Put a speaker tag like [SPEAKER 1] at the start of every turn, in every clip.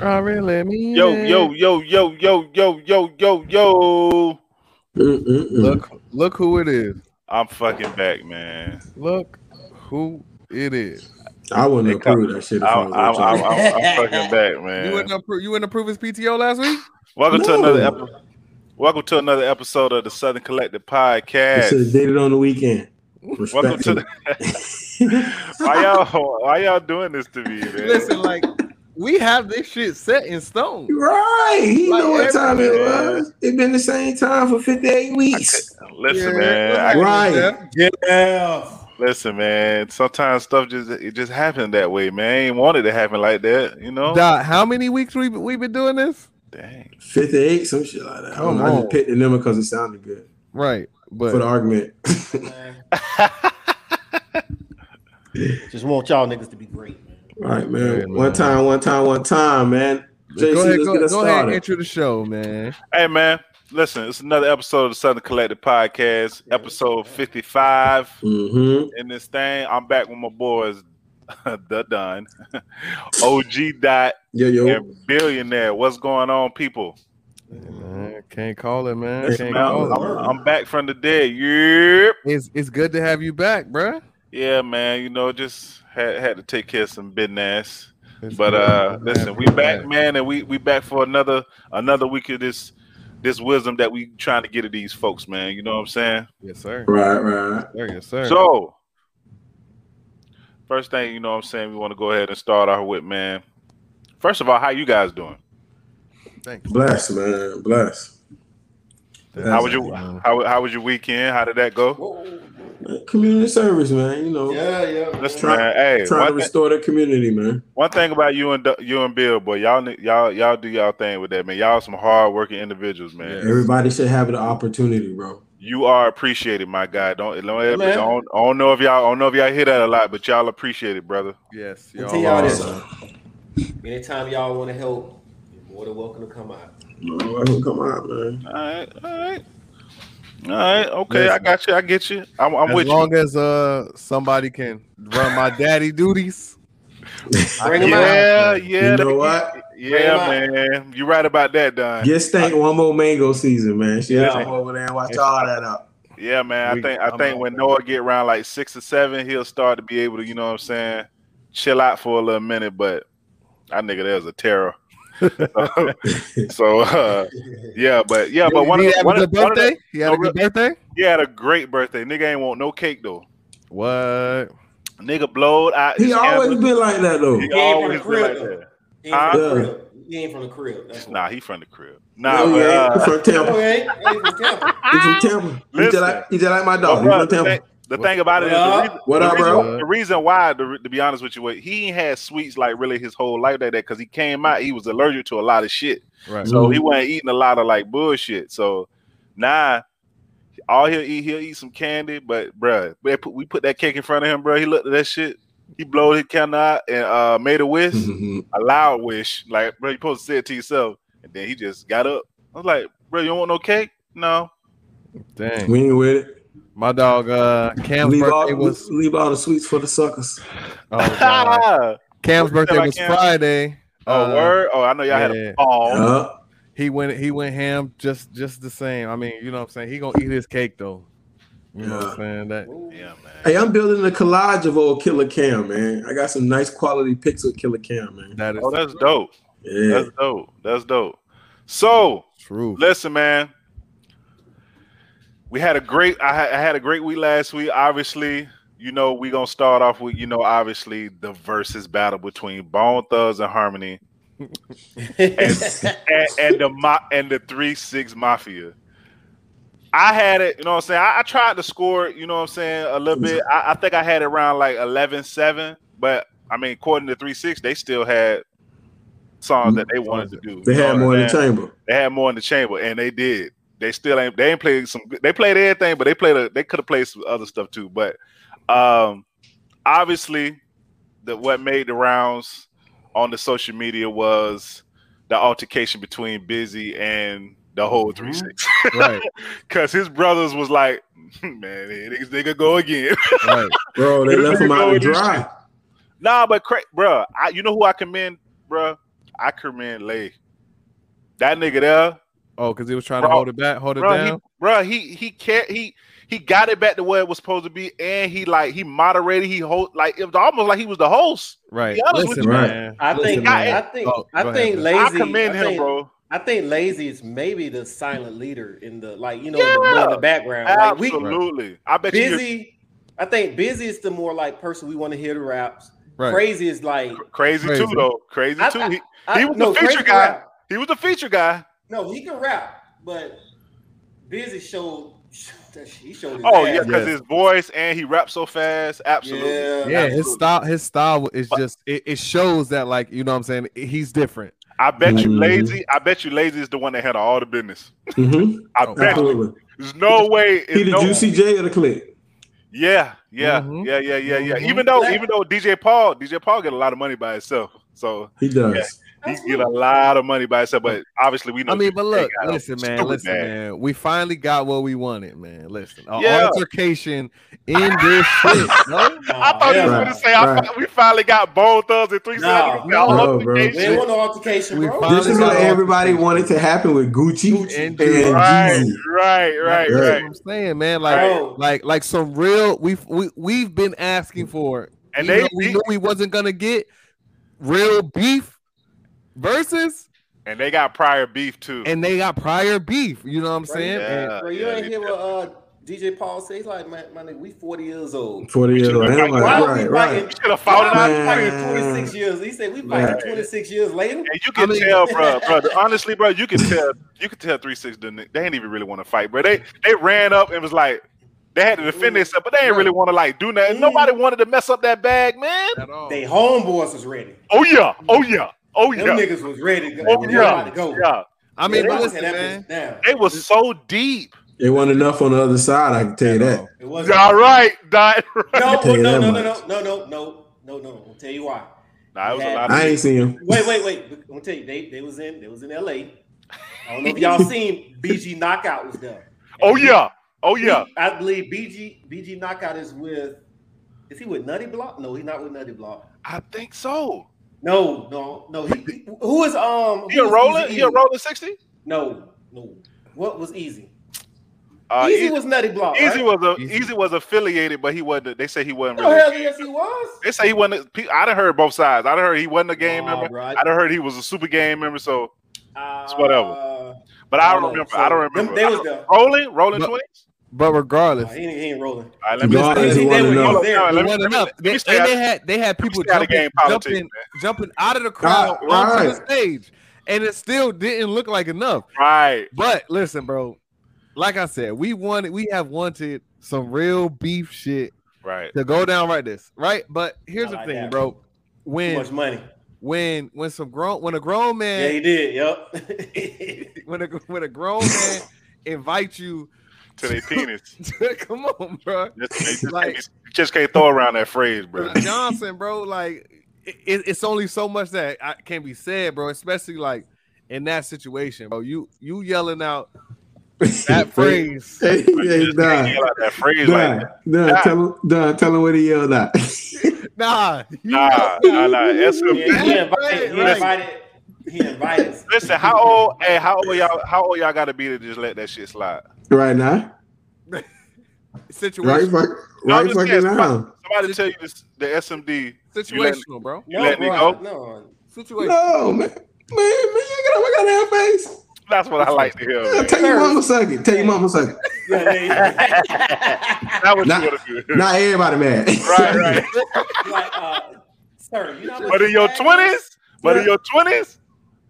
[SPEAKER 1] I really mean
[SPEAKER 2] Yo,
[SPEAKER 1] it.
[SPEAKER 2] yo, yo, yo, yo, yo, yo, yo, yo.
[SPEAKER 3] Mm-mm-mm.
[SPEAKER 1] Look, look who it is.
[SPEAKER 2] I'm fucking back, man.
[SPEAKER 1] Look who it is.
[SPEAKER 3] I wouldn't
[SPEAKER 2] They come-
[SPEAKER 3] approve that shit. If
[SPEAKER 2] I'm,
[SPEAKER 3] I
[SPEAKER 2] I'm,
[SPEAKER 3] was
[SPEAKER 2] I'm,
[SPEAKER 3] with you.
[SPEAKER 2] I'm, I'm fucking back, man.
[SPEAKER 1] You wouldn't approve. You wouldn't approve his PTO last week.
[SPEAKER 2] Welcome to
[SPEAKER 3] No.
[SPEAKER 2] another episode. Welcome to another episode of the Southern Collective Podcast.
[SPEAKER 3] It says dated on the weekend.
[SPEAKER 2] Welcome to the. why y'all? Why y'all doing this to me, man?
[SPEAKER 1] Listen, like we have this shit set in stone.
[SPEAKER 3] right. He
[SPEAKER 1] Like
[SPEAKER 3] know what time it
[SPEAKER 2] every-
[SPEAKER 3] was. It been the same time for 58 weeks.
[SPEAKER 2] listen,
[SPEAKER 1] Yeah,
[SPEAKER 2] man. I-
[SPEAKER 3] Right.
[SPEAKER 1] yeah.
[SPEAKER 4] Yeah.
[SPEAKER 2] listen, man. Sometimes stuff just it just happened that way, man. I ain't wanted to happen like that, you know.
[SPEAKER 1] Doc, how many weeks we we been doing this?
[SPEAKER 2] Dang.
[SPEAKER 3] 58, some shit like that. I,
[SPEAKER 1] Come
[SPEAKER 3] don't know. I
[SPEAKER 1] on.
[SPEAKER 3] just picked the number because it sounded good
[SPEAKER 1] Right,
[SPEAKER 3] for the
[SPEAKER 1] but
[SPEAKER 3] argument.
[SPEAKER 4] Just want y'all niggas to be great.
[SPEAKER 3] All right, man.
[SPEAKER 1] Yeah, man.
[SPEAKER 3] One time, one time, one time, man. JC,
[SPEAKER 1] go ahead,
[SPEAKER 3] let's get
[SPEAKER 1] go,
[SPEAKER 3] us
[SPEAKER 1] go ahead, and
[SPEAKER 3] started.
[SPEAKER 1] intro the show, man.
[SPEAKER 2] hey, man. Listen, it's another episode of the Southern Collective Podcast, episode fifty-five.
[SPEAKER 3] Mm-hmm.
[SPEAKER 2] in this thing. I'm back with my boys, the Don, OG Dot,
[SPEAKER 3] Yo, yo.
[SPEAKER 2] and Billionaire. What's going on, people?
[SPEAKER 1] Man, Can't call it, man.
[SPEAKER 3] It's
[SPEAKER 1] Can't
[SPEAKER 3] about-
[SPEAKER 1] call
[SPEAKER 2] I'm,
[SPEAKER 1] it.
[SPEAKER 2] I'm back from the dead. Yep.
[SPEAKER 1] It's it's good to have you back, bruh.
[SPEAKER 2] Yeah, man. You know, just had had to take care of some business.
[SPEAKER 1] It's
[SPEAKER 2] But
[SPEAKER 1] good
[SPEAKER 2] uh,
[SPEAKER 1] to
[SPEAKER 2] listen,
[SPEAKER 1] have
[SPEAKER 2] we
[SPEAKER 1] you
[SPEAKER 2] back, man, and we we back for another another week of this this wisdom that we trying to get to these folks, man. You know what I'm saying?
[SPEAKER 1] Yes, sir.
[SPEAKER 3] Right, right.
[SPEAKER 1] There, yes, sir.
[SPEAKER 2] So, first thing, you know what I'm saying, we want to go ahead and start off with, man. First of all, how you guys doing?
[SPEAKER 1] Thanks.
[SPEAKER 3] Bless, man. Bless.
[SPEAKER 2] How was your
[SPEAKER 1] Yeah.
[SPEAKER 2] how, how was your weekend? How did that go?
[SPEAKER 3] Community service, man. You know,
[SPEAKER 4] Yeah, yeah.
[SPEAKER 2] Listen,
[SPEAKER 3] Try-
[SPEAKER 2] man. Hey,
[SPEAKER 3] trying to
[SPEAKER 2] one, thing,
[SPEAKER 3] restore the community, man.
[SPEAKER 2] one thing about you and Du- you and Bill, boy, y'all ni- y'all y'all do y'all thing with that, man. Y'all some hard working individuals, man.
[SPEAKER 1] Yeah.
[SPEAKER 3] Everybody should have the opportunity, bro.
[SPEAKER 2] You are appreciated, my guy. Don't don't, ever-
[SPEAKER 4] Man.
[SPEAKER 2] don't, I don't know if y'all I don't know if y'all hear that a lot, but y'all appreciate it, brother.
[SPEAKER 1] Yes,
[SPEAKER 4] Let me tell y'all
[SPEAKER 1] are.
[SPEAKER 4] this. Anytime y'all want to help, you're more than welcome to come out.
[SPEAKER 3] Bro, Come on, man.
[SPEAKER 2] All right, all right, all right. Okay, I
[SPEAKER 1] Listen.
[SPEAKER 2] got you. I get you. I'm, I'm
[SPEAKER 1] as
[SPEAKER 2] with you.
[SPEAKER 1] long as uh somebody can run my daddy duties.
[SPEAKER 4] Bring 'em out.
[SPEAKER 2] Yeah,
[SPEAKER 3] You
[SPEAKER 2] yeah,
[SPEAKER 3] know what?
[SPEAKER 2] yeah, man. You right about that, Don.
[SPEAKER 3] Just think one more mango season, man. She
[SPEAKER 2] Yeah.
[SPEAKER 3] yeah. come over there and watch all that up.
[SPEAKER 2] Yeah, man. I
[SPEAKER 1] We-
[SPEAKER 2] think I
[SPEAKER 1] I'm
[SPEAKER 2] think
[SPEAKER 1] all
[SPEAKER 2] when
[SPEAKER 1] for
[SPEAKER 2] Noah get around like six or seven, he'll start to be able to, you know what I'm saying, chill out for a little minute. But I nigga, there's a terror. so uh, yeah, but yeah, but one
[SPEAKER 1] he
[SPEAKER 2] of the,
[SPEAKER 1] had
[SPEAKER 2] one
[SPEAKER 1] a
[SPEAKER 2] of,
[SPEAKER 1] good
[SPEAKER 2] one of the-
[SPEAKER 1] birthday. He had a
[SPEAKER 2] no,
[SPEAKER 1] good birthday.
[SPEAKER 2] he had a great birthday. Nigga ain't want no cake though.
[SPEAKER 1] What?
[SPEAKER 2] Nigga blowed out.
[SPEAKER 3] He
[SPEAKER 2] his
[SPEAKER 3] always
[SPEAKER 2] candles.
[SPEAKER 3] been like that though.
[SPEAKER 2] he
[SPEAKER 4] from
[SPEAKER 2] always
[SPEAKER 4] the
[SPEAKER 2] been like
[SPEAKER 4] crib,
[SPEAKER 2] that.
[SPEAKER 4] though. He ain't from the
[SPEAKER 3] Huh?
[SPEAKER 4] crib. He ain't from the crib. That's
[SPEAKER 2] Nah, he from the crib. Nah,
[SPEAKER 3] No, he
[SPEAKER 2] but,
[SPEAKER 3] ain't.
[SPEAKER 2] uh,
[SPEAKER 3] He from
[SPEAKER 4] why. No,
[SPEAKER 3] Tampa.
[SPEAKER 4] he ain't. He ain't from Tampa.
[SPEAKER 3] He from Tampa. He just
[SPEAKER 2] Listen.
[SPEAKER 3] like he just like my
[SPEAKER 2] but
[SPEAKER 3] dog. He
[SPEAKER 2] bro,
[SPEAKER 3] from
[SPEAKER 2] the, thing,
[SPEAKER 3] Tampa.
[SPEAKER 2] the thing about it is the
[SPEAKER 4] What
[SPEAKER 2] reason,
[SPEAKER 3] What
[SPEAKER 2] the
[SPEAKER 3] up,
[SPEAKER 2] reason-
[SPEAKER 3] bro?
[SPEAKER 2] uh, the reason why, the re- to be honest with you, what- he ain't had sweets like really his whole life like that because he came out, he was allergic to a lot of shit.
[SPEAKER 1] Right.
[SPEAKER 2] So he wasn't eating a lot of like bullshit. So now all he'll eat, he'll eat some candy. But bruh, we put, we put that cake in front of him, bruh. He looked at that shit. He blowed his candle out and uh, made a wish,
[SPEAKER 1] Mm-hmm.
[SPEAKER 3] Mhm.
[SPEAKER 2] a loud wish. Like, bro, you supposed to say it to yourself. And then he just got up. I was like, bro, you don't want no cake? No.
[SPEAKER 1] Dang.
[SPEAKER 3] We ain't with it.
[SPEAKER 1] My dog uh Cam's
[SPEAKER 3] Leave all,
[SPEAKER 1] birthday was
[SPEAKER 3] leave all the sweets for the suckers.
[SPEAKER 1] oh, God. Cam's birthday was
[SPEAKER 2] Cam?
[SPEAKER 1] Friday.
[SPEAKER 2] oh,
[SPEAKER 1] Uh,
[SPEAKER 2] word. Oh, I know y'all had
[SPEAKER 1] yeah.
[SPEAKER 2] a ball.
[SPEAKER 3] Uh,
[SPEAKER 1] He went he went ham just just the same. I mean, you know what I'm saying? He gonna eat his cake though. You know what I'm saying? That
[SPEAKER 2] Yeah, man.
[SPEAKER 3] hey, I'm building a collage of old Killer Cam, man. I got some nice quality pics of Killer Cam, man.
[SPEAKER 1] that is
[SPEAKER 2] Oh, that's dope.
[SPEAKER 3] Yeah.
[SPEAKER 2] That's dope. That's dope. So
[SPEAKER 1] true.
[SPEAKER 2] Listen, man. We had a great. I, ha- I had a great week last week. Obviously, you know we gonna start off with you know obviously the versus battle between Bone Thugs and Harmony and, and the mo- and the three six Mafia. I had it. You know what I'm saying. I, I tried to score. it, You know what I'm saying. A little bit. I, I think I had it around like 11-7. But I mean, according to three six, they still had songs that they wanted to do.
[SPEAKER 3] They
[SPEAKER 2] You know
[SPEAKER 3] had
[SPEAKER 2] what
[SPEAKER 3] more
[SPEAKER 2] I'm
[SPEAKER 3] in the
[SPEAKER 2] saying?
[SPEAKER 3] chamber.
[SPEAKER 2] They had more in the chamber, and they did. They still ain't. They ain't played some. good- They played everything, but they played. A, they could have played some other stuff too. But um obviously, the what made the rounds on the social media was the altercation between Busy and the whole three six.
[SPEAKER 1] right,
[SPEAKER 2] Because his brothers was like, man, here niggas nigga go again.
[SPEAKER 1] right.
[SPEAKER 3] Bro, they
[SPEAKER 2] This
[SPEAKER 3] left him
[SPEAKER 2] nigga
[SPEAKER 3] out to
[SPEAKER 2] going to
[SPEAKER 3] dry.
[SPEAKER 2] nah, but cra- bruh, I, you know who I commend, bruh? I commend Lay. That nigga there,
[SPEAKER 1] Oh, because he was trying
[SPEAKER 2] Bro,
[SPEAKER 1] to hold it back, hold it
[SPEAKER 2] bro,
[SPEAKER 1] down.
[SPEAKER 2] he, bro, he he can't he he got it back to where it was supposed to be, and he like he moderated, he host like it was almost like he was the host.
[SPEAKER 1] right.
[SPEAKER 2] be honest with
[SPEAKER 1] Listen,
[SPEAKER 3] you. Right.
[SPEAKER 1] man.
[SPEAKER 4] I
[SPEAKER 3] Listen,
[SPEAKER 4] think
[SPEAKER 2] man.
[SPEAKER 4] I think
[SPEAKER 1] Oh, go
[SPEAKER 4] I
[SPEAKER 1] ahead,
[SPEAKER 4] think
[SPEAKER 1] man.
[SPEAKER 4] lazy.
[SPEAKER 2] I commend
[SPEAKER 4] I
[SPEAKER 2] him,
[SPEAKER 4] think-
[SPEAKER 2] bro.
[SPEAKER 4] I think lazy is maybe the silent leader in the like you know in the- in the
[SPEAKER 2] Yeah.
[SPEAKER 4] background. Like we
[SPEAKER 2] Absolutely. I bet you you're
[SPEAKER 4] busy. I think busy is the more like person we want to hear the raps.
[SPEAKER 1] Right.
[SPEAKER 4] Crazy is like
[SPEAKER 2] crazy, too,
[SPEAKER 1] Crazy.
[SPEAKER 2] though. Crazy
[SPEAKER 4] I-
[SPEAKER 2] too.
[SPEAKER 4] I-
[SPEAKER 2] he,
[SPEAKER 4] I-
[SPEAKER 2] He was the feature
[SPEAKER 4] Crazy can
[SPEAKER 2] guy.
[SPEAKER 4] rap.
[SPEAKER 2] he was the feature guy.
[SPEAKER 4] No, he can rap, but busy showed he showed. His
[SPEAKER 2] Oh
[SPEAKER 4] ass.
[SPEAKER 2] yeah, because
[SPEAKER 1] Yes.
[SPEAKER 2] his voice and he raps so fast. Absolutely.
[SPEAKER 4] Yeah.
[SPEAKER 1] Yeah, his
[SPEAKER 2] Absolutely.
[SPEAKER 1] style, his style is
[SPEAKER 2] But-
[SPEAKER 1] just it, it shows that like you know what I'm saying he's different.
[SPEAKER 2] I bet you
[SPEAKER 1] Mm-hmm.
[SPEAKER 3] Mhm.
[SPEAKER 2] lazy. I bet you lazy is the one that handled all the business.
[SPEAKER 3] Mm-hmm.
[SPEAKER 2] I
[SPEAKER 1] Oh,
[SPEAKER 2] bet you.
[SPEAKER 3] Absolutely.
[SPEAKER 2] There's no way.
[SPEAKER 3] He the
[SPEAKER 2] no,
[SPEAKER 3] Juicy J of the clique.
[SPEAKER 2] Yeah, yeah,
[SPEAKER 1] Mhm.
[SPEAKER 2] yeah, yeah, yeah, yeah.
[SPEAKER 1] Mhm.
[SPEAKER 2] Even though,
[SPEAKER 4] Mm-hmm. Black-
[SPEAKER 2] even though DJ Paul, DJ Paul get a lot of money by himself. So
[SPEAKER 3] He does.
[SPEAKER 2] he
[SPEAKER 4] That's
[SPEAKER 2] get
[SPEAKER 4] what-
[SPEAKER 2] a lot of money by himself. But obviously, we know.
[SPEAKER 1] I mean, but
[SPEAKER 2] they
[SPEAKER 1] look,
[SPEAKER 2] got him
[SPEAKER 1] listen, man,
[SPEAKER 2] super
[SPEAKER 1] listen,
[SPEAKER 2] bad.
[SPEAKER 1] man. We finally got what we wanted, man. Listen, an
[SPEAKER 2] Yeah.
[SPEAKER 1] altercation in this shit. No?
[SPEAKER 2] I thought he was
[SPEAKER 4] Nah,
[SPEAKER 2] going
[SPEAKER 3] Right,
[SPEAKER 2] to say I
[SPEAKER 3] right.
[SPEAKER 2] fi- we finally got bone thumbs and three
[SPEAKER 4] Nah,
[SPEAKER 2] seconds.
[SPEAKER 1] no,
[SPEAKER 2] All
[SPEAKER 3] bro.
[SPEAKER 2] the
[SPEAKER 4] We ain't
[SPEAKER 2] shit.
[SPEAKER 4] want no altercation,
[SPEAKER 1] We
[SPEAKER 4] bro.
[SPEAKER 1] finally
[SPEAKER 3] This is
[SPEAKER 1] got
[SPEAKER 3] what
[SPEAKER 1] all-
[SPEAKER 3] everybody wanted to happen with Gucci and
[SPEAKER 1] And
[SPEAKER 2] Right,
[SPEAKER 3] Jeezy.
[SPEAKER 2] right, right,
[SPEAKER 1] That's what
[SPEAKER 2] right.
[SPEAKER 1] I'm saying, man. Like,
[SPEAKER 4] Bro.
[SPEAKER 1] like, like some real. We've we we've been asking for it,
[SPEAKER 2] And
[SPEAKER 1] Even
[SPEAKER 2] they,
[SPEAKER 1] though we knew we wasn't gonna get real beef versus,
[SPEAKER 2] and they got prior beef too.
[SPEAKER 1] and they got prior beef. You know what I'm
[SPEAKER 4] Right.
[SPEAKER 1] saying? And-
[SPEAKER 2] Yeah,
[SPEAKER 4] Bro, you
[SPEAKER 2] yeah,
[SPEAKER 4] ain't
[SPEAKER 2] they
[SPEAKER 4] hear what uh, DJ Paul say. He's like, my, my nigga, we 40 years old.
[SPEAKER 3] 40 years old. Damn,
[SPEAKER 4] Why are
[SPEAKER 3] Right,
[SPEAKER 4] we
[SPEAKER 3] right.
[SPEAKER 4] fighting?
[SPEAKER 2] You should have
[SPEAKER 4] Why
[SPEAKER 2] fought it out.
[SPEAKER 4] are we fighting
[SPEAKER 3] Man.
[SPEAKER 4] 26 years? He said, we fighting
[SPEAKER 3] Right.
[SPEAKER 4] 26 years later.
[SPEAKER 2] And you can
[SPEAKER 1] I mean-
[SPEAKER 2] tell, bro, bro. Honestly, bro, you can tell. You can tell three six didn't. They ain't even really want to fight, bro. They they ran up and was like, they had to defend themselves, but they ain't really want to like do nothing.
[SPEAKER 4] Mm.
[SPEAKER 2] Nobody wanted to mess up that bag, man.
[SPEAKER 1] at all.
[SPEAKER 4] They homeboys was ready.
[SPEAKER 2] Oh yeah, oh yeah, oh
[SPEAKER 4] Them
[SPEAKER 2] yeah,
[SPEAKER 4] niggas was ready to go.
[SPEAKER 2] oh
[SPEAKER 4] They
[SPEAKER 2] yeah,
[SPEAKER 4] about to go.
[SPEAKER 2] yeah.
[SPEAKER 1] I mean,
[SPEAKER 4] They
[SPEAKER 1] but
[SPEAKER 4] was
[SPEAKER 1] listen,
[SPEAKER 4] that
[SPEAKER 1] man.
[SPEAKER 4] bitch down.
[SPEAKER 2] They was so deep.
[SPEAKER 3] It wasn't enough on the other side, I can tell you that.
[SPEAKER 4] It wasn't.
[SPEAKER 2] All right, Don.
[SPEAKER 4] No,
[SPEAKER 3] tell
[SPEAKER 4] well,
[SPEAKER 3] you
[SPEAKER 4] no,
[SPEAKER 3] that
[SPEAKER 4] no, no,
[SPEAKER 3] much.
[SPEAKER 4] no, no, no, no, no, no. I'll tell you why.
[SPEAKER 2] Nah, it was a lot. Of
[SPEAKER 3] I ain't seen him.
[SPEAKER 4] Wait, wait, wait. I'm gonna tell you, they, they was in they was in LA. I don't know if y'all seen BG knockout was done.
[SPEAKER 2] Oh yeah, oh yeah.
[SPEAKER 4] I believe BG BG knockout is with is he with Nutty Block? No, he's not with Nutty Block.
[SPEAKER 2] I think so.
[SPEAKER 4] No, no, no. He, he- who is um
[SPEAKER 2] You
[SPEAKER 4] who
[SPEAKER 2] a
[SPEAKER 4] is
[SPEAKER 2] rolling?
[SPEAKER 4] Easy
[SPEAKER 2] You a
[SPEAKER 4] E?
[SPEAKER 2] rolling sixty?
[SPEAKER 4] No, no. What was easy?
[SPEAKER 2] Uh,
[SPEAKER 4] easy,
[SPEAKER 2] easy,
[SPEAKER 4] was Nutty Block.
[SPEAKER 2] Easy
[SPEAKER 4] right?
[SPEAKER 2] was a,
[SPEAKER 1] Easy.
[SPEAKER 2] easy. was affiliated, but he wasn't. They say he wasn't
[SPEAKER 4] No
[SPEAKER 2] really.
[SPEAKER 4] hell yes he was.
[SPEAKER 2] They say he wasn't. pe- I done heard both sides. I done heard he wasn't a game
[SPEAKER 4] Nah,
[SPEAKER 2] member.
[SPEAKER 4] bro,
[SPEAKER 2] I done heard he was a super game member. So,
[SPEAKER 4] uh,
[SPEAKER 2] whatever. but I don't
[SPEAKER 4] know.
[SPEAKER 2] remember.
[SPEAKER 4] So,
[SPEAKER 2] I don't
[SPEAKER 4] them-
[SPEAKER 2] remember.
[SPEAKER 4] They was there.
[SPEAKER 2] rolling, rolling
[SPEAKER 1] But-
[SPEAKER 2] twins.
[SPEAKER 1] But
[SPEAKER 4] Oh,
[SPEAKER 1] regardless,
[SPEAKER 4] he, ain't, he ain't rolling.
[SPEAKER 2] All right, let me.
[SPEAKER 3] God
[SPEAKER 2] let me-
[SPEAKER 3] is
[SPEAKER 2] let me-
[SPEAKER 3] one
[SPEAKER 2] let me-
[SPEAKER 3] enough.
[SPEAKER 2] hold on,
[SPEAKER 1] it
[SPEAKER 2] Let me-
[SPEAKER 1] wasn't
[SPEAKER 2] let me-
[SPEAKER 1] enough.
[SPEAKER 2] let me
[SPEAKER 1] They-
[SPEAKER 2] stay
[SPEAKER 1] and they
[SPEAKER 2] out-
[SPEAKER 1] had they had people
[SPEAKER 2] stay out of
[SPEAKER 1] jumping,
[SPEAKER 2] game politics,
[SPEAKER 1] jumping,
[SPEAKER 2] man.
[SPEAKER 1] jumping out of the crowd onto
[SPEAKER 3] right.
[SPEAKER 1] the stage, and it still didn't look like enough.
[SPEAKER 2] Right.
[SPEAKER 1] But listen, bro, like I said, we wanted we have wanted some real beef shit
[SPEAKER 2] Right.
[SPEAKER 1] to go down like this, right? But here's
[SPEAKER 4] I
[SPEAKER 1] the
[SPEAKER 4] like
[SPEAKER 1] thing,
[SPEAKER 4] that.
[SPEAKER 1] bro.
[SPEAKER 4] Too
[SPEAKER 1] When
[SPEAKER 4] much money.
[SPEAKER 1] when when some grown when a grown
[SPEAKER 4] Yeah,
[SPEAKER 1] man
[SPEAKER 4] he did. Yep.
[SPEAKER 1] when a when a grown man invites you,
[SPEAKER 2] To their penis.
[SPEAKER 1] to, come on, bro.
[SPEAKER 2] Just, they just,
[SPEAKER 1] Like-
[SPEAKER 2] can't, just can't throw around that phrase, bro.
[SPEAKER 1] Johnson, bro. Like it, it's only so much that I, can be said, bro. Especially like in that situation, bro. You you yelling out that phrase.
[SPEAKER 3] Hey, hey,
[SPEAKER 2] Just can't
[SPEAKER 3] Don.
[SPEAKER 2] yell out that phrase like
[SPEAKER 3] Don,
[SPEAKER 2] that.
[SPEAKER 3] Don,
[SPEAKER 2] Nah.
[SPEAKER 3] tell him, Don, tell him what he yelled out.
[SPEAKER 1] Nah, you-
[SPEAKER 2] Nah, nah, nah. That's
[SPEAKER 4] Yeah,
[SPEAKER 2] a-
[SPEAKER 4] he invited. He
[SPEAKER 1] Right.
[SPEAKER 4] invited. He invited.
[SPEAKER 2] Listen, how old? Hey, how old y'all? How old y'all got to be to just let that shit slide?
[SPEAKER 3] right now. Right,
[SPEAKER 1] situation,
[SPEAKER 3] fuck,
[SPEAKER 2] No, I'm
[SPEAKER 3] right
[SPEAKER 2] just
[SPEAKER 3] fucking
[SPEAKER 2] saying,
[SPEAKER 3] now.
[SPEAKER 2] Somebody tell you this, the SMD.
[SPEAKER 1] situational, bro.
[SPEAKER 2] You let me
[SPEAKER 4] bro,
[SPEAKER 2] go?
[SPEAKER 4] No,
[SPEAKER 1] Situation.
[SPEAKER 3] No, man. Man, man, you get up, I got that face.
[SPEAKER 2] That's what I like to hear.
[SPEAKER 3] Yeah,
[SPEAKER 2] man.
[SPEAKER 3] Tell your mama suck it. Tell your mama suck it.
[SPEAKER 4] Yeah, they-
[SPEAKER 2] That what
[SPEAKER 3] Nah.
[SPEAKER 2] you want to do.
[SPEAKER 3] Not everybody mad.
[SPEAKER 2] Right, right.
[SPEAKER 4] like, uh, sir, you know. how much
[SPEAKER 2] But in your
[SPEAKER 4] fat is?
[SPEAKER 2] twenties, but in
[SPEAKER 4] Yeah.
[SPEAKER 2] your twenties,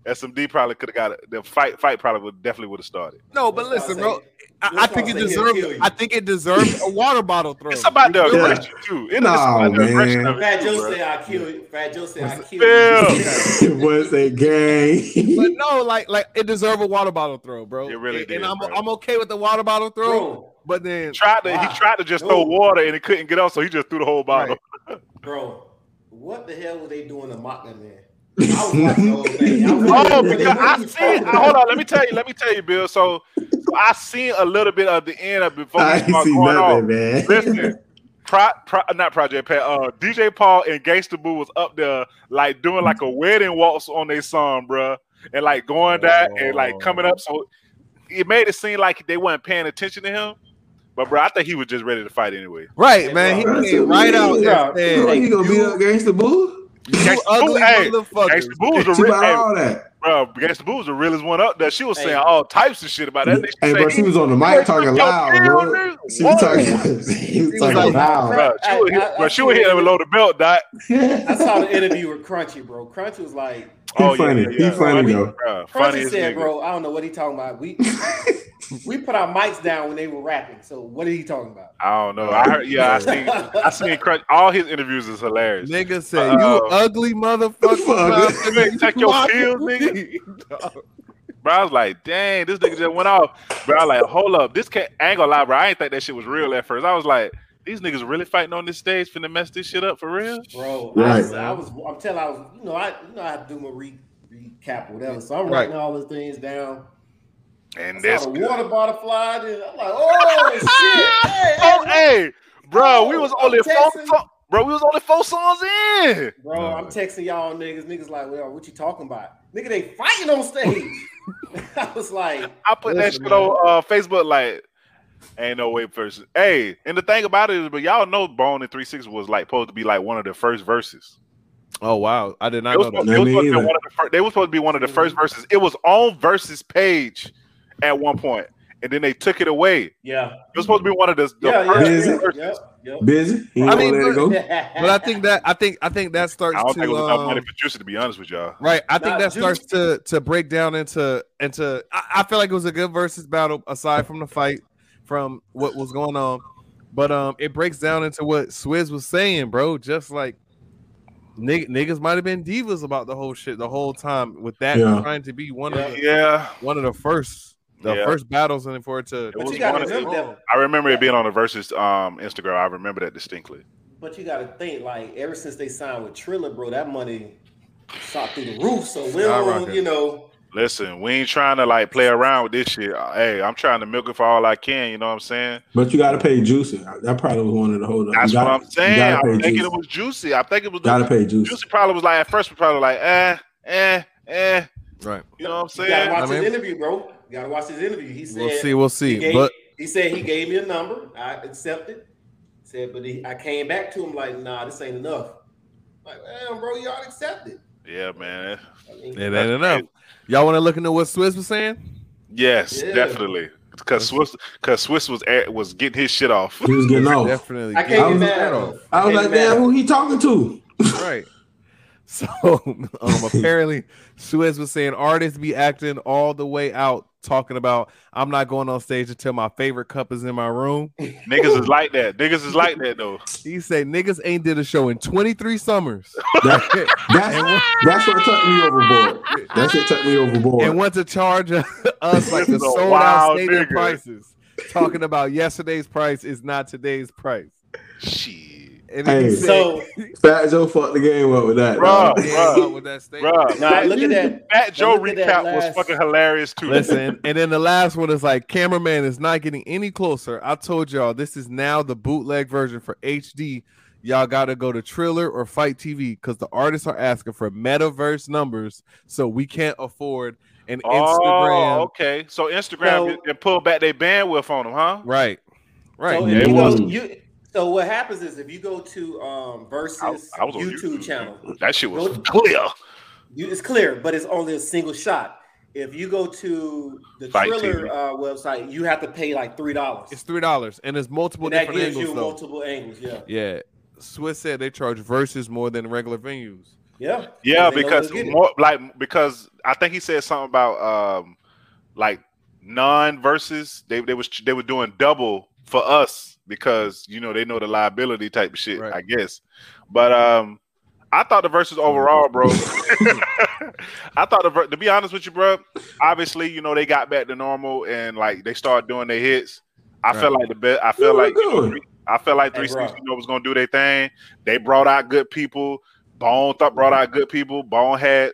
[SPEAKER 2] SMD probably could have got it. The fight, fight probably would definitely would have started.
[SPEAKER 1] No, but
[SPEAKER 4] That's
[SPEAKER 1] listen,
[SPEAKER 4] why I
[SPEAKER 1] bro.
[SPEAKER 4] say-
[SPEAKER 1] I,
[SPEAKER 4] that's
[SPEAKER 1] I
[SPEAKER 4] why
[SPEAKER 1] think
[SPEAKER 4] I
[SPEAKER 1] it
[SPEAKER 4] say he'll kill
[SPEAKER 1] deserved.
[SPEAKER 4] you.
[SPEAKER 1] I think it deserved a water bottle throw.
[SPEAKER 2] It's about the
[SPEAKER 1] You feel me?
[SPEAKER 2] aggression too. It is
[SPEAKER 3] Nah,
[SPEAKER 2] about the aggression
[SPEAKER 3] man.
[SPEAKER 2] of it
[SPEAKER 4] Fat Joe
[SPEAKER 2] too,
[SPEAKER 4] said,
[SPEAKER 2] bro.
[SPEAKER 4] "I kill you." Fat Joe said, "I kill
[SPEAKER 2] Phil.
[SPEAKER 4] you."
[SPEAKER 3] What's a
[SPEAKER 1] But
[SPEAKER 3] gang?
[SPEAKER 1] no, like like it deserved a water bottle throw, bro.
[SPEAKER 2] It really
[SPEAKER 1] and,
[SPEAKER 2] did,
[SPEAKER 1] And I'm
[SPEAKER 2] bro.
[SPEAKER 1] I'm okay with the water bottle throw,
[SPEAKER 4] Bro,
[SPEAKER 1] but then
[SPEAKER 2] Tried to,
[SPEAKER 4] Wow.
[SPEAKER 2] he tried to just throw
[SPEAKER 4] Dude.
[SPEAKER 2] water and it couldn't get off, so he just threw the whole bottle.
[SPEAKER 4] bro, what the hell were they doing to mock that man? I was watching the whole thing. I was like,
[SPEAKER 2] Oh,
[SPEAKER 4] what the-
[SPEAKER 2] because I
[SPEAKER 4] what the-
[SPEAKER 2] seen. I- hold on, let me tell you. Let me tell you, Bill. So, so I seen a little bit of the end of before
[SPEAKER 3] I
[SPEAKER 2] we
[SPEAKER 3] ain't
[SPEAKER 2] start
[SPEAKER 3] see
[SPEAKER 2] going off.
[SPEAKER 3] nothing, man.
[SPEAKER 2] Listen, Pro, Pro, not Project Pat, uh, DJ Paul and Gangsta Boo was up there like doing like a wedding waltz on their song, bruh. and like going that and
[SPEAKER 3] Oh.
[SPEAKER 2] like coming up. So it made it seem like they weren't paying attention to him. But bro, I think he was just ready to fight anyway.
[SPEAKER 1] Right, man.
[SPEAKER 4] bro,
[SPEAKER 1] He came right out
[SPEAKER 4] bro,
[SPEAKER 1] and
[SPEAKER 3] You know,
[SPEAKER 1] said,
[SPEAKER 4] hey,
[SPEAKER 3] you gonna be
[SPEAKER 4] you-
[SPEAKER 3] up against the bull?
[SPEAKER 1] "You
[SPEAKER 2] Gangsta Boo,
[SPEAKER 1] ugly
[SPEAKER 2] hey,
[SPEAKER 1] motherfucker."
[SPEAKER 2] Gangsta Boo was the
[SPEAKER 3] She
[SPEAKER 2] real,
[SPEAKER 3] about
[SPEAKER 2] hey,
[SPEAKER 3] all that.
[SPEAKER 2] bro. Gangsta Boo was the realest one up there. She was
[SPEAKER 4] Hey.
[SPEAKER 2] saying all types of shit about that. nigga.
[SPEAKER 3] Hey, bro,
[SPEAKER 2] said,
[SPEAKER 3] she was on the mic talking loud, bro. She was talking, she was
[SPEAKER 1] She was
[SPEAKER 3] talking
[SPEAKER 1] like-
[SPEAKER 3] loud.
[SPEAKER 2] Bro, she was,
[SPEAKER 4] I- I- I
[SPEAKER 2] bro, she
[SPEAKER 4] see
[SPEAKER 2] was
[SPEAKER 4] it.
[SPEAKER 2] hitting below the belt, Doc.
[SPEAKER 4] I saw the interview with Crunchy, bro. Crunchy was like,
[SPEAKER 2] Oh,
[SPEAKER 3] He funny. He funny, though.
[SPEAKER 2] Bro, funny
[SPEAKER 4] Crunchy
[SPEAKER 2] as
[SPEAKER 4] said,
[SPEAKER 2] nigga.
[SPEAKER 4] bro, I don't know what he talking about. We we put our mics down when they were rapping. So what are he talking about?
[SPEAKER 2] I don't know. I heard, yeah, I seen, I seen Crunch. All his interviews is hilarious.
[SPEAKER 1] Nigga said,
[SPEAKER 2] Uh-oh.
[SPEAKER 1] "You ugly motherfucker."
[SPEAKER 3] Fuck.
[SPEAKER 1] Nigga,
[SPEAKER 2] Oh. Take your pills, nigga. Bro, I was like, dang, this nigga just went off. Bro, I was like, hold up, this can't, I ain't gonna lie, bro. I ain't think that shit was real at first. I was like, these niggas really fighting on this stage, finna mess this shit up for real.
[SPEAKER 4] Bro, I,
[SPEAKER 3] Right.
[SPEAKER 4] was, I was I'm telling I was, you know, I you know I have to do my re, recap or whatever. So I'm
[SPEAKER 1] Right.
[SPEAKER 4] writing all these things down. I
[SPEAKER 2] And that's
[SPEAKER 4] saw the water bottle fly, and I'm like, oh shit. Hey,
[SPEAKER 2] oh,
[SPEAKER 4] hey,
[SPEAKER 2] hey, bro, we was
[SPEAKER 3] Oh,
[SPEAKER 4] I'm
[SPEAKER 2] only four,
[SPEAKER 4] texting.
[SPEAKER 2] so- bro, we was only four songs in.
[SPEAKER 4] Bro, I'm texting y'all niggas. Niggas like, well, what you talking about? Nigga, they fighting on stage. I was like,
[SPEAKER 2] I put that
[SPEAKER 1] Listen,
[SPEAKER 2] shit on uh, Facebook like ain't no way person. Hey, and the thing about it is, but y'all know Bone and Three Six was like supposed to be like one of the first verses.
[SPEAKER 1] Oh wow, I did
[SPEAKER 2] It
[SPEAKER 1] not
[SPEAKER 2] was
[SPEAKER 1] know
[SPEAKER 2] supposed,
[SPEAKER 1] that.
[SPEAKER 2] it was
[SPEAKER 3] Me
[SPEAKER 2] supposed to be
[SPEAKER 3] either.
[SPEAKER 2] one of the first, they were supposed to be one of the
[SPEAKER 4] Mm-hmm.
[SPEAKER 2] first verses. It was on versus page at one point, and then they took it away. It
[SPEAKER 4] yeah,
[SPEAKER 2] was supposed to be one of the, the
[SPEAKER 4] yeah, yeah,
[SPEAKER 2] first
[SPEAKER 4] yeah,
[SPEAKER 2] verses.
[SPEAKER 4] yeah,
[SPEAKER 3] Busy. He ain't
[SPEAKER 1] I
[SPEAKER 3] gonna
[SPEAKER 1] mean,
[SPEAKER 3] let
[SPEAKER 1] but-
[SPEAKER 3] it go.
[SPEAKER 4] yeah.
[SPEAKER 1] But I think that I think I think that starts
[SPEAKER 2] I don't
[SPEAKER 1] to
[SPEAKER 2] think it was enough
[SPEAKER 1] um,
[SPEAKER 2] money for Juicy to be honest with y'all.
[SPEAKER 1] Right. I think
[SPEAKER 4] Nah,
[SPEAKER 1] that
[SPEAKER 4] Juice-
[SPEAKER 1] starts to to break down into into I, I feel like it was a good versus battle aside from the fight from what was going on. But um it breaks down into what Swizz was saying, bro. Just like nigg- niggas might have been divas about the whole shit the whole time with that
[SPEAKER 3] Yeah.
[SPEAKER 1] trying to be one of the
[SPEAKER 2] Yeah,
[SPEAKER 1] one of the first the
[SPEAKER 2] Yeah.
[SPEAKER 1] first battles and for it to
[SPEAKER 2] It
[SPEAKER 4] But
[SPEAKER 2] was
[SPEAKER 4] you gotta
[SPEAKER 2] one of the-
[SPEAKER 4] remember that.
[SPEAKER 2] I remember it being on the versus um Instagram. I remember that distinctly.
[SPEAKER 4] But you gotta think like ever since they signed with Triller, bro, that money shot through the roof. So we don't,
[SPEAKER 1] Skyrocket.
[SPEAKER 4] you know,
[SPEAKER 2] Listen, we ain't trying to like play around with this shit. Uh, Hey, I'm trying to milk it for all I can. You know what I'm saying?
[SPEAKER 3] But you gotta pay Juicy. That probably was one of the hold up.
[SPEAKER 2] That's
[SPEAKER 3] you gotta,
[SPEAKER 2] what I'm saying.
[SPEAKER 3] You
[SPEAKER 2] I'm
[SPEAKER 3] gotta pay
[SPEAKER 2] thinking
[SPEAKER 3] Juicy.
[SPEAKER 2] it was juicy. I think it was
[SPEAKER 3] Gotta pay Juicy.
[SPEAKER 2] juicy. Probably was like at first. We probably like eh, eh, eh.
[SPEAKER 1] right.
[SPEAKER 2] You know what I'm
[SPEAKER 4] you gotta
[SPEAKER 2] saying?
[SPEAKER 1] I
[SPEAKER 4] watch
[SPEAKER 1] mean-
[SPEAKER 4] his interview, bro. You gotta watch his interview. He said
[SPEAKER 1] We'll see, we'll
[SPEAKER 4] he,
[SPEAKER 1] see.
[SPEAKER 4] gave,
[SPEAKER 1] But
[SPEAKER 4] he said he gave me a number. I accepted. Said, but he, I came back to him like, nah, this ain't enough. Like, damn, bro, y'all accepted.
[SPEAKER 2] Yeah, man.
[SPEAKER 4] I mean,
[SPEAKER 1] it ain't enough. Y'all want to look into what Swizz was saying?
[SPEAKER 2] Yes,
[SPEAKER 4] Yeah.
[SPEAKER 2] definitely. Because Swiss, because Swiss was at, was getting his shit off.
[SPEAKER 3] He was getting off.
[SPEAKER 1] Definitely.
[SPEAKER 4] I
[SPEAKER 1] get
[SPEAKER 4] can't
[SPEAKER 3] was-
[SPEAKER 4] get
[SPEAKER 1] that
[SPEAKER 4] mad at
[SPEAKER 1] off.
[SPEAKER 4] him.
[SPEAKER 3] I was
[SPEAKER 4] Can't
[SPEAKER 3] like,
[SPEAKER 4] get mad
[SPEAKER 3] damn, who he talking to?
[SPEAKER 1] right. So um, apparently, Suez was saying artists be acting all the way out, talking about I'm not going on stage until my favorite cup is in my room.
[SPEAKER 2] Niggas is like that. Niggas is like that though.
[SPEAKER 1] He said niggas ain't did a show in 23 summers
[SPEAKER 3] That, that's that's what took me overboard. That shit took me overboard.
[SPEAKER 1] and want to charge us like the
[SPEAKER 2] This is a
[SPEAKER 1] sold out
[SPEAKER 2] wild
[SPEAKER 1] stadium
[SPEAKER 2] nigga.
[SPEAKER 1] prices, talking about yesterday's price is not today's price.
[SPEAKER 2] Shit,
[SPEAKER 1] And then he
[SPEAKER 3] Hey.
[SPEAKER 1] said,
[SPEAKER 4] So
[SPEAKER 3] Fat Joe fucked the game up with that.
[SPEAKER 2] Bruh.
[SPEAKER 3] dog.
[SPEAKER 1] "Yeah, with that statement."
[SPEAKER 2] bruh.
[SPEAKER 4] now look at that.
[SPEAKER 2] Fat Joe
[SPEAKER 4] look at that
[SPEAKER 2] recap was
[SPEAKER 4] last-
[SPEAKER 2] fucking hilarious too.
[SPEAKER 1] Listen, and then the last one is like, cameraman is not getting any closer. I told y'all this is now the bootleg version for HD. Y'all gotta go to Triller or Fight TV because the artists are asking for metaverse numbers, so we can't afford an Instagram.
[SPEAKER 2] Oh, okay. So Instagram
[SPEAKER 4] So-
[SPEAKER 2] and pull back their bandwidth on them, huh?
[SPEAKER 1] Right, right.
[SPEAKER 4] So,
[SPEAKER 2] Yeah,
[SPEAKER 4] if
[SPEAKER 2] it
[SPEAKER 4] you
[SPEAKER 2] was.
[SPEAKER 4] go, you, so what happens is if you go to um versus
[SPEAKER 2] I was on
[SPEAKER 4] YouTube,
[SPEAKER 2] YouTube.
[SPEAKER 4] channel,
[SPEAKER 2] That shit was
[SPEAKER 4] Go-
[SPEAKER 2] clear.
[SPEAKER 4] you, it's clear, but it's only a single shot. If you go to the
[SPEAKER 2] Fight
[SPEAKER 4] Triller
[SPEAKER 2] TV.
[SPEAKER 4] uh, website, you have to pay like three dollars.
[SPEAKER 1] it's three dollars, and it's multiple
[SPEAKER 4] That
[SPEAKER 1] different
[SPEAKER 4] gives
[SPEAKER 1] angles
[SPEAKER 4] you
[SPEAKER 1] though.
[SPEAKER 4] multiple angles. Yeah,
[SPEAKER 1] yeah, Swiss said they charge versus more than regular venues.
[SPEAKER 4] yeah,
[SPEAKER 2] Yeah,
[SPEAKER 4] They know
[SPEAKER 2] because
[SPEAKER 4] they'll get it.
[SPEAKER 2] more like because I think he said something about um like non versus they they was they were doing double for us because you know they know the liability type of shit,
[SPEAKER 1] Right.
[SPEAKER 2] I guess. But um I thought the verses overall, bro. I thought the ver- to be honest with you, bro. Obviously, you know they got back to normal and like they started doing their hits. I
[SPEAKER 1] Right.
[SPEAKER 2] felt like the best. I
[SPEAKER 3] What
[SPEAKER 2] felt
[SPEAKER 3] we
[SPEAKER 2] like you know,
[SPEAKER 3] doing?
[SPEAKER 2] three- I felt like
[SPEAKER 4] Hey, bro.
[SPEAKER 2] 360 you know, was gonna do their thing. They brought out good people. Bone th- brought out good people. Bone had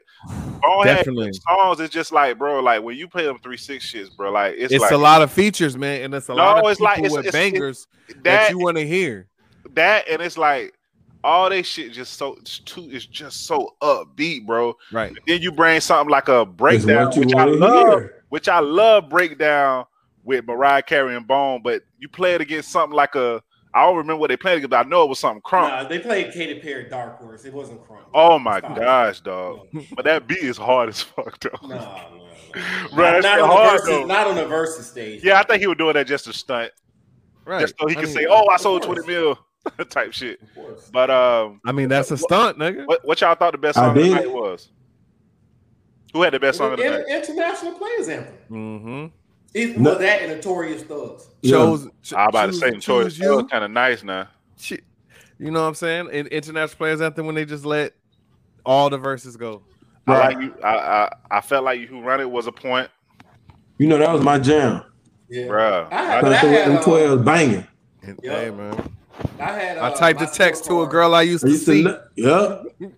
[SPEAKER 2] Bone had
[SPEAKER 1] Definitely.
[SPEAKER 2] songs. Oh, It's just like, bro, like when you play them three six shits, bro, like it's,
[SPEAKER 1] It's
[SPEAKER 2] like
[SPEAKER 1] a lot of features, man, and it's a
[SPEAKER 2] No,
[SPEAKER 1] lot of
[SPEAKER 2] it's
[SPEAKER 1] people
[SPEAKER 2] like- it's-
[SPEAKER 1] with
[SPEAKER 2] it's-
[SPEAKER 1] bangers
[SPEAKER 2] that.
[SPEAKER 1] that you want to hear.
[SPEAKER 2] that and it's like all that shit just so it's too is just so upbeat, bro.
[SPEAKER 1] Right.
[SPEAKER 2] Then you bring something like a breakdown,
[SPEAKER 3] what you
[SPEAKER 2] which I
[SPEAKER 3] wanna
[SPEAKER 2] love,
[SPEAKER 3] hear.
[SPEAKER 2] which I love breakdown with Mariah Carey and Bone, but you play it against something like a I don't remember what they played against, but I know it was something crunk.
[SPEAKER 4] Nah, they played Katy Perry Dark Horse. It wasn't crunk.
[SPEAKER 2] Oh my
[SPEAKER 4] Stop.
[SPEAKER 2] gosh, dog.
[SPEAKER 4] No,
[SPEAKER 2] But that beat is hard as fuck though.
[SPEAKER 4] no, no.
[SPEAKER 2] Bro,
[SPEAKER 4] Not,
[SPEAKER 2] that shit
[SPEAKER 4] not, on the
[SPEAKER 2] hard
[SPEAKER 4] versus,
[SPEAKER 2] though.
[SPEAKER 4] not on the versus stage.
[SPEAKER 2] Yeah, I think he was doing that just to stunt.
[SPEAKER 1] Right.
[SPEAKER 2] Just so he
[SPEAKER 1] I
[SPEAKER 2] could
[SPEAKER 1] mean-
[SPEAKER 2] say, Oh, I
[SPEAKER 4] of
[SPEAKER 2] sold
[SPEAKER 4] course.
[SPEAKER 2] twenty mil type shit.
[SPEAKER 4] Of course.
[SPEAKER 2] But um
[SPEAKER 1] I mean, that's a stunt, nigga.
[SPEAKER 2] what, what y'all thought the best
[SPEAKER 3] I
[SPEAKER 2] song of the
[SPEAKER 3] did.
[SPEAKER 2] night was? Who had the best song of the
[SPEAKER 4] Inter-
[SPEAKER 2] night?
[SPEAKER 4] international players anthem.
[SPEAKER 1] Mm-hmm.
[SPEAKER 4] Either
[SPEAKER 3] No.
[SPEAKER 4] well, that and Notorious Thugs.
[SPEAKER 3] Yeah.
[SPEAKER 1] Chose. ch-
[SPEAKER 2] I was Ah, about to
[SPEAKER 1] choose-
[SPEAKER 2] say Notorious
[SPEAKER 1] choose you.
[SPEAKER 2] kind of nice now.
[SPEAKER 1] Shit. You know what I'm saying? In international players anthem when they just let all the verses go.
[SPEAKER 2] I like you. I, I I felt like you who run it was a point,
[SPEAKER 3] You know that was my jam.
[SPEAKER 4] Yeah.
[SPEAKER 2] bruh.
[SPEAKER 4] I
[SPEAKER 2] I-
[SPEAKER 4] had- But I had,
[SPEAKER 3] them
[SPEAKER 4] uh,
[SPEAKER 3] twelve banging.
[SPEAKER 1] And,
[SPEAKER 4] Yeah.
[SPEAKER 1] Hey man,
[SPEAKER 4] I had.
[SPEAKER 1] I
[SPEAKER 4] uh,
[SPEAKER 1] typed
[SPEAKER 4] my
[SPEAKER 1] a text to a
[SPEAKER 4] scorecard-
[SPEAKER 1] girl I used
[SPEAKER 3] I
[SPEAKER 1] to
[SPEAKER 3] used to,
[SPEAKER 1] see.
[SPEAKER 3] lo- yeah.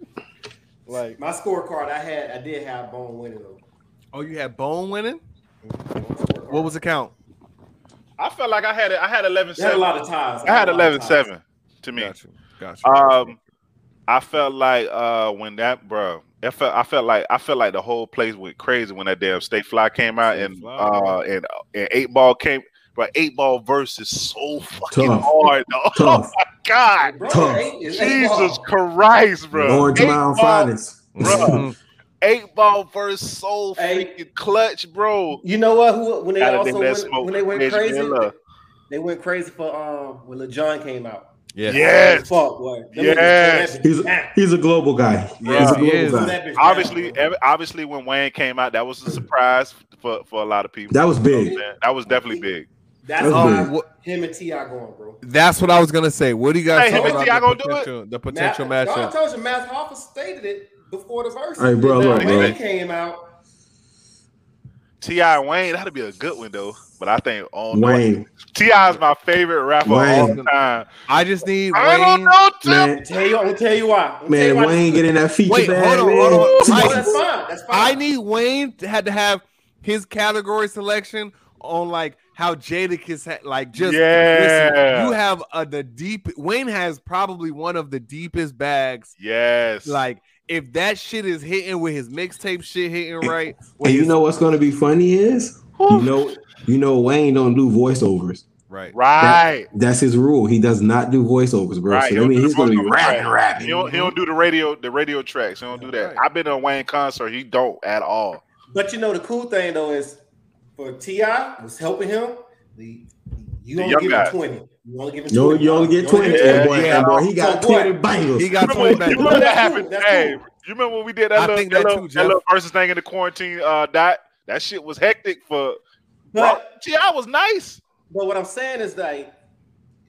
[SPEAKER 1] Like,
[SPEAKER 4] My scorecard, I had, I did have Bone winning though.
[SPEAKER 1] oh, you had Bone winning?
[SPEAKER 4] Scorecard.
[SPEAKER 1] What was the count?
[SPEAKER 2] I felt like I had it. I had eleven
[SPEAKER 4] They had a
[SPEAKER 2] seven.
[SPEAKER 4] lot of ties.
[SPEAKER 2] I had
[SPEAKER 4] A lot of
[SPEAKER 2] eleven
[SPEAKER 4] ties.
[SPEAKER 2] seven. To me,
[SPEAKER 1] Gotcha. Gotcha.
[SPEAKER 2] um, I felt like uh when that bro, I felt I felt like I felt like the whole place went crazy when that damn Stay Fly came out
[SPEAKER 1] Stay
[SPEAKER 2] and
[SPEAKER 1] Fly.
[SPEAKER 2] uh and and Eight Ball came. But Eight Ball verse is so fucking
[SPEAKER 3] Tough.
[SPEAKER 2] hard. Though.
[SPEAKER 3] Tough.
[SPEAKER 2] God,
[SPEAKER 4] Bro,
[SPEAKER 3] Tough.
[SPEAKER 4] eight- it's
[SPEAKER 2] Jesus
[SPEAKER 4] eight balls.
[SPEAKER 2] Christ, bro.
[SPEAKER 3] Orange
[SPEAKER 2] Eight
[SPEAKER 3] Mountain
[SPEAKER 2] Ball-
[SPEAKER 3] Finest.
[SPEAKER 2] Bruh. Eight Ball verse so
[SPEAKER 4] Hey.
[SPEAKER 2] freaking clutch, bro.
[SPEAKER 4] You know what? Who when they
[SPEAKER 2] Gotta
[SPEAKER 4] also
[SPEAKER 2] dig that
[SPEAKER 4] went,
[SPEAKER 2] smoke.
[SPEAKER 4] when they went
[SPEAKER 2] Reggie
[SPEAKER 4] crazy,
[SPEAKER 2] Miller.
[SPEAKER 4] they went crazy for um when LeJohn came out.
[SPEAKER 1] Yes.
[SPEAKER 2] Yes.
[SPEAKER 4] Fuck what?
[SPEAKER 2] Yes.
[SPEAKER 3] He's a, he's a global guy.
[SPEAKER 1] Yes,
[SPEAKER 3] he's a
[SPEAKER 1] he
[SPEAKER 3] global
[SPEAKER 1] is.
[SPEAKER 3] guy. That,
[SPEAKER 4] That bitch
[SPEAKER 2] Obviously,
[SPEAKER 4] down, bro.
[SPEAKER 2] ev- obviously, when Wayne came out, that was a surprise for, for a lot of people.
[SPEAKER 3] was big.
[SPEAKER 2] Man, that was definitely big.
[SPEAKER 4] that's
[SPEAKER 3] that's
[SPEAKER 4] why
[SPEAKER 1] Oh, wha-
[SPEAKER 4] him and Ti going, bro.
[SPEAKER 1] that's what I was gonna say. What do you guys
[SPEAKER 2] Hey,
[SPEAKER 1] think
[SPEAKER 2] him and T, I
[SPEAKER 1] about
[SPEAKER 2] gonna
[SPEAKER 1] the
[SPEAKER 2] do it?
[SPEAKER 1] potential, the potential
[SPEAKER 4] Matt- No, I
[SPEAKER 1] matchup?
[SPEAKER 4] told you, Matt Hoffa stated it before the verse.
[SPEAKER 3] Hey, bro,
[SPEAKER 4] When
[SPEAKER 2] look, bro.
[SPEAKER 4] Wayne came out.
[SPEAKER 2] Ti and Wayne, that'd be a good one though. But I think oh no.
[SPEAKER 3] Wayne.
[SPEAKER 2] Ti is my favorite rapper of all
[SPEAKER 3] Wayne.
[SPEAKER 2] time.
[SPEAKER 1] I just need
[SPEAKER 2] I don't
[SPEAKER 1] Wayne.
[SPEAKER 2] know, too.
[SPEAKER 3] Man,
[SPEAKER 4] Tell you, I'm gonna tell you why. I'm gonna tell you
[SPEAKER 3] man,
[SPEAKER 4] why.
[SPEAKER 3] Wayne getting that feature
[SPEAKER 1] Wait,
[SPEAKER 3] bag.
[SPEAKER 1] hold on,
[SPEAKER 3] man.
[SPEAKER 1] hold on.
[SPEAKER 4] No,
[SPEAKER 1] Mike.
[SPEAKER 4] that's fine. That's fine.
[SPEAKER 1] I need Wayne to had to have his category selection on like how Jadakiss had like just
[SPEAKER 2] Yeah.
[SPEAKER 1] you have a, the deep Wayne has probably one of the deepest bags.
[SPEAKER 2] Yes.
[SPEAKER 1] Like if that shit is hitting with his mixtape shit hitting right, with
[SPEAKER 3] And you
[SPEAKER 1] his-
[SPEAKER 3] know what's gonna be funny is you know you know Wayne don't do voiceovers.
[SPEAKER 1] right.
[SPEAKER 2] right.
[SPEAKER 3] That's his rule. He does not do voiceovers, bro.
[SPEAKER 2] Right.
[SPEAKER 3] So I mean,
[SPEAKER 2] He'll
[SPEAKER 3] he's
[SPEAKER 2] do
[SPEAKER 3] gonna
[SPEAKER 2] the
[SPEAKER 3] be
[SPEAKER 2] voiceover.
[SPEAKER 3] rapping,
[SPEAKER 2] He
[SPEAKER 3] rapping.
[SPEAKER 2] don't, he don't do the radio the radio tracks. He don't do
[SPEAKER 1] Right.
[SPEAKER 2] that. I've been to a Wayne concert. He don't at all.
[SPEAKER 4] But you know the cool thing though is for Ti was helping him. The you
[SPEAKER 2] The
[SPEAKER 4] only
[SPEAKER 2] young
[SPEAKER 4] give
[SPEAKER 2] guys.
[SPEAKER 4] him twenty. You only give him
[SPEAKER 3] No,
[SPEAKER 4] twenty.
[SPEAKER 3] you don't get
[SPEAKER 4] You only
[SPEAKER 3] twenty.
[SPEAKER 4] give
[SPEAKER 2] Yeah,
[SPEAKER 4] him
[SPEAKER 3] boy,
[SPEAKER 2] yeah.
[SPEAKER 3] yeah, boy. He got
[SPEAKER 4] So what?
[SPEAKER 3] twenty bangles.
[SPEAKER 1] He got
[SPEAKER 2] You remember,
[SPEAKER 1] 20 back.
[SPEAKER 2] you remember that
[SPEAKER 4] That's
[SPEAKER 2] happened?
[SPEAKER 4] cool, that's
[SPEAKER 2] hey,
[SPEAKER 4] cool.
[SPEAKER 2] you remember when we did
[SPEAKER 1] I
[SPEAKER 2] that, little,
[SPEAKER 1] think
[SPEAKER 2] that,
[SPEAKER 1] that
[SPEAKER 2] little,
[SPEAKER 1] too,
[SPEAKER 2] that
[SPEAKER 1] Jeff.
[SPEAKER 2] little versus thing in the quarantine uh, dot? That shit was hectic for Bro,
[SPEAKER 4] But,
[SPEAKER 2] Ti was nice.
[SPEAKER 4] but what I'm saying is like,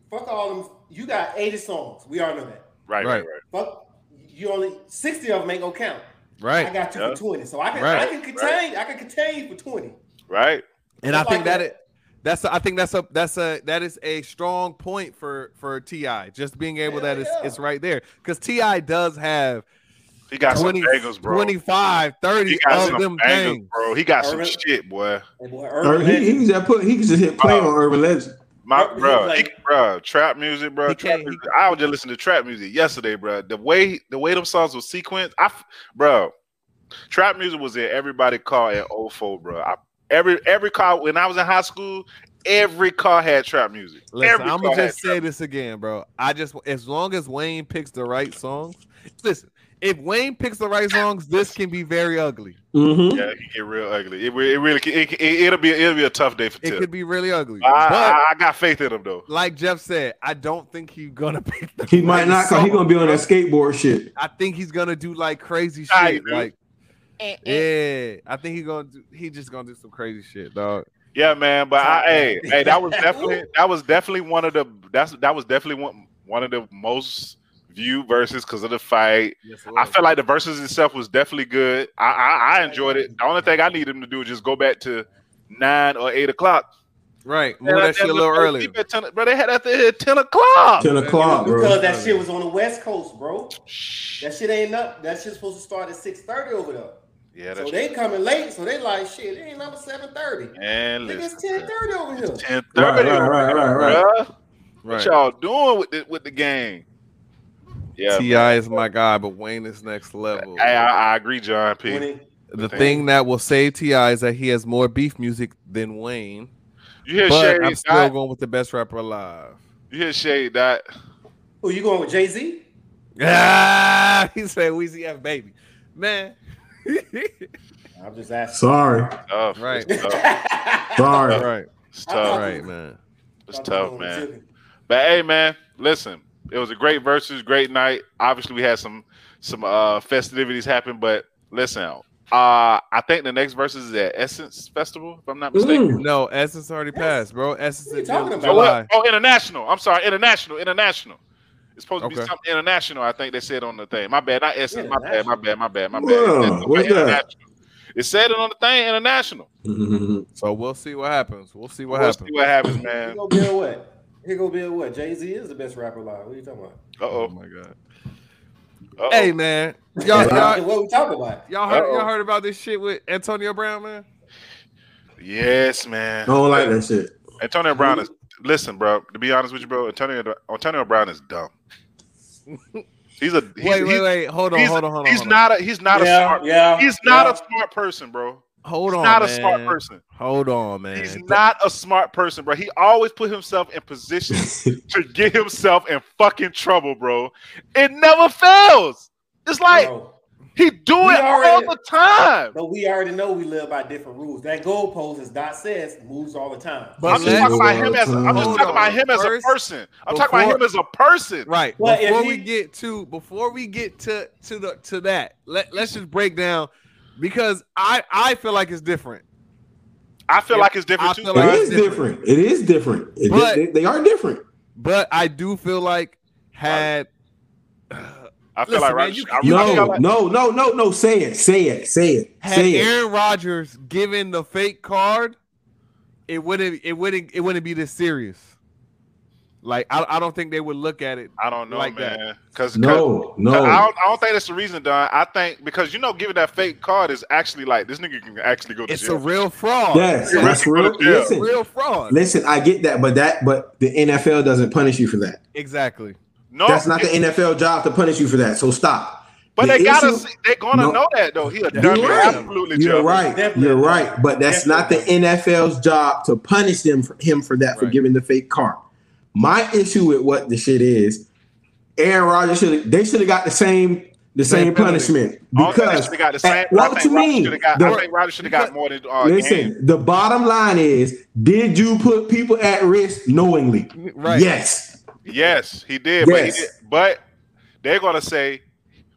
[SPEAKER 4] fuck all them. You got 80 songs. We all know that.
[SPEAKER 2] Right, right,
[SPEAKER 1] Right.
[SPEAKER 2] right.
[SPEAKER 4] Fuck you only 60 of them ain't gonna count. I
[SPEAKER 1] Right.
[SPEAKER 4] got you
[SPEAKER 2] Yeah.
[SPEAKER 4] for 20. So I can I
[SPEAKER 1] Right.
[SPEAKER 4] can contain I can contain for 20.
[SPEAKER 2] Right.
[SPEAKER 1] And I
[SPEAKER 4] Like
[SPEAKER 1] think that
[SPEAKER 4] that.
[SPEAKER 1] it that's a, I think that's a that's a that is a strong point for for Ti just being able
[SPEAKER 4] Hell
[SPEAKER 1] that it's
[SPEAKER 4] yeah.
[SPEAKER 1] it's right there because Ti does have
[SPEAKER 2] He got
[SPEAKER 1] 20,
[SPEAKER 2] some bangles, bro.
[SPEAKER 1] 25, 30
[SPEAKER 2] he got
[SPEAKER 1] of them
[SPEAKER 2] some bangles,
[SPEAKER 1] things.
[SPEAKER 2] bro. He got some
[SPEAKER 4] Urban-
[SPEAKER 2] shit, boy.
[SPEAKER 4] And boy,
[SPEAKER 3] Or
[SPEAKER 4] Urban
[SPEAKER 3] he, he
[SPEAKER 4] Legend,
[SPEAKER 3] was at put. He could just hit play
[SPEAKER 2] Bro.
[SPEAKER 3] on Urban Legend.
[SPEAKER 2] My
[SPEAKER 4] Urban-
[SPEAKER 2] bro,
[SPEAKER 4] like-
[SPEAKER 2] he, bro, trap music, bro.
[SPEAKER 1] He
[SPEAKER 2] Trap
[SPEAKER 1] can't- he-
[SPEAKER 2] music. I was just listening to trap music yesterday, bro. The way the way them songs was sequenced, I, f- bro, trap music was in everybody car in 04, bro. I, every every car when I was in high school, every car had trap music.
[SPEAKER 1] Listen,
[SPEAKER 2] every
[SPEAKER 1] I'm gonna
[SPEAKER 2] car had
[SPEAKER 1] just say this again, bro. I just as long as Wayne picks the right songs. Listen, if Wayne picks the right songs, this can be very ugly.
[SPEAKER 3] Mm-hmm.
[SPEAKER 2] Yeah, he get real ugly. It, re- it really it, it, it'll be it'll be a tough day for
[SPEAKER 1] It
[SPEAKER 2] Tip.
[SPEAKER 1] could be really ugly.
[SPEAKER 2] I,
[SPEAKER 1] But
[SPEAKER 2] I, I got faith in him though.
[SPEAKER 1] like Jeff said, I don't think he's gonna pick the
[SPEAKER 3] He might
[SPEAKER 1] right
[SPEAKER 3] not. Cause he
[SPEAKER 1] songs,
[SPEAKER 3] gonna be on
[SPEAKER 1] bro.
[SPEAKER 3] that skateboard shit.
[SPEAKER 1] I think he's gonna do like crazy shit.
[SPEAKER 2] Right, dude.
[SPEAKER 1] like, yeah, I think he's gonna do. He just gonna do some crazy shit, dog.
[SPEAKER 2] Yeah, man. But I,
[SPEAKER 4] Top
[SPEAKER 2] hey,
[SPEAKER 4] man.
[SPEAKER 2] hey, that was definitely that was definitely one of the that's that was definitely one one of the most viewed verses because of the fight. I felt like the verses itself was definitely good. I, I I enjoyed it. The only thing I need him to do is just go back to nine or eight o'clock.
[SPEAKER 1] right. Move that shit a little earlier.
[SPEAKER 2] But they had that thing at ten o'clock.
[SPEAKER 3] Ten o'clock,
[SPEAKER 4] because
[SPEAKER 3] bro.
[SPEAKER 4] that shit was on the West Coast, bro. That shit ain't up. That shit's supposed to start at 6:30 over there.
[SPEAKER 2] Yeah,
[SPEAKER 4] So
[SPEAKER 2] that's
[SPEAKER 4] they coming late, so they like shit. It ain't number seven thirty.
[SPEAKER 2] man.
[SPEAKER 4] Nigga, it's
[SPEAKER 2] Listen,
[SPEAKER 4] ten thirty over here.
[SPEAKER 2] ten
[SPEAKER 3] Right,
[SPEAKER 2] thirty.
[SPEAKER 3] right, right, right, right.
[SPEAKER 2] bruh. What
[SPEAKER 1] Right.
[SPEAKER 2] y'all doing with the, with the game? Yeah,
[SPEAKER 1] Ti is my guy, but Wayne is next level.
[SPEAKER 2] I, I, I agree, John P.
[SPEAKER 4] When it,
[SPEAKER 1] the thing that will save Ti is that he has more beef music than Wayne.
[SPEAKER 2] you hear
[SPEAKER 1] but
[SPEAKER 2] Shade
[SPEAKER 1] I'm
[SPEAKER 2] Dot?
[SPEAKER 1] still going with the best rapper alive.
[SPEAKER 2] you hear Shade Dot?
[SPEAKER 4] who you going with Jay Z?
[SPEAKER 1] Ah, he said Weezy F baby, man.
[SPEAKER 4] I'm just asking.
[SPEAKER 3] Sorry.
[SPEAKER 2] Tough.
[SPEAKER 1] Right.
[SPEAKER 2] It's tough.
[SPEAKER 3] Sorry.
[SPEAKER 1] right,
[SPEAKER 2] It's
[SPEAKER 1] all
[SPEAKER 2] tough.
[SPEAKER 1] right, man.
[SPEAKER 2] It's tough, man. But hey, man, listen, it was a great versus, great night. Obviously, we had some some uh festivities happen, but listen, uh, I think the next versus is at Essence Festival, if I'm not mistaken.
[SPEAKER 3] Mm.
[SPEAKER 1] No, Essence already passed, bro. Essence
[SPEAKER 4] What are you
[SPEAKER 1] is
[SPEAKER 4] talking
[SPEAKER 1] in
[SPEAKER 4] about?
[SPEAKER 2] Oh,
[SPEAKER 1] July.
[SPEAKER 2] what? oh, international. I'm sorry, international, international. It's supposed to
[SPEAKER 1] Okay.
[SPEAKER 2] be something international. I think they said on the thing. My bad, not Essence. My bad, my bad, my bad, my bad.
[SPEAKER 3] Wow,
[SPEAKER 2] It's- it's
[SPEAKER 3] what's that?
[SPEAKER 2] international. It said it on the thing, international.
[SPEAKER 3] Mhm.
[SPEAKER 1] So we'll see what happens. We'll see what
[SPEAKER 2] What we'll
[SPEAKER 1] happens.
[SPEAKER 2] see what happens,
[SPEAKER 4] Here
[SPEAKER 2] man.
[SPEAKER 4] go Bill what? Here go Bill what? Jay Z is the best rapper alive. What are you talking about?
[SPEAKER 2] Uh
[SPEAKER 1] oh
[SPEAKER 2] oh.
[SPEAKER 1] my god.
[SPEAKER 2] Uh-oh.
[SPEAKER 1] Hey, man. Y'all,
[SPEAKER 4] What
[SPEAKER 1] y'all,
[SPEAKER 4] are we talking about?
[SPEAKER 1] y'all heard
[SPEAKER 2] Uh-oh.
[SPEAKER 1] y'all heard about this shit with Antonio Brown, man?
[SPEAKER 2] Yes, man.
[SPEAKER 3] I don't like that shit.
[SPEAKER 2] Antonio Brown is listen, bro. To be honest with you, bro, Antonio Antonio Brown is dumb. He's a he's,
[SPEAKER 1] wait,
[SPEAKER 2] he's-
[SPEAKER 1] wait, wait. Hold on,
[SPEAKER 2] he's-
[SPEAKER 1] hold on, hold on.
[SPEAKER 2] he's
[SPEAKER 1] hold on.
[SPEAKER 2] not a he's not a
[SPEAKER 4] yeah,
[SPEAKER 2] smart
[SPEAKER 4] yeah,
[SPEAKER 2] he's not
[SPEAKER 4] yeah.
[SPEAKER 2] a smart person, bro.
[SPEAKER 1] Hold
[SPEAKER 2] he's
[SPEAKER 1] on,
[SPEAKER 2] not a
[SPEAKER 1] man.
[SPEAKER 2] smart person.
[SPEAKER 1] Hold on, man.
[SPEAKER 2] He's not a smart person, bro. He always put himself in positions to get himself in fucking trouble, bro. It never fails. It's like
[SPEAKER 4] Bro,
[SPEAKER 2] he do
[SPEAKER 4] We
[SPEAKER 2] it all
[SPEAKER 4] already-
[SPEAKER 2] the time.
[SPEAKER 4] But we already know we live by different rules. That goalpost, as Dot says, moves all the time.
[SPEAKER 1] But
[SPEAKER 2] I'm just
[SPEAKER 1] let's-
[SPEAKER 2] talking about him as a, I'm just
[SPEAKER 1] Hold
[SPEAKER 2] talking
[SPEAKER 1] on.
[SPEAKER 2] about him as a
[SPEAKER 1] First,
[SPEAKER 2] person. I'm talking about
[SPEAKER 1] before-
[SPEAKER 2] him as a person.
[SPEAKER 1] Right.
[SPEAKER 4] Well, if
[SPEAKER 1] before we
[SPEAKER 4] he-
[SPEAKER 1] get to before we get to to the to that, let, let's just break down because I I feel like it's different.
[SPEAKER 2] I feel
[SPEAKER 1] Yeah.
[SPEAKER 2] like it's different
[SPEAKER 1] I
[SPEAKER 2] too.
[SPEAKER 1] feel like-
[SPEAKER 3] It is different. It is different. It-
[SPEAKER 1] But-
[SPEAKER 3] they, they are different.
[SPEAKER 1] But I do feel like had
[SPEAKER 2] I feel
[SPEAKER 1] Listen,
[SPEAKER 2] like
[SPEAKER 1] man,
[SPEAKER 2] right.
[SPEAKER 1] you-
[SPEAKER 2] I really feel
[SPEAKER 3] No,
[SPEAKER 2] like-
[SPEAKER 3] no, no, no, no. Say it. Say it. Say it.
[SPEAKER 1] had
[SPEAKER 3] Say it.
[SPEAKER 1] Aaron Rodgers given the fake card, it wouldn't it wouldn't it wouldn't be this serious. Like I, I don't think they would look at it.
[SPEAKER 2] I don't know,
[SPEAKER 1] Like that.
[SPEAKER 2] man. Because
[SPEAKER 3] No,
[SPEAKER 2] I
[SPEAKER 3] no.
[SPEAKER 2] don't, I don't think that's the reason, Don. I think because you know, giving that fake card is actually like this nigga can actually go to
[SPEAKER 1] It's a
[SPEAKER 2] jail.
[SPEAKER 1] real fraud.
[SPEAKER 3] Yes,
[SPEAKER 1] It's
[SPEAKER 3] that's real.
[SPEAKER 1] a
[SPEAKER 2] Yeah.
[SPEAKER 3] Listen,
[SPEAKER 1] real fraud.
[SPEAKER 3] listen. I get that, but that, but the NFL doesn't punish you for that.
[SPEAKER 1] Exactly.
[SPEAKER 2] no,
[SPEAKER 3] That's not the
[SPEAKER 2] it-
[SPEAKER 3] NFL job to punish you for that. So stop.
[SPEAKER 2] Oh, But
[SPEAKER 3] the
[SPEAKER 2] they gotta,
[SPEAKER 3] issue-
[SPEAKER 2] see, they're gonna
[SPEAKER 3] No.
[SPEAKER 2] know that though. He a
[SPEAKER 1] You're
[SPEAKER 2] dummy,
[SPEAKER 3] right.
[SPEAKER 2] absolutely.
[SPEAKER 3] You're
[SPEAKER 2] dummy.
[SPEAKER 3] right.
[SPEAKER 4] Definitely.
[SPEAKER 3] You're right. But that's not the NFL's job to punish them for him for that for
[SPEAKER 1] Right.
[SPEAKER 3] giving the fake card. My issue with what the shit is, Aaron Rodgers should they should have got the same the
[SPEAKER 1] Same
[SPEAKER 3] same,
[SPEAKER 1] penalty.
[SPEAKER 3] punishment
[SPEAKER 2] I don't think they
[SPEAKER 3] because
[SPEAKER 2] should've got the same.
[SPEAKER 3] what
[SPEAKER 2] I
[SPEAKER 3] you
[SPEAKER 2] think Rodgers
[SPEAKER 3] mean?
[SPEAKER 2] should've Got, I
[SPEAKER 3] The-
[SPEAKER 2] think Rodgers should have got more than uh,
[SPEAKER 3] listen.
[SPEAKER 2] game.
[SPEAKER 3] The bottom line is, did you put people at risk knowingly?
[SPEAKER 1] Right.
[SPEAKER 3] Yes.
[SPEAKER 2] Yes, he did. But he
[SPEAKER 3] Yes.
[SPEAKER 2] did, but they're gonna say,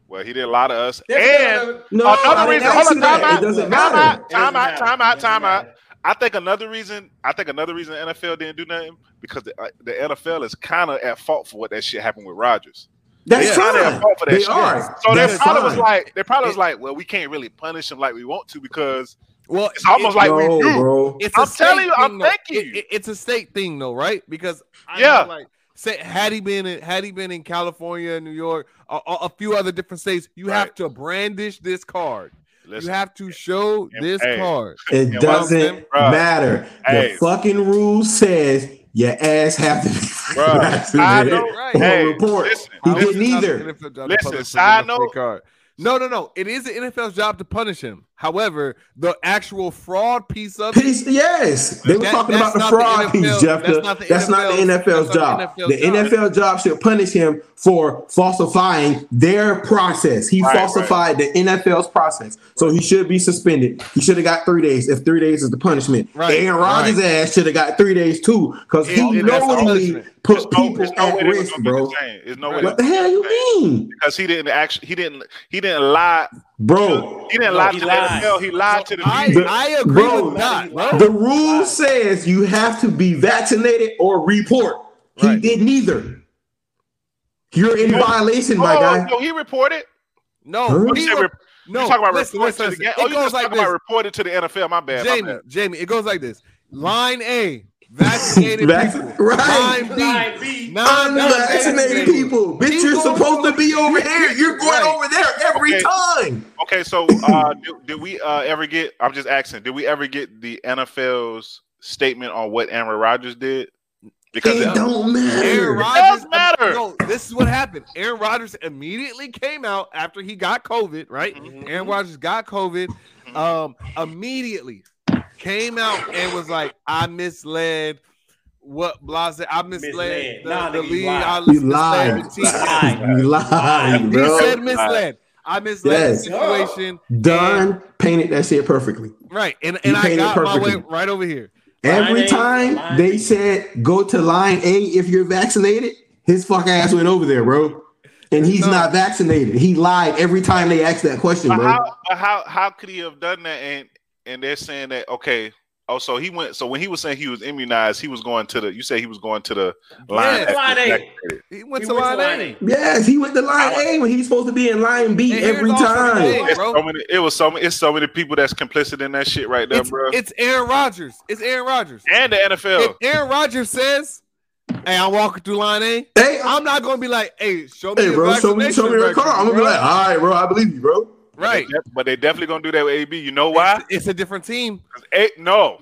[SPEAKER 2] well, he did a lot of us. and
[SPEAKER 4] Definitely.
[SPEAKER 3] No. I
[SPEAKER 2] another
[SPEAKER 3] didn't
[SPEAKER 2] reason,
[SPEAKER 3] ask
[SPEAKER 2] hold
[SPEAKER 3] you
[SPEAKER 2] on, time
[SPEAKER 3] that.
[SPEAKER 2] out,
[SPEAKER 3] It doesn't
[SPEAKER 2] time
[SPEAKER 3] matter.
[SPEAKER 2] out, time out, time out, time out.
[SPEAKER 4] Doesn't matter.
[SPEAKER 2] I think another reason. I think another reason the NFL didn't do nothing because the, uh, the NFL is kind of at fault for what that shit happened with Rodgers.
[SPEAKER 3] That's
[SPEAKER 2] They're kinda
[SPEAKER 3] fine.
[SPEAKER 2] at fault for that
[SPEAKER 3] They
[SPEAKER 2] shit.
[SPEAKER 3] are.
[SPEAKER 2] So they
[SPEAKER 3] That's
[SPEAKER 2] probably was
[SPEAKER 3] fine.
[SPEAKER 2] like, they probably was like, well, we can't really punish him like we want to because
[SPEAKER 1] Well,
[SPEAKER 2] it's almost like we
[SPEAKER 3] No,
[SPEAKER 2] do.
[SPEAKER 3] bro.
[SPEAKER 1] It's
[SPEAKER 2] I'm
[SPEAKER 1] a state
[SPEAKER 2] telling you, I'm
[SPEAKER 1] thing, though.
[SPEAKER 2] thanking
[SPEAKER 1] It-
[SPEAKER 2] you.
[SPEAKER 1] it- it's a state thing, though, right? Because I
[SPEAKER 2] Yeah.
[SPEAKER 1] know, like say, had he been in, had he been in California, and New York, a, a, a few other different states, you have
[SPEAKER 2] Right.
[SPEAKER 1] to brandish this card.
[SPEAKER 2] Listen,
[SPEAKER 1] you have to show
[SPEAKER 2] and-
[SPEAKER 1] this
[SPEAKER 2] hey.
[SPEAKER 1] card.
[SPEAKER 3] It
[SPEAKER 2] Yeah,
[SPEAKER 1] well,
[SPEAKER 3] doesn't
[SPEAKER 2] bruh.
[SPEAKER 3] matter.
[SPEAKER 2] Hey.
[SPEAKER 3] The fucking rule says your ass have to be
[SPEAKER 2] Bruh, I
[SPEAKER 3] vaccinated
[SPEAKER 2] know-
[SPEAKER 1] Right.
[SPEAKER 3] or
[SPEAKER 2] Hey,
[SPEAKER 3] report.
[SPEAKER 2] listen,
[SPEAKER 3] he
[SPEAKER 1] How is
[SPEAKER 3] didn't
[SPEAKER 1] it not
[SPEAKER 3] either.
[SPEAKER 1] an NFL job to
[SPEAKER 2] Listen,
[SPEAKER 1] punish him
[SPEAKER 2] side
[SPEAKER 1] with a fake
[SPEAKER 2] note-
[SPEAKER 1] card? No, no, no. It is the NFL's job to punish him. However, the actual fraud piece of it,
[SPEAKER 3] Piece, yes, they were
[SPEAKER 1] That-
[SPEAKER 3] talking
[SPEAKER 1] that's
[SPEAKER 3] about the
[SPEAKER 1] not
[SPEAKER 3] fraud
[SPEAKER 1] the
[SPEAKER 3] piece,
[SPEAKER 1] NFL
[SPEAKER 3] Jeff.
[SPEAKER 1] that's
[SPEAKER 3] That's,
[SPEAKER 1] not the
[SPEAKER 3] not the
[SPEAKER 1] NFL
[SPEAKER 3] NFL's job.
[SPEAKER 1] that's not the
[SPEAKER 3] the
[SPEAKER 1] NFL
[SPEAKER 3] NFL job should punish him for falsifying their process. He
[SPEAKER 2] Right, right.
[SPEAKER 3] falsified the NFL's process, so he should be suspended. He should have got three days. If three days is the punishment,
[SPEAKER 1] Right,
[SPEAKER 3] Aaron Rodgers'
[SPEAKER 1] right.
[SPEAKER 3] ass should have got three days too, because
[SPEAKER 1] Yeah,
[SPEAKER 3] he
[SPEAKER 1] yeah, that's the
[SPEAKER 3] knowingly
[SPEAKER 1] punishment.
[SPEAKER 2] there's
[SPEAKER 3] put
[SPEAKER 2] no,
[SPEAKER 3] people
[SPEAKER 2] there's no
[SPEAKER 3] at
[SPEAKER 2] way they was
[SPEAKER 3] risk,
[SPEAKER 2] gonna do
[SPEAKER 3] bro.
[SPEAKER 2] the same. There's no way
[SPEAKER 1] Right.
[SPEAKER 2] they
[SPEAKER 3] What the hell you mean,
[SPEAKER 2] because he didn't actually, he didn't, he didn't lie.
[SPEAKER 3] bro?
[SPEAKER 2] He didn't
[SPEAKER 4] No,
[SPEAKER 2] lie
[SPEAKER 4] he
[SPEAKER 2] to
[SPEAKER 4] lied.
[SPEAKER 2] the NFL. He lied to the
[SPEAKER 1] I,
[SPEAKER 2] media.
[SPEAKER 1] I agree
[SPEAKER 3] Bro,
[SPEAKER 1] with that. Bro.
[SPEAKER 3] The rule says you have to be vaccinated or report.
[SPEAKER 1] Right.
[SPEAKER 3] He did neither. You're in
[SPEAKER 2] No.
[SPEAKER 3] violation, my
[SPEAKER 2] oh,
[SPEAKER 3] guy.
[SPEAKER 2] no, he reported.
[SPEAKER 1] No,
[SPEAKER 3] Huh?
[SPEAKER 2] You
[SPEAKER 1] he
[SPEAKER 2] said
[SPEAKER 1] was-
[SPEAKER 2] rep-
[SPEAKER 1] no.
[SPEAKER 2] you talking about
[SPEAKER 1] listen,
[SPEAKER 2] reporting
[SPEAKER 1] listen,
[SPEAKER 2] to the
[SPEAKER 1] listen.
[SPEAKER 2] game? Oh,
[SPEAKER 1] It
[SPEAKER 2] you
[SPEAKER 1] goes
[SPEAKER 2] just
[SPEAKER 1] like
[SPEAKER 2] talking about
[SPEAKER 1] this.
[SPEAKER 2] reporting to the NFL. My bad.
[SPEAKER 1] Jamie,
[SPEAKER 2] my bad.
[SPEAKER 1] Jamie, it goes like this. Line A, vaccinated
[SPEAKER 3] Vac-
[SPEAKER 1] people.
[SPEAKER 3] right.
[SPEAKER 1] Line B,
[SPEAKER 4] Line B.
[SPEAKER 1] Oh,
[SPEAKER 3] Unvaccinated people. Bitch, you're
[SPEAKER 1] People-
[SPEAKER 3] supposed to be over here. You're going
[SPEAKER 1] Right.
[SPEAKER 3] over there every
[SPEAKER 2] Okay.
[SPEAKER 3] time.
[SPEAKER 2] Okay, so uh, did, did we uh, ever get? I'm just asking. Did we ever get the NFL's statement on what Aaron Rodgers did? because
[SPEAKER 3] It don't
[SPEAKER 1] Aaron
[SPEAKER 3] matter.
[SPEAKER 1] Rodgers.
[SPEAKER 2] does matter.
[SPEAKER 1] No, this is what happened. Aaron Rodgers immediately came out after he got COVID, right?
[SPEAKER 4] Mhm.
[SPEAKER 1] Aaron Rodgers got COVID. Um, immediately came out and was like, I misled what Blase, I misled,
[SPEAKER 4] Misled.
[SPEAKER 1] the,
[SPEAKER 4] Nah,
[SPEAKER 1] the
[SPEAKER 4] nigga, you
[SPEAKER 1] league.
[SPEAKER 4] lied.
[SPEAKER 1] I
[SPEAKER 3] You
[SPEAKER 1] misled
[SPEAKER 3] lied.
[SPEAKER 1] the team.
[SPEAKER 4] Lied.
[SPEAKER 3] You lied,
[SPEAKER 1] He
[SPEAKER 3] bro.
[SPEAKER 1] said misled. I misled
[SPEAKER 3] Yes.
[SPEAKER 1] the situation.
[SPEAKER 3] Don painted that shit perfectly.
[SPEAKER 1] Right. And, and I
[SPEAKER 3] painted
[SPEAKER 1] got my way
[SPEAKER 3] perfectly.
[SPEAKER 1] right over here.
[SPEAKER 3] Every
[SPEAKER 4] Line A,
[SPEAKER 3] time
[SPEAKER 4] line
[SPEAKER 3] they
[SPEAKER 4] B.
[SPEAKER 3] said go to line A if you're vaccinated, his fuck ass went over there, bro. And he's
[SPEAKER 1] No.
[SPEAKER 3] not vaccinated. He lied every time they asked that question,
[SPEAKER 2] But
[SPEAKER 3] bro.
[SPEAKER 2] how, but how how could he have done that? And and they're saying that okay. Oh, so he went. So when he was saying he was immunized, he was going to the. You said he was going to the line.
[SPEAKER 1] Yes.
[SPEAKER 2] that-
[SPEAKER 4] Line A.
[SPEAKER 2] that-
[SPEAKER 1] He went
[SPEAKER 4] He
[SPEAKER 1] to
[SPEAKER 4] went
[SPEAKER 1] line
[SPEAKER 4] to line
[SPEAKER 1] A.
[SPEAKER 4] A.
[SPEAKER 3] yes, he went to line A when he's supposed to be in line B
[SPEAKER 1] And
[SPEAKER 3] every
[SPEAKER 1] here's also the
[SPEAKER 3] time.
[SPEAKER 1] thing,
[SPEAKER 2] it's
[SPEAKER 1] bro.
[SPEAKER 2] so many, it was so many. It's so many people that's complicit in that shit right there,
[SPEAKER 1] It's,
[SPEAKER 2] bro.
[SPEAKER 1] it's Aaron Rodgers. It's Aaron Rodgers.
[SPEAKER 2] and the
[SPEAKER 1] If
[SPEAKER 2] NFL.
[SPEAKER 1] Aaron Rodgers says, "Hey, I'm walking through line A,"
[SPEAKER 3] Hey,
[SPEAKER 1] I'm not gonna be like, "Hey, show me
[SPEAKER 3] hey,
[SPEAKER 1] your
[SPEAKER 3] bro, show me, show me your
[SPEAKER 1] vaccination
[SPEAKER 3] card. I'm
[SPEAKER 1] record,
[SPEAKER 3] gonna be like, all right, bro, I believe you, bro.
[SPEAKER 1] bro." right?
[SPEAKER 2] They def- but they definitely gonna do that with AB. You know why?
[SPEAKER 1] It's, it's a different team.
[SPEAKER 2] 'Cause A, no,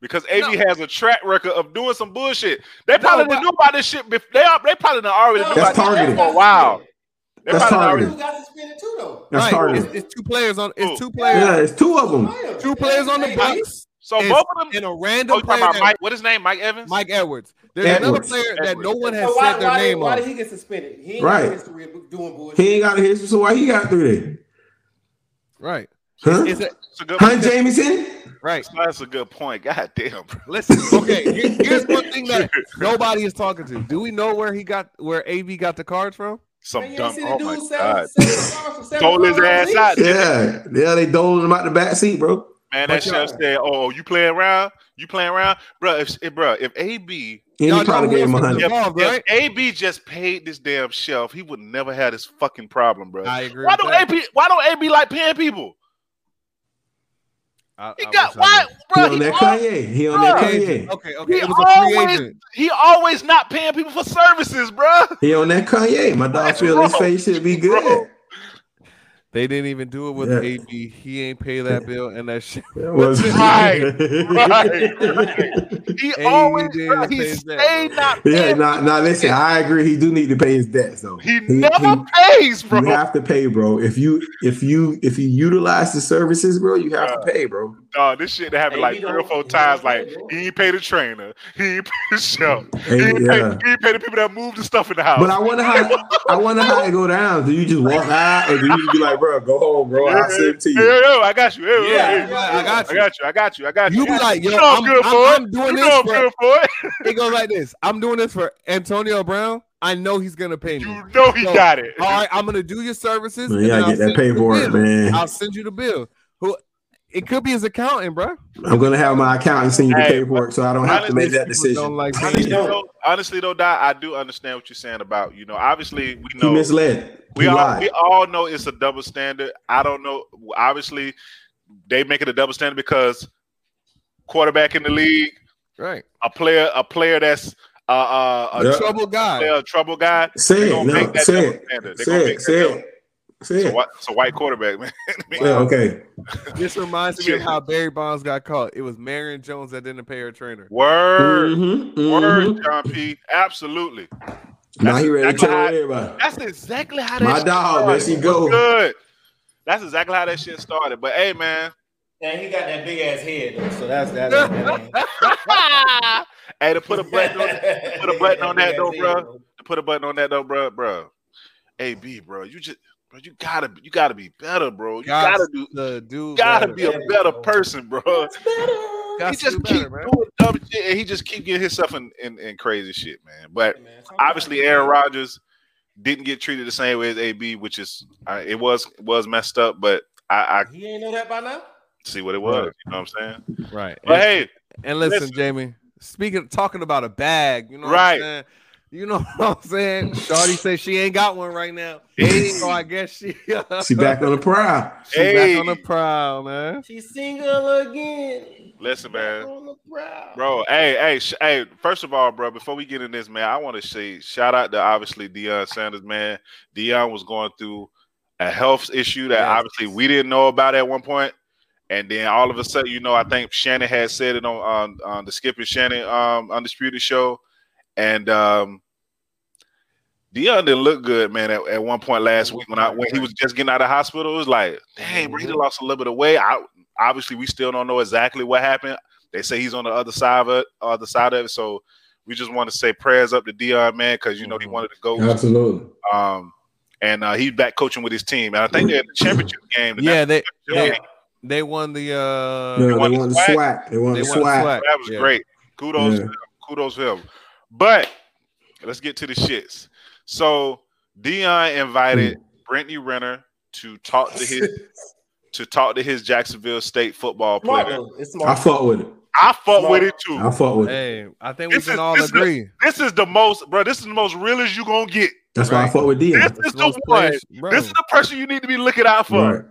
[SPEAKER 2] because AB
[SPEAKER 1] No.
[SPEAKER 2] has a track record of doing some bullshit. They probably
[SPEAKER 1] but-
[SPEAKER 2] didn't knew about this shit. Before. They are, they probably done already knew about
[SPEAKER 3] That's
[SPEAKER 2] this shit
[SPEAKER 3] targeted.
[SPEAKER 2] for a while. They
[SPEAKER 3] That's
[SPEAKER 2] probably done
[SPEAKER 3] targeted.
[SPEAKER 4] Who got suspended too though?
[SPEAKER 3] That's
[SPEAKER 1] right?
[SPEAKER 3] targeted.
[SPEAKER 1] It's, it's two players on.
[SPEAKER 2] Who?
[SPEAKER 1] It's two players.
[SPEAKER 3] Yeah, it's two of them.
[SPEAKER 4] Player.
[SPEAKER 1] Two players on the
[SPEAKER 4] Hey,
[SPEAKER 1] box
[SPEAKER 2] So
[SPEAKER 1] It's-
[SPEAKER 2] both of them.
[SPEAKER 1] and a
[SPEAKER 2] Oh,
[SPEAKER 1] random
[SPEAKER 2] you
[SPEAKER 1] player,
[SPEAKER 2] talking about
[SPEAKER 1] that-
[SPEAKER 2] Mike? What is his name? Mike Evans.
[SPEAKER 1] Mike Edwards. There's
[SPEAKER 3] Edwards.
[SPEAKER 1] another player that no
[SPEAKER 2] Edwards.
[SPEAKER 1] one has
[SPEAKER 4] So why,
[SPEAKER 1] said
[SPEAKER 4] why,
[SPEAKER 1] their name
[SPEAKER 4] did, why
[SPEAKER 1] on.
[SPEAKER 4] did he get suspended? He ain't
[SPEAKER 3] Right.
[SPEAKER 4] got a history of doing bullshit.
[SPEAKER 3] He ain't got a history, so why he got through there?
[SPEAKER 1] Right?
[SPEAKER 3] Huh?
[SPEAKER 1] It's a,
[SPEAKER 2] That's a good.
[SPEAKER 3] Huh, Jameson?
[SPEAKER 1] right.
[SPEAKER 2] That's a good point. God damn, bro.
[SPEAKER 1] Listen, okay. here- here's one thing that nobody is talking to. Do we know where he got where AB got the cards from?
[SPEAKER 2] Some
[SPEAKER 4] Man, you
[SPEAKER 2] dumb.
[SPEAKER 4] ain't seen
[SPEAKER 2] Oh
[SPEAKER 4] the
[SPEAKER 2] my
[SPEAKER 4] dude
[SPEAKER 2] god,
[SPEAKER 4] selling- selling cars for seven
[SPEAKER 2] Told his
[SPEAKER 4] dollars a
[SPEAKER 2] ass
[SPEAKER 4] piece?
[SPEAKER 2] out.
[SPEAKER 3] Yeah, yeah, they doled him out the back seat, bro.
[SPEAKER 1] But
[SPEAKER 2] man! That chef
[SPEAKER 4] y'all-
[SPEAKER 2] said, "Oh, you playing around? You playing around, bro? If, if bro, if AB,
[SPEAKER 3] And
[SPEAKER 1] Y'all
[SPEAKER 3] he
[SPEAKER 1] know
[SPEAKER 3] probably
[SPEAKER 1] who
[SPEAKER 3] gave
[SPEAKER 1] else
[SPEAKER 3] him a
[SPEAKER 1] was
[SPEAKER 3] hundred.
[SPEAKER 2] if,
[SPEAKER 1] Involved,
[SPEAKER 2] if
[SPEAKER 1] right?
[SPEAKER 2] AB just paid this damn shelf, he would never have this fucking problem, bro.
[SPEAKER 1] I agree.
[SPEAKER 2] Why
[SPEAKER 1] with
[SPEAKER 2] don't
[SPEAKER 1] that.
[SPEAKER 2] AB? Why don't AB like paying people?
[SPEAKER 1] I-
[SPEAKER 2] He
[SPEAKER 1] I
[SPEAKER 2] got
[SPEAKER 1] wish I knew.
[SPEAKER 2] why,
[SPEAKER 3] He
[SPEAKER 2] bro?
[SPEAKER 3] on
[SPEAKER 2] He,
[SPEAKER 3] that
[SPEAKER 2] al-
[SPEAKER 3] Kanye. He on that
[SPEAKER 2] Free
[SPEAKER 3] Kanye.
[SPEAKER 1] agent. Okay, okay.
[SPEAKER 2] He
[SPEAKER 1] it was a free
[SPEAKER 2] always-
[SPEAKER 1] agent.
[SPEAKER 2] he always not paying people for services, bro.
[SPEAKER 3] He on that Kanye. My dog feel his
[SPEAKER 2] Bro.
[SPEAKER 3] face should be
[SPEAKER 2] Bro.
[SPEAKER 3] good.
[SPEAKER 1] They didn't even do it with
[SPEAKER 3] Yeah.
[SPEAKER 1] AB. He ain't pay that bill, and that shit.
[SPEAKER 3] That was-
[SPEAKER 2] Right, He
[SPEAKER 1] Hey,
[SPEAKER 2] always,
[SPEAKER 1] dude,
[SPEAKER 2] bro, he
[SPEAKER 1] pays that,
[SPEAKER 2] stayed
[SPEAKER 1] bro.
[SPEAKER 2] not
[SPEAKER 3] yeah,
[SPEAKER 2] paying.
[SPEAKER 3] nah, nah, listen, I agree. He do need to pay his debts though.
[SPEAKER 2] he never pays, bro.
[SPEAKER 3] You have to pay, bro. If you if you if you utilize the services, bro, you have to pay, bro.
[SPEAKER 2] Dog, this shit that happened
[SPEAKER 4] Hey,
[SPEAKER 2] like
[SPEAKER 4] he
[SPEAKER 2] three or
[SPEAKER 4] don't-
[SPEAKER 2] four
[SPEAKER 4] he
[SPEAKER 2] times.
[SPEAKER 4] don't
[SPEAKER 2] Like
[SPEAKER 4] pay, bro.
[SPEAKER 2] he ain't paid the trainer, he ain't paid the chef, he
[SPEAKER 3] Hey,
[SPEAKER 2] ain't,
[SPEAKER 3] yeah.
[SPEAKER 2] paid, he ain't paid the people that moved the stuff in the house.
[SPEAKER 3] But I wonder how I wonder how it go down. Do you just walk out or do you just be like, bro, go home, bro? I'll
[SPEAKER 2] yeah,
[SPEAKER 3] send it to
[SPEAKER 2] yeah,
[SPEAKER 3] you.
[SPEAKER 2] yeah, I got you. Yeah, yeah,
[SPEAKER 4] Yeah,
[SPEAKER 2] yeah.
[SPEAKER 1] I got
[SPEAKER 2] I
[SPEAKER 1] you.
[SPEAKER 2] got you. I got you. I got you.
[SPEAKER 1] You be like, yo,
[SPEAKER 2] you know
[SPEAKER 1] I'm,
[SPEAKER 2] I'm, good
[SPEAKER 1] I'm-
[SPEAKER 2] for it.
[SPEAKER 1] I'm doing
[SPEAKER 2] you
[SPEAKER 1] this
[SPEAKER 2] know I'm
[SPEAKER 1] for.
[SPEAKER 2] good for it.
[SPEAKER 1] It goes like this. I'm doing this for Antonio Brown. I know he's gonna pay me.
[SPEAKER 2] You know he
[SPEAKER 1] So,
[SPEAKER 2] got it.
[SPEAKER 1] All right, I'm gonna do your services.
[SPEAKER 3] Man,
[SPEAKER 1] and
[SPEAKER 3] you
[SPEAKER 1] then
[SPEAKER 3] gotta
[SPEAKER 1] I'll
[SPEAKER 3] get that
[SPEAKER 1] send you the
[SPEAKER 3] paperwork,
[SPEAKER 1] bill.
[SPEAKER 3] man.
[SPEAKER 1] I'll send you the bill. Who? It could be his accountant, bro.
[SPEAKER 3] I'm gonna have my accountant send you the
[SPEAKER 2] Hey,
[SPEAKER 3] paperwork so I don't have to make that
[SPEAKER 1] People
[SPEAKER 3] decision.
[SPEAKER 1] Don't like
[SPEAKER 2] Honestly,
[SPEAKER 1] paying.
[SPEAKER 4] No.
[SPEAKER 2] though, honestly though, Dot, I do understand what you're saying about you know. Obviously, we
[SPEAKER 3] He
[SPEAKER 2] know
[SPEAKER 3] misled.
[SPEAKER 2] we
[SPEAKER 3] he
[SPEAKER 2] all
[SPEAKER 3] lied.
[SPEAKER 2] we all know it's a double standard. I don't know. Obviously, they make it a double standard because quarterback in the league,
[SPEAKER 1] right.
[SPEAKER 2] a player, a player that's uh, uh, a,
[SPEAKER 3] Yeah.
[SPEAKER 2] trouble,
[SPEAKER 1] Trouble guy.
[SPEAKER 2] player, a trouble guy.
[SPEAKER 3] say
[SPEAKER 2] They're
[SPEAKER 3] it.
[SPEAKER 2] gonna
[SPEAKER 3] No,
[SPEAKER 2] make that
[SPEAKER 3] say
[SPEAKER 2] double
[SPEAKER 3] it.
[SPEAKER 2] standard. They're gonna
[SPEAKER 3] Say
[SPEAKER 2] make
[SPEAKER 3] it.
[SPEAKER 2] that
[SPEAKER 3] Say
[SPEAKER 2] double.
[SPEAKER 3] it. Say
[SPEAKER 2] It's a,
[SPEAKER 3] it.
[SPEAKER 2] white, it's a white quarterback, man.
[SPEAKER 3] Yeah, okay.
[SPEAKER 1] This reminds me of
[SPEAKER 2] Shit.
[SPEAKER 1] how Barry Bonds got caught. It was Marion Jones that didn't pay her trainer.
[SPEAKER 2] Word,
[SPEAKER 3] Mm-hmm,
[SPEAKER 2] word, John P. Absolutely.
[SPEAKER 3] Now he ready to
[SPEAKER 2] That's-
[SPEAKER 3] tell everybody.
[SPEAKER 2] That's exactly how that.
[SPEAKER 3] My
[SPEAKER 2] shit
[SPEAKER 3] dog, there
[SPEAKER 2] started.
[SPEAKER 3] she go.
[SPEAKER 2] good. That's exactly how that shit started. But hey, man,
[SPEAKER 4] And he got that big ass head though, so that's that. that's-
[SPEAKER 2] hey, to put a button on, to put a button on that though,
[SPEAKER 4] big ass
[SPEAKER 2] bro.
[SPEAKER 4] head, though.
[SPEAKER 2] put a button on that though, bro, bro. AB, bro, you just, bro, you gotta, you gotta be better, bro. You
[SPEAKER 1] Gots
[SPEAKER 2] gotta do,
[SPEAKER 1] to do.
[SPEAKER 2] gotta
[SPEAKER 1] better.
[SPEAKER 2] be a better person, bro. He
[SPEAKER 1] Gots to
[SPEAKER 2] just
[SPEAKER 1] do
[SPEAKER 2] keep
[SPEAKER 1] better, man.
[SPEAKER 2] doing dumb shit, and he just keep getting himself in, in, in crazy shit, man. But
[SPEAKER 4] Man, sometimes-
[SPEAKER 2] obviously, Aaron Rodgers didn't get treated the same way as AB, which is, uh, it was was messed up, but I, I
[SPEAKER 4] He ain't know that by now.
[SPEAKER 2] see what it was.
[SPEAKER 1] Right.
[SPEAKER 2] You know what I'm saying?
[SPEAKER 1] Right.
[SPEAKER 2] But hey,
[SPEAKER 1] And listen,
[SPEAKER 2] Listen.
[SPEAKER 1] Jamie, speaking talking about a bag, you know what
[SPEAKER 2] Right.
[SPEAKER 1] I'm saying? You know what I'm saying? Shawty said she ain't got one right now.
[SPEAKER 2] Hey.
[SPEAKER 1] So I guess she
[SPEAKER 3] She back on the prowl.
[SPEAKER 1] she
[SPEAKER 2] Hey.
[SPEAKER 1] back on the prowl, man.
[SPEAKER 4] She's single again.
[SPEAKER 2] listen, man.
[SPEAKER 4] On the prowl.
[SPEAKER 2] Bro, hey, hey, sh- hey! First of all, bro, before we get in this, man, I want to say shout out to obviously Deion Sanders, man. Deion was going through a health issue that
[SPEAKER 1] Yes.
[SPEAKER 2] obviously we didn't know about at one point, and then all of a sudden, you know, I think Shannon had said it on on, on the Skip and Shannon um, Undisputed show, And um, Dion didn't look good, man. At, at one point last week, when I when he was just getting out of hospital, it was like, dang, bro, he done lost a little bit of weight. I obviously we still don't know exactly what happened. They say he's on the other side of it, other side of it. So we just want to say prayers up to Dion, man, because you know he
[SPEAKER 1] Mhm.
[SPEAKER 2] wanted to go.
[SPEAKER 3] Absolutely.
[SPEAKER 2] Um, and uh, he's back coaching with his team, and I think they're in the championship game.
[SPEAKER 1] Yeah, they
[SPEAKER 2] Yeah.
[SPEAKER 1] they, they won the uh
[SPEAKER 3] No, they
[SPEAKER 2] want the
[SPEAKER 3] want the
[SPEAKER 2] swag?
[SPEAKER 3] swag. They want
[SPEAKER 1] they
[SPEAKER 3] the
[SPEAKER 1] won the
[SPEAKER 3] swag.
[SPEAKER 1] swag.
[SPEAKER 2] that was
[SPEAKER 1] Yeah.
[SPEAKER 2] great. Kudos,
[SPEAKER 3] Yeah.
[SPEAKER 2] to him. kudos to him. But let's get to the shits. So Dion invited Brittany Renner to talk to his to talk to his Jacksonville State football
[SPEAKER 4] Smart
[SPEAKER 2] player.
[SPEAKER 4] move. It's
[SPEAKER 3] I
[SPEAKER 4] smart.
[SPEAKER 3] fought with it.
[SPEAKER 2] I fought with it
[SPEAKER 3] I
[SPEAKER 2] too.
[SPEAKER 3] fought with it.
[SPEAKER 1] Hey, I think
[SPEAKER 2] This
[SPEAKER 1] we
[SPEAKER 2] is-
[SPEAKER 1] can all
[SPEAKER 2] this is-
[SPEAKER 1] agree.
[SPEAKER 2] This is the most, bro. This is the most realest you gonna get.
[SPEAKER 3] That's why I
[SPEAKER 1] Right.
[SPEAKER 3] fought with
[SPEAKER 2] This
[SPEAKER 3] Dion.
[SPEAKER 2] is the
[SPEAKER 1] Those
[SPEAKER 2] one.
[SPEAKER 1] players- bro,
[SPEAKER 2] This is the person you need to be looking out for.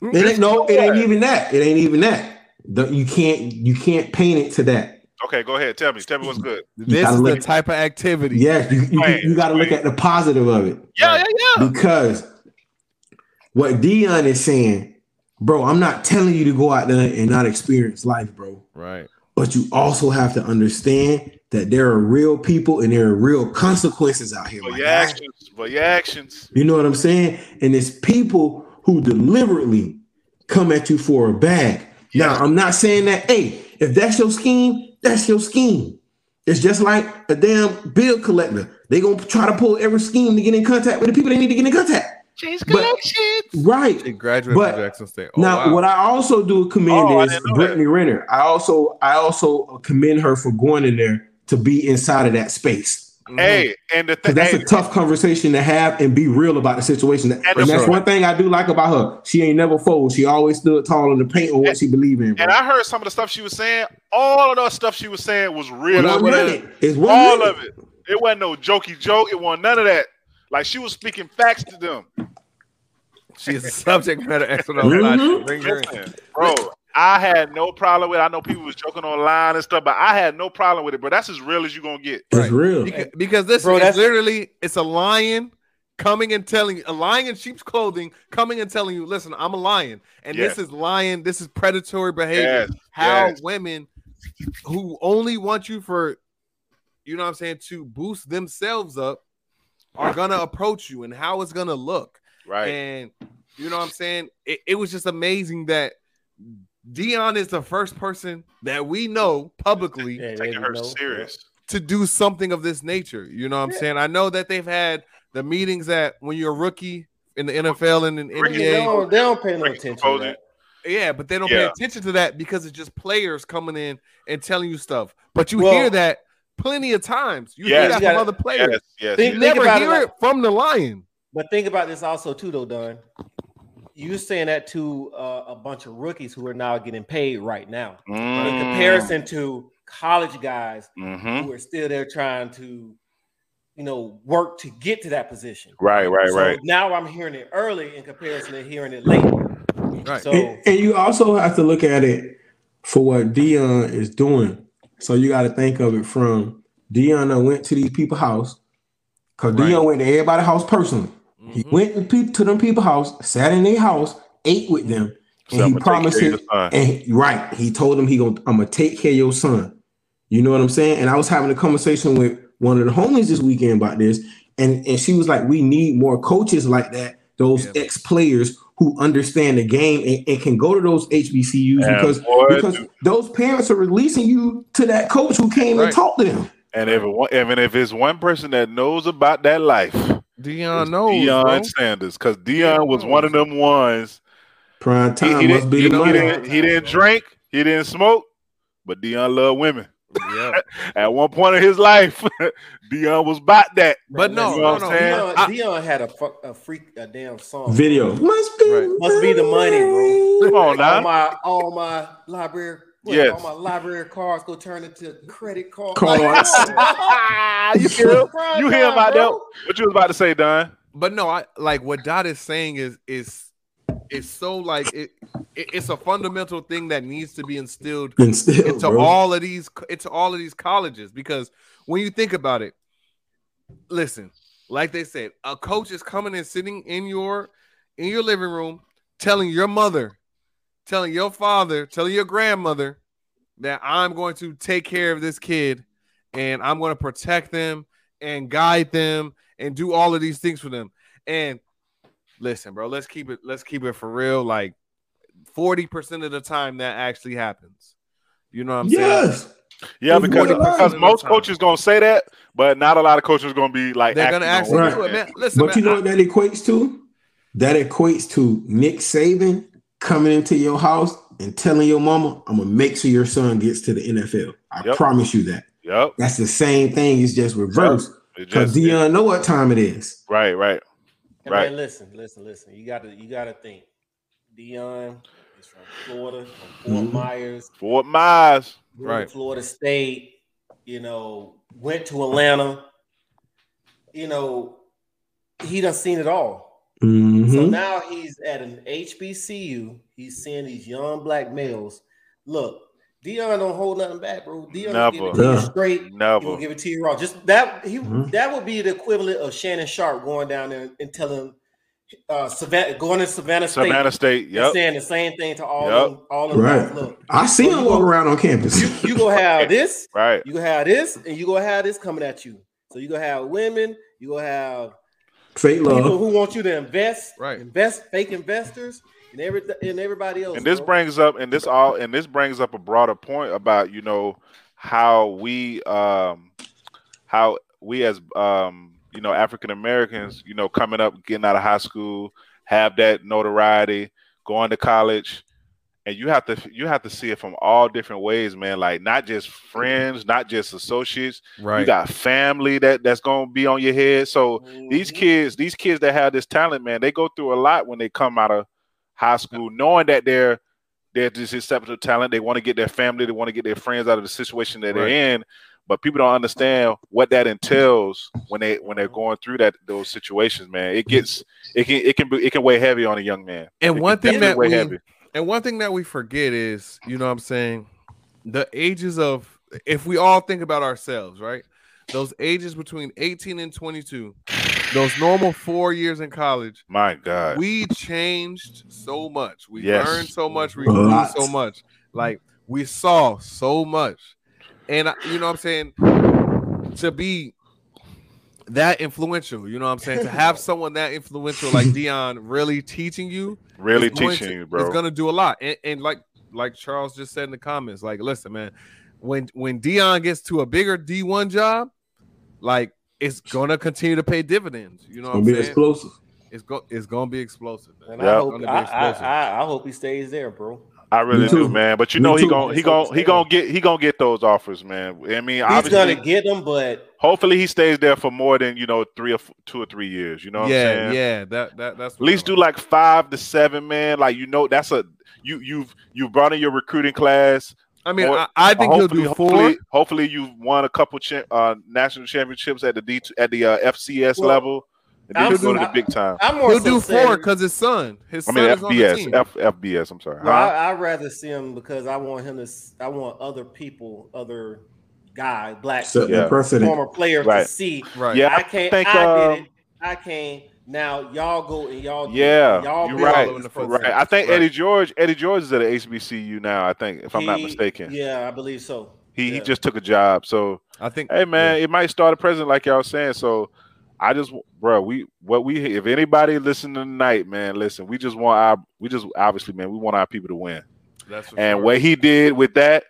[SPEAKER 3] Right. It ain't no. It ain't even that. It ain't even that. The- you can't. You can't paint it to that.
[SPEAKER 2] Okay, go ahead. Tell me. Tell me what's good.
[SPEAKER 1] this
[SPEAKER 3] gotta
[SPEAKER 1] is the
[SPEAKER 3] look-
[SPEAKER 1] type of activity.
[SPEAKER 3] Yes, you, you,
[SPEAKER 2] Right,
[SPEAKER 3] got to look
[SPEAKER 2] right.
[SPEAKER 3] at the positive of it
[SPEAKER 2] Yeah, yeah, yeah.
[SPEAKER 3] because what Dion is saying, bro. I'm not telling you to go out there and not experience life, bro.
[SPEAKER 1] Right.
[SPEAKER 3] But you also have to understand that there are real people and there are real consequences out here.
[SPEAKER 2] For
[SPEAKER 3] my
[SPEAKER 2] your
[SPEAKER 3] guy.
[SPEAKER 2] actions. For your actions.
[SPEAKER 3] You know what I'm saying? And it's people who deliberately come at you for a bag. Now, I'm not saying that, hey, if that's your scheme, that's your scheme. It's just like a damn bill collector. They gonna try to pull every scheme to get in contact with the people they need to get in contact.
[SPEAKER 2] Change
[SPEAKER 3] But- Right.
[SPEAKER 1] She graduated
[SPEAKER 3] But-
[SPEAKER 1] from Jackson State. Oh,
[SPEAKER 3] now,
[SPEAKER 1] wow.
[SPEAKER 3] what I also do commend
[SPEAKER 2] Oh, I
[SPEAKER 3] is
[SPEAKER 2] didn't know that.
[SPEAKER 3] Brittany Renner. I also I also commend her for going in there to be inside of that space.
[SPEAKER 1] Mhm.
[SPEAKER 2] Hey, and the
[SPEAKER 3] Because
[SPEAKER 2] thing.
[SPEAKER 3] that's
[SPEAKER 2] Hey,
[SPEAKER 3] a tough conversation to have and be real about the situation. And
[SPEAKER 2] the-
[SPEAKER 3] that's one thing I do like about her. She ain't never fold. She always stood tall in the paint on what she believed in. bro.
[SPEAKER 2] And I heard some of the stuff she was saying. All of the stuff she was saying was real.
[SPEAKER 1] Well,
[SPEAKER 3] one
[SPEAKER 1] what I-
[SPEAKER 3] minute. It's one
[SPEAKER 2] all
[SPEAKER 3] minute.
[SPEAKER 2] of it. It wasn't no jokey joke. It wasn't none of that. Like she was speaking facts to them.
[SPEAKER 1] she's Mm-hmm. a subject matter expert on
[SPEAKER 3] Mhm.
[SPEAKER 1] logic. Bring her in.
[SPEAKER 2] Listen, bro, I had no problem with. it. I know people was joking online and stuff, but I had no problem with it. But that's as real as you gonna get.
[SPEAKER 3] It's
[SPEAKER 1] Right.
[SPEAKER 3] real.
[SPEAKER 1] Beca- because this
[SPEAKER 4] Bro,
[SPEAKER 1] is
[SPEAKER 4] that's-
[SPEAKER 1] literally it's a lion coming and telling a lion in sheep's clothing coming and telling you, listen, I'm a lion, and this is lion, this is predatory behavior.
[SPEAKER 2] Yes,
[SPEAKER 1] How
[SPEAKER 2] yes.
[SPEAKER 1] women who only want you for, you know, what I'm saying to boost themselves up, are gonna approach you and how it's gonna look.
[SPEAKER 2] Right.
[SPEAKER 1] And you know what I'm saying? It, it was just amazing that Dion is the first person that we know publicly
[SPEAKER 4] Yeah,
[SPEAKER 2] Taking
[SPEAKER 4] you
[SPEAKER 2] her
[SPEAKER 4] know.
[SPEAKER 2] serious.
[SPEAKER 1] to do something of this nature. You know what I'm
[SPEAKER 4] Yeah.
[SPEAKER 1] saying? I know that they've had the meetings that when you're a rookie in the NFL and in
[SPEAKER 2] Rookie,
[SPEAKER 4] They
[SPEAKER 1] NBA,
[SPEAKER 4] don't, they don't pay no
[SPEAKER 2] Ricky
[SPEAKER 4] attention. to
[SPEAKER 2] Composure.
[SPEAKER 4] that.
[SPEAKER 1] yeah, but they don't pay
[SPEAKER 2] Yeah.
[SPEAKER 1] attention to that because it's just players coming in and telling you stuff. But you
[SPEAKER 4] Well-
[SPEAKER 1] hear that plenty of times. You
[SPEAKER 2] Yes.
[SPEAKER 1] hear that
[SPEAKER 4] You
[SPEAKER 1] from
[SPEAKER 4] gotta-
[SPEAKER 1] other players.
[SPEAKER 2] Yes, yes,
[SPEAKER 1] You
[SPEAKER 4] Think-
[SPEAKER 2] yes.
[SPEAKER 4] think
[SPEAKER 1] never
[SPEAKER 4] about it
[SPEAKER 1] hear
[SPEAKER 4] like-
[SPEAKER 1] it from the lion.
[SPEAKER 4] But think about this also too, though, Don. You saying that to uh, a bunch of rookies who are now getting paid right now,
[SPEAKER 2] Mm-hmm.
[SPEAKER 4] in
[SPEAKER 2] Mm.
[SPEAKER 4] comparison to college guys
[SPEAKER 2] Mhm.
[SPEAKER 4] who are still there trying to, you know, work to get to that position.
[SPEAKER 2] Right, right,
[SPEAKER 4] So
[SPEAKER 2] right.
[SPEAKER 4] now I'm hearing it early in comparison to hearing it late.
[SPEAKER 1] Right.
[SPEAKER 4] So
[SPEAKER 3] And, and you also have to look at it for what Dion is doing. So you got to think of it from Dion done went to these people's house because
[SPEAKER 1] Right.
[SPEAKER 3] Dion went to everybody's house personally. He
[SPEAKER 1] Mhm.
[SPEAKER 3] went to peop- to them people's house, sat in their house, ate with them,
[SPEAKER 2] So
[SPEAKER 3] and
[SPEAKER 2] I'm
[SPEAKER 3] he
[SPEAKER 2] gonna take
[SPEAKER 3] promised
[SPEAKER 2] care
[SPEAKER 3] him.
[SPEAKER 2] of your son.
[SPEAKER 3] And he- right, he told him he gonna I'm gonna take care of your son. You know what I'm saying? And I was having a conversation with one of the homies this weekend about this, and and she was like, "We need more coaches like that. Those
[SPEAKER 1] Yeah.
[SPEAKER 3] ex players who understand the game and, and can go to those HBCUs
[SPEAKER 2] And
[SPEAKER 3] because
[SPEAKER 2] boy,
[SPEAKER 3] because
[SPEAKER 2] do-
[SPEAKER 3] those parents are releasing you to that coach who came
[SPEAKER 1] Right.
[SPEAKER 3] and talked to them.
[SPEAKER 2] and if it, wa- even if it's one person that knows about that life,
[SPEAKER 1] Dion
[SPEAKER 2] It's
[SPEAKER 1] knows.
[SPEAKER 2] Deion
[SPEAKER 1] bro.
[SPEAKER 2] Sanders because Dion was one of them ones.
[SPEAKER 3] Prime
[SPEAKER 2] He,
[SPEAKER 3] time
[SPEAKER 2] he
[SPEAKER 3] must
[SPEAKER 2] didn't,
[SPEAKER 3] be
[SPEAKER 2] he
[SPEAKER 3] the
[SPEAKER 1] know,
[SPEAKER 2] didn't- he
[SPEAKER 3] money.
[SPEAKER 2] didn't- he didn't drink, he didn't smoke, but Dion loved women.
[SPEAKER 1] Yeah.
[SPEAKER 2] At one point in his life, Dion was about that.
[SPEAKER 1] But no,
[SPEAKER 2] You
[SPEAKER 1] no,
[SPEAKER 2] know what I'm
[SPEAKER 1] no.
[SPEAKER 2] saying?
[SPEAKER 4] Dion,
[SPEAKER 1] I-
[SPEAKER 4] Dion had a, fu- a freak a damn song
[SPEAKER 3] Video must be
[SPEAKER 1] Right.
[SPEAKER 4] Must be the money, bro.
[SPEAKER 2] Come on
[SPEAKER 4] Like,
[SPEAKER 2] now.
[SPEAKER 4] all my all my library. What,
[SPEAKER 2] Yes.
[SPEAKER 4] All my library cards go turn into credit cards.
[SPEAKER 3] Cards.
[SPEAKER 2] you hear, you hear him out there? What you was about to say, Don?
[SPEAKER 1] but no, I like what Dot is saying is is is so like it, it it's a fundamental thing that needs to be instilled
[SPEAKER 3] And still,
[SPEAKER 1] into
[SPEAKER 3] bro.
[SPEAKER 1] all of these into all of these colleges because when you think about it, listen, like they said, a coach is coming and sitting in your in your living room, telling your mother, telling your father, telling your grandmother that I'm going to take care of this kid and I'm going to protect them and guide them and do all of these things for them. And listen, bro, let's keep it let's keep it for real. Like 40% of the time that actually happens. You know what I'm saying?
[SPEAKER 3] Yes.
[SPEAKER 2] Yeah,
[SPEAKER 3] It's
[SPEAKER 2] because,
[SPEAKER 3] more than
[SPEAKER 2] because
[SPEAKER 1] one
[SPEAKER 2] most
[SPEAKER 1] time.
[SPEAKER 2] coaches gonna say that, but not a lot of coaches gonna be like
[SPEAKER 1] They're gonna
[SPEAKER 2] acting
[SPEAKER 1] actually
[SPEAKER 2] on
[SPEAKER 3] Right.
[SPEAKER 1] do it, man. Listen,
[SPEAKER 3] But
[SPEAKER 1] man,
[SPEAKER 3] you know
[SPEAKER 1] I-
[SPEAKER 3] what that equates to? That equates to Nick Saban coming into your house and telling your mama, I'm gonna make sure your son gets to the NFL. I
[SPEAKER 2] Yep.
[SPEAKER 3] promise you that.
[SPEAKER 2] Yep.
[SPEAKER 3] That's the same thing, it's just reversed.
[SPEAKER 2] It
[SPEAKER 3] Because
[SPEAKER 2] just,
[SPEAKER 3] Dion know what time it is.
[SPEAKER 2] Right, right.
[SPEAKER 4] And
[SPEAKER 2] Right.
[SPEAKER 4] man, listen, listen, listen. You gotta you gotta think. Dion is from Florida, from Fort
[SPEAKER 3] Mhm.
[SPEAKER 4] Myers,
[SPEAKER 2] Fort Myers.
[SPEAKER 4] went to
[SPEAKER 1] Right.
[SPEAKER 4] Florida State, you know, went to Atlanta. You know, he done seen it all. Mm-hmm. So
[SPEAKER 3] Mhm.
[SPEAKER 4] now he's at an HBCU. He's seeing these young black males. Look, Dion don't hold nothing back, bro. Dion will give it to
[SPEAKER 3] Never.
[SPEAKER 4] you
[SPEAKER 3] Yeah.
[SPEAKER 4] straight. He will
[SPEAKER 2] Never.
[SPEAKER 4] give it to you raw. Just that he
[SPEAKER 2] Mm-hmm.
[SPEAKER 3] Mhm.
[SPEAKER 4] that would be the equivalent of Shannon Sharp going down there and telling uh Savannah going to Savannah State
[SPEAKER 2] Savannah State.
[SPEAKER 4] and
[SPEAKER 2] Yep.
[SPEAKER 4] saying the same thing to all
[SPEAKER 2] Yep.
[SPEAKER 4] them, all them
[SPEAKER 3] Right.
[SPEAKER 4] guys. Look,
[SPEAKER 3] I see him walk around on campus.
[SPEAKER 4] you gonna have this,
[SPEAKER 2] Right.
[SPEAKER 4] you gonna have this, and you gonna have this coming at you. So you gonna have women, you gonna have
[SPEAKER 3] Fake
[SPEAKER 4] people
[SPEAKER 3] love.
[SPEAKER 4] who want you to invest,
[SPEAKER 1] Right.
[SPEAKER 4] Invest fake investors and everything and everybody else.
[SPEAKER 2] And this
[SPEAKER 4] bro.
[SPEAKER 2] brings up and this all and this brings up a broader point about, you know, how we um how we as um you know African Americans, you know, coming up, getting out of high school, have that notoriety, going to college, and you have to you have to see it from all different ways, man. Like not just friends, not just associates. You
[SPEAKER 1] right.
[SPEAKER 2] got family that that's gonna be on your head. So these
[SPEAKER 4] Mhm.
[SPEAKER 2] kids, these kids that have this talent, man, they go through a lot when they come out of high school, knowing that they're they're this exceptional talent. They want to get their family, they want to get their friends out of the situation
[SPEAKER 1] Right.
[SPEAKER 2] that they're in, but people don't understand what that entails when they when
[SPEAKER 4] Mm-hmm.
[SPEAKER 2] they're going through that those situations, man. It gets it can it can be, it can weigh heavy on a young man.
[SPEAKER 1] and
[SPEAKER 2] It
[SPEAKER 1] one
[SPEAKER 2] can
[SPEAKER 1] thing
[SPEAKER 2] definitely
[SPEAKER 1] that
[SPEAKER 2] weigh
[SPEAKER 1] we
[SPEAKER 2] heavy.
[SPEAKER 1] and one thing that we forget is, you know what I'm saying, the ages of if we all think about ourselves, right? Those ages between 18 and 22, those normal 4 years in college,
[SPEAKER 2] My God,
[SPEAKER 1] we changed so much. We
[SPEAKER 2] Yes.
[SPEAKER 1] learned so much, we
[SPEAKER 3] A
[SPEAKER 1] grew
[SPEAKER 3] lot.
[SPEAKER 1] so much. Like we saw so much. And I- you know what I'm saying, to be that influential, you know what I'm saying? To have someone that influential like Dion really teaching you
[SPEAKER 2] really
[SPEAKER 1] it's going
[SPEAKER 2] teaching
[SPEAKER 1] to-
[SPEAKER 2] you, bro.
[SPEAKER 1] It's gonna do a lot, and, and like like Charles just said in the comments, like listen, man, when when Dion gets to a bigger D one job, like it's gonna continue to pay dividends. You know what
[SPEAKER 3] Gonna
[SPEAKER 1] I'm
[SPEAKER 3] be
[SPEAKER 1] saying?
[SPEAKER 3] explosive.
[SPEAKER 1] It's go it's gonna be explosive. Man.
[SPEAKER 4] And
[SPEAKER 2] Yeah.
[SPEAKER 4] I hope
[SPEAKER 1] Gonna be
[SPEAKER 4] I, I,
[SPEAKER 1] explosive.
[SPEAKER 4] I, I hope he stays there, bro.
[SPEAKER 2] I really
[SPEAKER 3] Me too.
[SPEAKER 2] do, man. But you
[SPEAKER 3] Me
[SPEAKER 2] know he
[SPEAKER 3] too.
[SPEAKER 2] gon' he
[SPEAKER 4] It's
[SPEAKER 2] gon' he
[SPEAKER 4] understandable.
[SPEAKER 2] gon' get he gonna get those offers, man. I mean,
[SPEAKER 4] He's
[SPEAKER 2] obviously,
[SPEAKER 4] gonna get them, but
[SPEAKER 2] hopefully he stays there for more than you know three or f- two or three years. You know what I'm
[SPEAKER 1] yeah,
[SPEAKER 2] saying?
[SPEAKER 1] yeah. That that that's
[SPEAKER 2] At least do like five to seven, man. Like you know, that's a you you've you brought in your recruiting class.
[SPEAKER 1] I mean,
[SPEAKER 2] or-
[SPEAKER 1] I, I think he'll do four.
[SPEAKER 2] hopefully, hopefully you've won a couple cha- uh, national championships at the D at the uh, FCS
[SPEAKER 4] Well,
[SPEAKER 2] level. And then
[SPEAKER 4] I'm
[SPEAKER 2] you go to the
[SPEAKER 4] so-
[SPEAKER 2] big time.
[SPEAKER 4] I'm more
[SPEAKER 1] He'll
[SPEAKER 4] so
[SPEAKER 1] do
[SPEAKER 4] saying-
[SPEAKER 1] four because his son, his
[SPEAKER 2] I mean
[SPEAKER 1] son is on the
[SPEAKER 2] FBS,
[SPEAKER 1] team.
[SPEAKER 2] F, FBS. I'm sorry.
[SPEAKER 4] Well,
[SPEAKER 2] Huh?
[SPEAKER 4] I, I'd rather see him because I want him to. s- I want other people, other guy, black
[SPEAKER 3] Set the
[SPEAKER 2] Yeah.
[SPEAKER 3] precedent.
[SPEAKER 4] former players
[SPEAKER 2] Right.
[SPEAKER 4] to see.
[SPEAKER 1] right.
[SPEAKER 2] Yeah,
[SPEAKER 4] I can't.
[SPEAKER 2] think,
[SPEAKER 4] I
[SPEAKER 2] um,
[SPEAKER 4] did it. I can't. Now y'all go and y'all. do it.
[SPEAKER 2] Yeah,
[SPEAKER 4] y'all
[SPEAKER 2] you're
[SPEAKER 4] be
[SPEAKER 2] right.
[SPEAKER 4] all in the
[SPEAKER 1] Right.
[SPEAKER 4] footsteps.
[SPEAKER 2] Right. I think
[SPEAKER 1] Right.
[SPEAKER 2] Eddie George. Eddie George is at a HBCU now. I think, if I'm not
[SPEAKER 4] He-
[SPEAKER 2] mistaken,
[SPEAKER 4] Yeah, I believe so.
[SPEAKER 2] he he
[SPEAKER 4] yeah.
[SPEAKER 2] just took a job. So
[SPEAKER 1] I think.
[SPEAKER 2] Hey man, it might start a president like y'all saying. So I just, bro, we what we if anybody listening tonight, man, listen, we just want our we just obviously, man, we want our people to win.
[SPEAKER 1] That's for
[SPEAKER 2] And
[SPEAKER 1] sure.
[SPEAKER 2] what he did with that,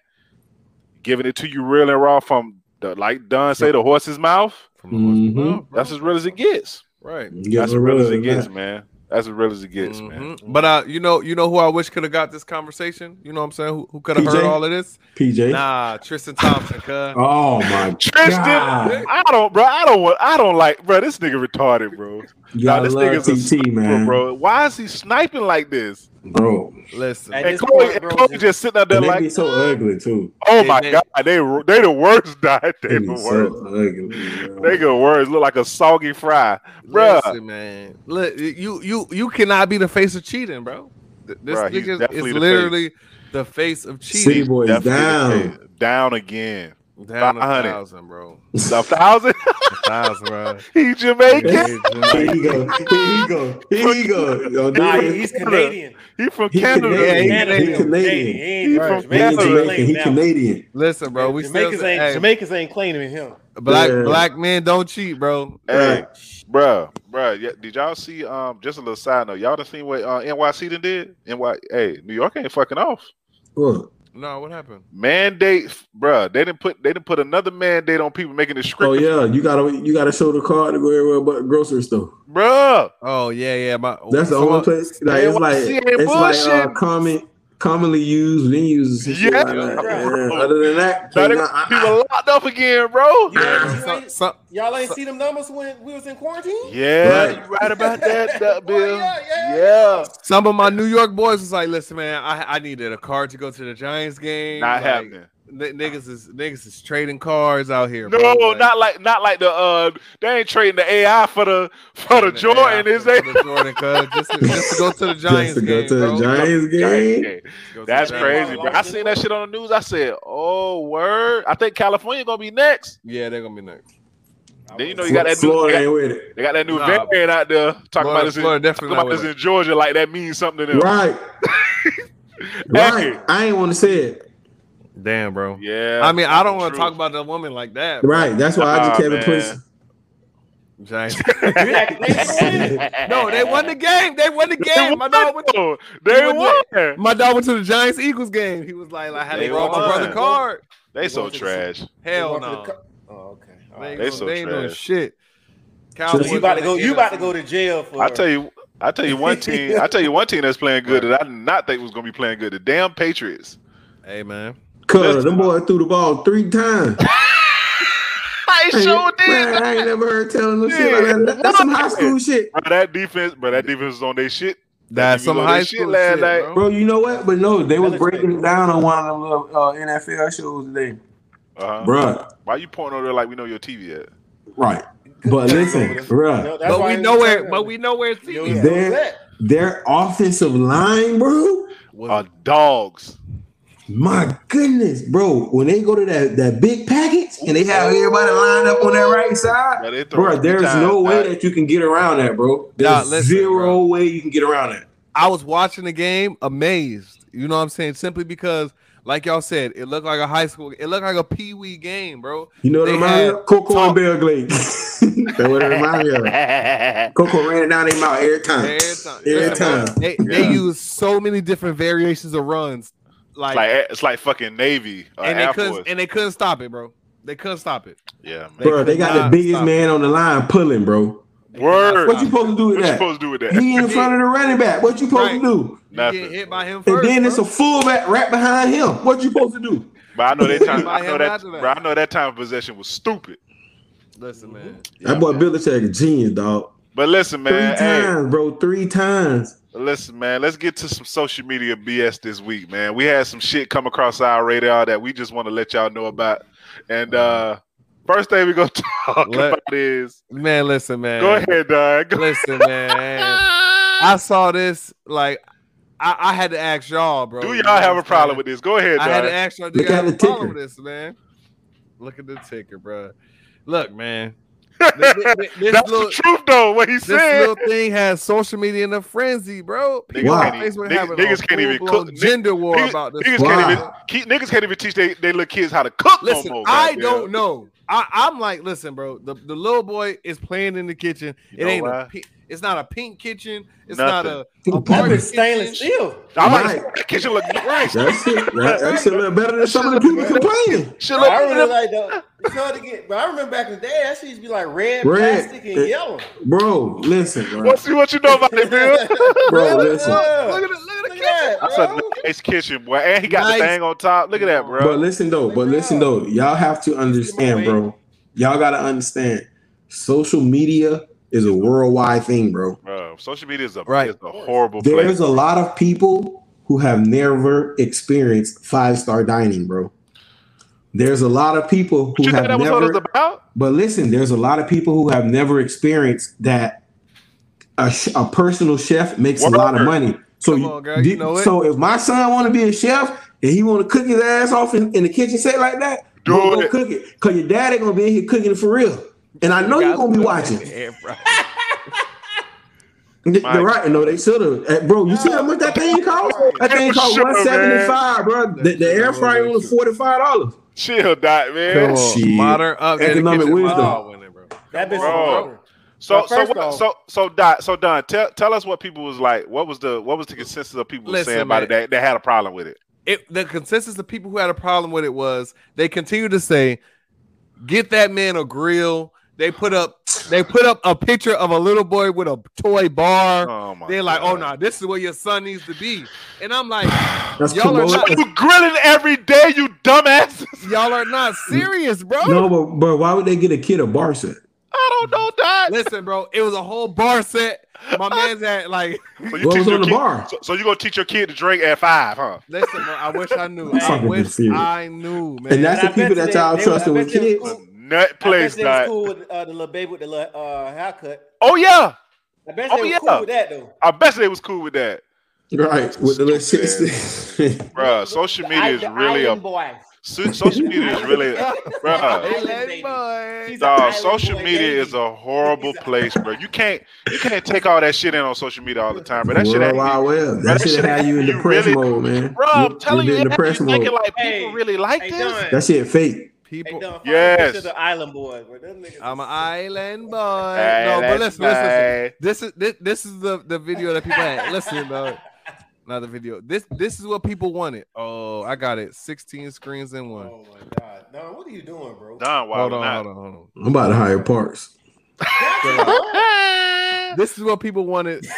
[SPEAKER 2] giving it to you real and raw from the like Don say the horse's mouth.
[SPEAKER 1] From the horse's
[SPEAKER 3] Mhm.
[SPEAKER 1] mouth, bro.
[SPEAKER 2] That's as real as it gets.
[SPEAKER 1] right.
[SPEAKER 3] Yeah,
[SPEAKER 2] That's as real as
[SPEAKER 3] really,
[SPEAKER 2] it gets,
[SPEAKER 3] man.
[SPEAKER 2] man. That's as real as it gets, man.
[SPEAKER 1] Mhm. But uh, you know, you know who I wish could have got this conversation. You know what I'm saying? Who, who could have
[SPEAKER 3] PJ?
[SPEAKER 1] heard all of this?
[SPEAKER 3] PJ.
[SPEAKER 1] Nah, Tristan Thompson, cuz.
[SPEAKER 3] Oh my
[SPEAKER 2] Tristan,
[SPEAKER 3] God.
[SPEAKER 2] I don't, bro. I don't want. I don't like, bro. This nigga retarded, bro. Nah,
[SPEAKER 3] God,
[SPEAKER 2] this
[SPEAKER 3] love
[SPEAKER 2] nigga's a
[SPEAKER 3] TT,
[SPEAKER 2] sniper,
[SPEAKER 3] man. Bro,
[SPEAKER 2] bro. Why is he sniping like this?
[SPEAKER 1] Listen,
[SPEAKER 4] At
[SPEAKER 2] And
[SPEAKER 4] this
[SPEAKER 2] Chloe,
[SPEAKER 4] point,
[SPEAKER 2] and
[SPEAKER 4] bro,
[SPEAKER 2] Chloe
[SPEAKER 4] just-
[SPEAKER 2] just, sitting out there
[SPEAKER 3] And they
[SPEAKER 2] like,
[SPEAKER 3] be so ugly too.
[SPEAKER 2] oh
[SPEAKER 1] They-
[SPEAKER 2] my
[SPEAKER 1] they-
[SPEAKER 2] god, they they the worst diet. They
[SPEAKER 3] They
[SPEAKER 2] the
[SPEAKER 3] be
[SPEAKER 2] worst.
[SPEAKER 3] so ugly. man.
[SPEAKER 2] They the worst. Look like a soggy fry, bruh.
[SPEAKER 1] listen, man. Look, you you you cannot be the face of cheating, bro. Th- This
[SPEAKER 2] Bruh, he's
[SPEAKER 1] nigga is
[SPEAKER 2] definitely the face.
[SPEAKER 1] literally the face of
[SPEAKER 3] City
[SPEAKER 1] cheating.
[SPEAKER 3] boys
[SPEAKER 2] Definitely
[SPEAKER 3] down.
[SPEAKER 2] the- down again.
[SPEAKER 1] Down a
[SPEAKER 2] 500.
[SPEAKER 1] thousand, bro.
[SPEAKER 2] A thousand?
[SPEAKER 1] A thousand, bro.
[SPEAKER 2] He Jamaican.
[SPEAKER 1] Yeah,
[SPEAKER 3] Here you go. Here you go. Here you go. Yo,
[SPEAKER 4] Nah,
[SPEAKER 3] dude,
[SPEAKER 4] he's Canadian.
[SPEAKER 2] He from
[SPEAKER 3] He
[SPEAKER 2] Canada.
[SPEAKER 3] Canadian.
[SPEAKER 2] Yeah,
[SPEAKER 4] Canada.
[SPEAKER 3] He
[SPEAKER 4] He
[SPEAKER 3] Canadian.
[SPEAKER 4] He ain't
[SPEAKER 2] He
[SPEAKER 4] right.
[SPEAKER 2] from
[SPEAKER 3] He
[SPEAKER 4] Jamaicans ain't
[SPEAKER 2] Canada.
[SPEAKER 3] Jamaican.
[SPEAKER 4] claiming
[SPEAKER 3] He
[SPEAKER 4] now.
[SPEAKER 3] Canadian.
[SPEAKER 1] Listen, bro. We still
[SPEAKER 4] Jamaicans
[SPEAKER 1] say,
[SPEAKER 4] ain't
[SPEAKER 1] hey,
[SPEAKER 4] Jamaicans ain't claiming him.
[SPEAKER 1] black
[SPEAKER 3] Yeah.
[SPEAKER 1] black men don't cheat, bro.
[SPEAKER 2] Hey, bruh, bruh, yeah, did y'all see? Um, just a little side note, y'all done seen what uh, NYC done did? NY, hey, New York ain't fucking off.
[SPEAKER 3] Look,
[SPEAKER 1] No, what happened?
[SPEAKER 2] Mandate, bruh, they didn't put they didn't put another mandate on people making the script,
[SPEAKER 3] Oh yeah, you gotta you gotta show the card to go everywhere but grocery store.
[SPEAKER 2] bruh.
[SPEAKER 1] Oh yeah, yeah. My
[SPEAKER 3] That's the
[SPEAKER 1] someone-
[SPEAKER 3] only place. Like it's like
[SPEAKER 2] NYC ain't
[SPEAKER 3] it's like uh,
[SPEAKER 2] bullshit.
[SPEAKER 3] common commonly used venues. And shit
[SPEAKER 2] Yeah.
[SPEAKER 3] like that. Yeah. Other than that,
[SPEAKER 2] Now
[SPEAKER 3] like,
[SPEAKER 2] they-
[SPEAKER 3] nah, I-
[SPEAKER 2] people locked up again, bro.
[SPEAKER 4] Yeah.
[SPEAKER 1] Yeah,
[SPEAKER 4] Right.
[SPEAKER 1] some- some-
[SPEAKER 4] Y'all ain't see them numbers when we was in quarantine.
[SPEAKER 2] Yeah,
[SPEAKER 3] Right.
[SPEAKER 2] you right about that, that
[SPEAKER 4] Boy,
[SPEAKER 2] Bill.
[SPEAKER 4] yeah, yeah.
[SPEAKER 2] yeah.
[SPEAKER 1] Some of my New York boys was like, "Listen, man, I, I needed a card to go to the Giants game. Like,
[SPEAKER 2] not happening.
[SPEAKER 1] n- niggas is niggas is trading cards out here.
[SPEAKER 2] No,
[SPEAKER 1] bro. Like,
[SPEAKER 2] not like not like the uh they ain't trading the AI for the for the
[SPEAKER 1] trading
[SPEAKER 2] Jordan,
[SPEAKER 1] AI
[SPEAKER 2] is they?
[SPEAKER 1] for the Jordan, cuz, just, to, just to go to the Giants
[SPEAKER 3] just to go
[SPEAKER 1] game.
[SPEAKER 3] to the
[SPEAKER 1] bro.
[SPEAKER 3] Giants game.
[SPEAKER 2] Yeah.
[SPEAKER 1] Just go to
[SPEAKER 2] That's
[SPEAKER 1] the Giants.
[SPEAKER 2] crazy, bro. I seen that shit on the news. I said, "Oh word!" I think California gonna be next.
[SPEAKER 1] Yeah, they're gonna be next.
[SPEAKER 2] Then you know you got that new,
[SPEAKER 3] Florida
[SPEAKER 2] they got,
[SPEAKER 3] ain't with it.
[SPEAKER 2] they got that new
[SPEAKER 1] Nah.
[SPEAKER 2] variant out there talking
[SPEAKER 1] Florida-
[SPEAKER 2] about this. In,
[SPEAKER 1] Florida
[SPEAKER 2] talking
[SPEAKER 1] definitely
[SPEAKER 2] about
[SPEAKER 1] not
[SPEAKER 2] this
[SPEAKER 1] with
[SPEAKER 2] in Georgia, like that means something to them.
[SPEAKER 3] Right, right. I ain't want to say it.
[SPEAKER 1] Damn, bro.
[SPEAKER 2] Yeah,
[SPEAKER 1] I mean, I don't want
[SPEAKER 2] that's the
[SPEAKER 1] to talk
[SPEAKER 2] truth.
[SPEAKER 1] about that woman like that. bro.
[SPEAKER 3] Right, that's why I
[SPEAKER 2] Nah,
[SPEAKER 3] just kept it
[SPEAKER 2] man.
[SPEAKER 3] pushing.
[SPEAKER 1] Giants.
[SPEAKER 4] Exactly.
[SPEAKER 1] no, they won the game. They won the
[SPEAKER 2] They
[SPEAKER 1] game. My dog
[SPEAKER 2] won,
[SPEAKER 1] went to,
[SPEAKER 2] though. They
[SPEAKER 1] he
[SPEAKER 2] won.
[SPEAKER 1] was my dog went to the Giants Eagles game. He was like, I had to
[SPEAKER 2] They
[SPEAKER 1] borrow my
[SPEAKER 2] won.
[SPEAKER 1] brother card.
[SPEAKER 2] They so
[SPEAKER 4] went to the
[SPEAKER 2] trash.
[SPEAKER 1] Hell
[SPEAKER 4] Walk to the
[SPEAKER 1] no.
[SPEAKER 4] co- Oh, okay. All
[SPEAKER 1] They,
[SPEAKER 4] right.
[SPEAKER 2] They
[SPEAKER 1] they,
[SPEAKER 2] so
[SPEAKER 1] ain't doing
[SPEAKER 2] trash.
[SPEAKER 1] shit.
[SPEAKER 4] So
[SPEAKER 1] Cowboys
[SPEAKER 4] you about to go?
[SPEAKER 1] won the
[SPEAKER 4] You about to
[SPEAKER 1] NFC.
[SPEAKER 4] go to jail for?
[SPEAKER 2] I tell you, I tell you one team. I tell you one team that's playing good that I did not think was gonna be playing good. The damn Patriots.
[SPEAKER 1] Hey man,
[SPEAKER 3] Cause them boys threw the ball three times.
[SPEAKER 2] I sure did.
[SPEAKER 3] Man, I ain't never heard telling no shit
[SPEAKER 2] Yeah.
[SPEAKER 3] like that. That's some high school shit.
[SPEAKER 2] Bro, that defense, bro, that defense is on their shit.
[SPEAKER 1] that's
[SPEAKER 2] You
[SPEAKER 1] some
[SPEAKER 2] know
[SPEAKER 1] high
[SPEAKER 2] that shit
[SPEAKER 1] school shit,
[SPEAKER 2] last night.
[SPEAKER 1] bro.
[SPEAKER 3] Bro, you know what? But no, they was
[SPEAKER 4] Belichick.
[SPEAKER 3] breaking it down on one of them little uh, NFL shows today.
[SPEAKER 2] Uh-huh.
[SPEAKER 3] Bruh,
[SPEAKER 2] Why you pointing over there like we know your TV at?
[SPEAKER 3] right. But listen, bruh,
[SPEAKER 4] No, that's
[SPEAKER 1] But
[SPEAKER 4] why
[SPEAKER 1] we
[SPEAKER 4] he
[SPEAKER 1] know
[SPEAKER 4] was
[SPEAKER 1] where.
[SPEAKER 4] telling
[SPEAKER 1] But
[SPEAKER 4] them.
[SPEAKER 1] we know where
[SPEAKER 4] Yo,
[SPEAKER 1] TV
[SPEAKER 4] yeah.
[SPEAKER 3] There-
[SPEAKER 4] Who's that?
[SPEAKER 3] their offensive line, bro.
[SPEAKER 1] was.
[SPEAKER 2] Uh, dogs.
[SPEAKER 3] My goodness, bro. When they go to that, that big package and they have everybody lined up on that right side,
[SPEAKER 2] Bro, they throw
[SPEAKER 3] bro,
[SPEAKER 2] three
[SPEAKER 3] there's
[SPEAKER 2] times,
[SPEAKER 3] no way
[SPEAKER 2] dog.
[SPEAKER 3] that you can get around that, bro. There's
[SPEAKER 1] Nah, listen,
[SPEAKER 3] zero
[SPEAKER 1] bro.
[SPEAKER 3] way you can get around that.
[SPEAKER 1] I was watching the game amazed. You know what I'm saying? Simply because, like y'all said, it looked like a high school. It looked like a pee wee game, bro.
[SPEAKER 3] You know what
[SPEAKER 1] They
[SPEAKER 3] I'm saying?
[SPEAKER 1] had
[SPEAKER 3] Coco
[SPEAKER 1] Tom-
[SPEAKER 3] and Bell Glade. That's what it reminds me of. Coco ran it down their mouth every time.
[SPEAKER 1] Every time.
[SPEAKER 3] Every time.
[SPEAKER 1] They they
[SPEAKER 2] Yeah.
[SPEAKER 1] used so many different variations of runs, like, uh,
[SPEAKER 2] It's like it's like fucking Navy or
[SPEAKER 1] and
[SPEAKER 2] Air
[SPEAKER 1] they couldn't
[SPEAKER 2] Force.
[SPEAKER 1] and they couldn't stop it, bro. They couldn't stop it.
[SPEAKER 2] yeah, man.
[SPEAKER 1] They
[SPEAKER 3] bro, they
[SPEAKER 1] could
[SPEAKER 3] got the
[SPEAKER 1] not
[SPEAKER 3] biggest
[SPEAKER 1] stop
[SPEAKER 3] man on the line pulling, bro.
[SPEAKER 2] Word.
[SPEAKER 3] What you supposed to do
[SPEAKER 2] What
[SPEAKER 3] with
[SPEAKER 2] you
[SPEAKER 3] that?
[SPEAKER 2] supposed to do with that?
[SPEAKER 3] He in front of the running back. What you supposed
[SPEAKER 1] Right.
[SPEAKER 3] to do?
[SPEAKER 1] You get
[SPEAKER 2] Nothing.
[SPEAKER 1] hit by him
[SPEAKER 3] And
[SPEAKER 1] first.
[SPEAKER 3] then it's
[SPEAKER 1] bro.
[SPEAKER 3] a fullback right behind him. What you supposed to do?
[SPEAKER 2] But I know that time.
[SPEAKER 1] Might
[SPEAKER 2] I know
[SPEAKER 1] have
[SPEAKER 2] that.
[SPEAKER 1] not done that.
[SPEAKER 2] Bro, I know that time of possession was stupid.
[SPEAKER 1] Listen, man.
[SPEAKER 3] That boy Belichick a genius, dog.
[SPEAKER 2] But listen,
[SPEAKER 3] Three
[SPEAKER 2] man. Hey,
[SPEAKER 3] times, bro. Three times.
[SPEAKER 2] listen, man. Let's get to some social media BS this week, man. We had some shit come across our radar that we just want to let y'all know about. And uh first thing we gonna talk
[SPEAKER 1] Let-
[SPEAKER 2] about is
[SPEAKER 1] Man, listen, man.
[SPEAKER 2] go ahead, dog. Go-
[SPEAKER 1] Listen, man. I saw this like I, I had to ask y'all, bro.
[SPEAKER 2] Do y'all have a problem with this? Go ahead,
[SPEAKER 1] I had to
[SPEAKER 2] dog.
[SPEAKER 1] ask y'all. Do
[SPEAKER 3] Look
[SPEAKER 1] y'all
[SPEAKER 3] at
[SPEAKER 1] have a
[SPEAKER 3] the
[SPEAKER 1] problem
[SPEAKER 3] ticker.
[SPEAKER 1] with this, man? Look at the ticker, bro. Look, man. Th- th- th- This,
[SPEAKER 2] That's
[SPEAKER 1] little,
[SPEAKER 2] the truth, though. What he
[SPEAKER 1] this
[SPEAKER 2] said.
[SPEAKER 1] little thing has social media in a frenzy, bro. People
[SPEAKER 3] Wow.
[SPEAKER 1] on Facebook
[SPEAKER 2] Niggas-
[SPEAKER 1] having
[SPEAKER 2] niggas
[SPEAKER 1] a
[SPEAKER 2] can't even
[SPEAKER 1] full-blown
[SPEAKER 2] cook. Niggas-
[SPEAKER 1] gender war
[SPEAKER 2] niggas-
[SPEAKER 1] about this.
[SPEAKER 2] Niggas
[SPEAKER 1] shit,
[SPEAKER 2] can't even
[SPEAKER 1] bro.
[SPEAKER 2] keep, niggas can't even teach they, they little kids how to cook
[SPEAKER 1] Listen,
[SPEAKER 2] no more.
[SPEAKER 1] I
[SPEAKER 2] goddamn.
[SPEAKER 1] don't know. I, I'm like, listen, bro. The, the little boy is playing in the kitchen.
[SPEAKER 2] You
[SPEAKER 1] it
[SPEAKER 2] know
[SPEAKER 1] ain't
[SPEAKER 2] why?
[SPEAKER 1] a. pi- It's not a pink kitchen. It's
[SPEAKER 2] Nothing.
[SPEAKER 1] not a. a
[SPEAKER 4] That
[SPEAKER 1] barbecue
[SPEAKER 4] was stainless
[SPEAKER 1] kitchen.
[SPEAKER 4] steel.
[SPEAKER 2] I'm like,
[SPEAKER 3] Right.
[SPEAKER 2] that kitchen look nice.
[SPEAKER 3] That shit, that, that shit look better than some of the people complaining.
[SPEAKER 2] Shit look
[SPEAKER 4] I remember like the, you know, to get, but I remember back in the day, that shit used to be like red,
[SPEAKER 3] Red.
[SPEAKER 4] plastic, and yellow.
[SPEAKER 3] Bro, listen, bro.
[SPEAKER 2] What's, what you know about it, Bill?
[SPEAKER 3] Bro, listen.
[SPEAKER 1] Look at the, look at the
[SPEAKER 4] Look
[SPEAKER 1] kitchen.
[SPEAKER 4] at that,
[SPEAKER 2] That's a
[SPEAKER 4] bro.
[SPEAKER 2] nice kitchen, boy. And he got
[SPEAKER 1] Nice.
[SPEAKER 2] the thing on top. Look at that, bro.
[SPEAKER 3] But listen though, but listen though, y'all have to understand, bro. Y'all gotta understand. Social media is a worldwide thing, bro.
[SPEAKER 2] Bro, social media is a,
[SPEAKER 1] Right.
[SPEAKER 2] is a horrible place.
[SPEAKER 3] There's a lot of people who have never experienced five star dining, bro. There's a lot of people
[SPEAKER 2] What
[SPEAKER 3] who
[SPEAKER 2] you think that
[SPEAKER 3] have
[SPEAKER 2] was what it was
[SPEAKER 3] never.
[SPEAKER 2] about?
[SPEAKER 3] But listen, there's a lot of people who have never experienced that a, sh- a personal chef makes a lot of
[SPEAKER 2] Word.
[SPEAKER 3] money. So
[SPEAKER 1] Come
[SPEAKER 3] you-
[SPEAKER 1] on, girl, you
[SPEAKER 3] di-
[SPEAKER 1] know it.
[SPEAKER 3] so if my son want to be a chef and he want to cook his ass off in, in the kitchen set like that,
[SPEAKER 2] Do
[SPEAKER 3] bro, go
[SPEAKER 2] it.
[SPEAKER 3] cook it. Cause your daddy gonna be in here cooking it for real. And I know you're gonna be watching. They-
[SPEAKER 2] My
[SPEAKER 3] They're right, no, they should have. Bro, you see how much that thing cost? That thing
[SPEAKER 2] It was
[SPEAKER 3] cost
[SPEAKER 2] sugar, man.
[SPEAKER 3] one seventy five, bro. The, the air fryer was forty five dollars.
[SPEAKER 2] Chill, Doc, man.
[SPEAKER 1] Come on.
[SPEAKER 3] Shit.
[SPEAKER 1] Modern uh, up
[SPEAKER 3] Economic wisdom.
[SPEAKER 1] bro.
[SPEAKER 4] That bitch
[SPEAKER 2] Bro.
[SPEAKER 4] is
[SPEAKER 2] So
[SPEAKER 4] But
[SPEAKER 2] so
[SPEAKER 4] first
[SPEAKER 2] what,
[SPEAKER 4] off-
[SPEAKER 2] so so Don so Don tell tell us what people was like. What was the what was the consensus of people
[SPEAKER 1] Listen,
[SPEAKER 2] saying about
[SPEAKER 1] man.
[SPEAKER 2] it that, that had a problem with it?
[SPEAKER 1] It, the consensus of people who had a problem with it was they continue to say, "Get that man a grill." They put up they put up a picture of a little boy with a toy bar.
[SPEAKER 2] Oh my!
[SPEAKER 1] They're like, "Oh
[SPEAKER 2] God.
[SPEAKER 1] no, this is where your son needs to be," and I'm like,
[SPEAKER 3] That's
[SPEAKER 1] Y'all are
[SPEAKER 3] commode-
[SPEAKER 1] not-
[SPEAKER 2] You grilling every day, you dumbass.
[SPEAKER 1] "Y'all are not serious, bro."
[SPEAKER 3] No, but bro, why would they get a kid a bar set?
[SPEAKER 2] I don't know, Don.
[SPEAKER 1] Listen, bro, it was a whole bar set. My man's had like,
[SPEAKER 2] So
[SPEAKER 3] What was
[SPEAKER 2] your
[SPEAKER 3] on the
[SPEAKER 2] kid-
[SPEAKER 3] bar?
[SPEAKER 2] So, so you gonna teach your kid to drink at five, huh?
[SPEAKER 1] listen, bro, I wish I knew.
[SPEAKER 3] I'm
[SPEAKER 1] I
[SPEAKER 3] fucking
[SPEAKER 1] wish
[SPEAKER 3] confused.
[SPEAKER 1] I knew, man.
[SPEAKER 3] And that's
[SPEAKER 4] And
[SPEAKER 3] the
[SPEAKER 4] I bet
[SPEAKER 3] people that
[SPEAKER 4] they-
[SPEAKER 3] y'all
[SPEAKER 4] they-
[SPEAKER 3] trusting
[SPEAKER 4] I
[SPEAKER 3] with
[SPEAKER 4] bet they
[SPEAKER 3] kids.
[SPEAKER 4] was
[SPEAKER 2] The nut place,
[SPEAKER 4] I bet they was
[SPEAKER 2] Doc.
[SPEAKER 4] cool with uh, the little baby with the little uh, haircut.
[SPEAKER 2] Oh yeah,
[SPEAKER 4] I bet
[SPEAKER 2] Oh,
[SPEAKER 4] they was
[SPEAKER 2] yeah.
[SPEAKER 4] cool with that though.
[SPEAKER 2] I bet they was cool with that,
[SPEAKER 3] Right. With the little
[SPEAKER 2] Stupid
[SPEAKER 3] shit.
[SPEAKER 2] Bruh, Social
[SPEAKER 4] The
[SPEAKER 2] media
[SPEAKER 4] I-
[SPEAKER 2] is
[SPEAKER 4] the
[SPEAKER 2] really a
[SPEAKER 4] island boy.
[SPEAKER 2] so- social media is really, bruh.
[SPEAKER 4] Island baby.
[SPEAKER 1] boy.
[SPEAKER 4] He's a
[SPEAKER 2] Dog,
[SPEAKER 4] island
[SPEAKER 2] social
[SPEAKER 4] boy,
[SPEAKER 2] media
[SPEAKER 4] baby.
[SPEAKER 2] is a horrible
[SPEAKER 4] He's a-
[SPEAKER 2] place, bro. You can't you can't take all that shit in on social media all the time, but that shit.
[SPEAKER 3] World
[SPEAKER 2] ain't-
[SPEAKER 3] Wide Web. That
[SPEAKER 2] that
[SPEAKER 3] shit
[SPEAKER 2] shit
[SPEAKER 3] have you in
[SPEAKER 2] you
[SPEAKER 3] depressed
[SPEAKER 2] really-
[SPEAKER 3] mode, man.
[SPEAKER 2] Bro, I'm telling you, it
[SPEAKER 3] in
[SPEAKER 2] had you
[SPEAKER 3] depressed mode.
[SPEAKER 2] thinking like people
[SPEAKER 4] Hey,
[SPEAKER 2] really like
[SPEAKER 4] Hey,
[SPEAKER 2] this.
[SPEAKER 4] Don.
[SPEAKER 3] That shit fake.
[SPEAKER 4] Hey,
[SPEAKER 1] People,
[SPEAKER 4] Don, find
[SPEAKER 2] Yes.
[SPEAKER 4] a picture of the island boy. Bro. Them niggas
[SPEAKER 1] I'm an
[SPEAKER 4] is-
[SPEAKER 1] island boy.
[SPEAKER 2] Hey,
[SPEAKER 1] no, but
[SPEAKER 2] that's
[SPEAKER 1] listen, listen, listen.
[SPEAKER 2] right.
[SPEAKER 1] This is this, this is the, the video that people had. Listen, dog. Not the video. This this is what people wanted. Oh, I got it. 16 screens in one.
[SPEAKER 4] Oh my god, Don, what are you doing, bro?
[SPEAKER 2] Don, why
[SPEAKER 1] hold
[SPEAKER 2] would
[SPEAKER 1] on,
[SPEAKER 2] not?
[SPEAKER 1] hold on, hold
[SPEAKER 3] I'm about to hire parts.
[SPEAKER 1] on. This is what people wanted.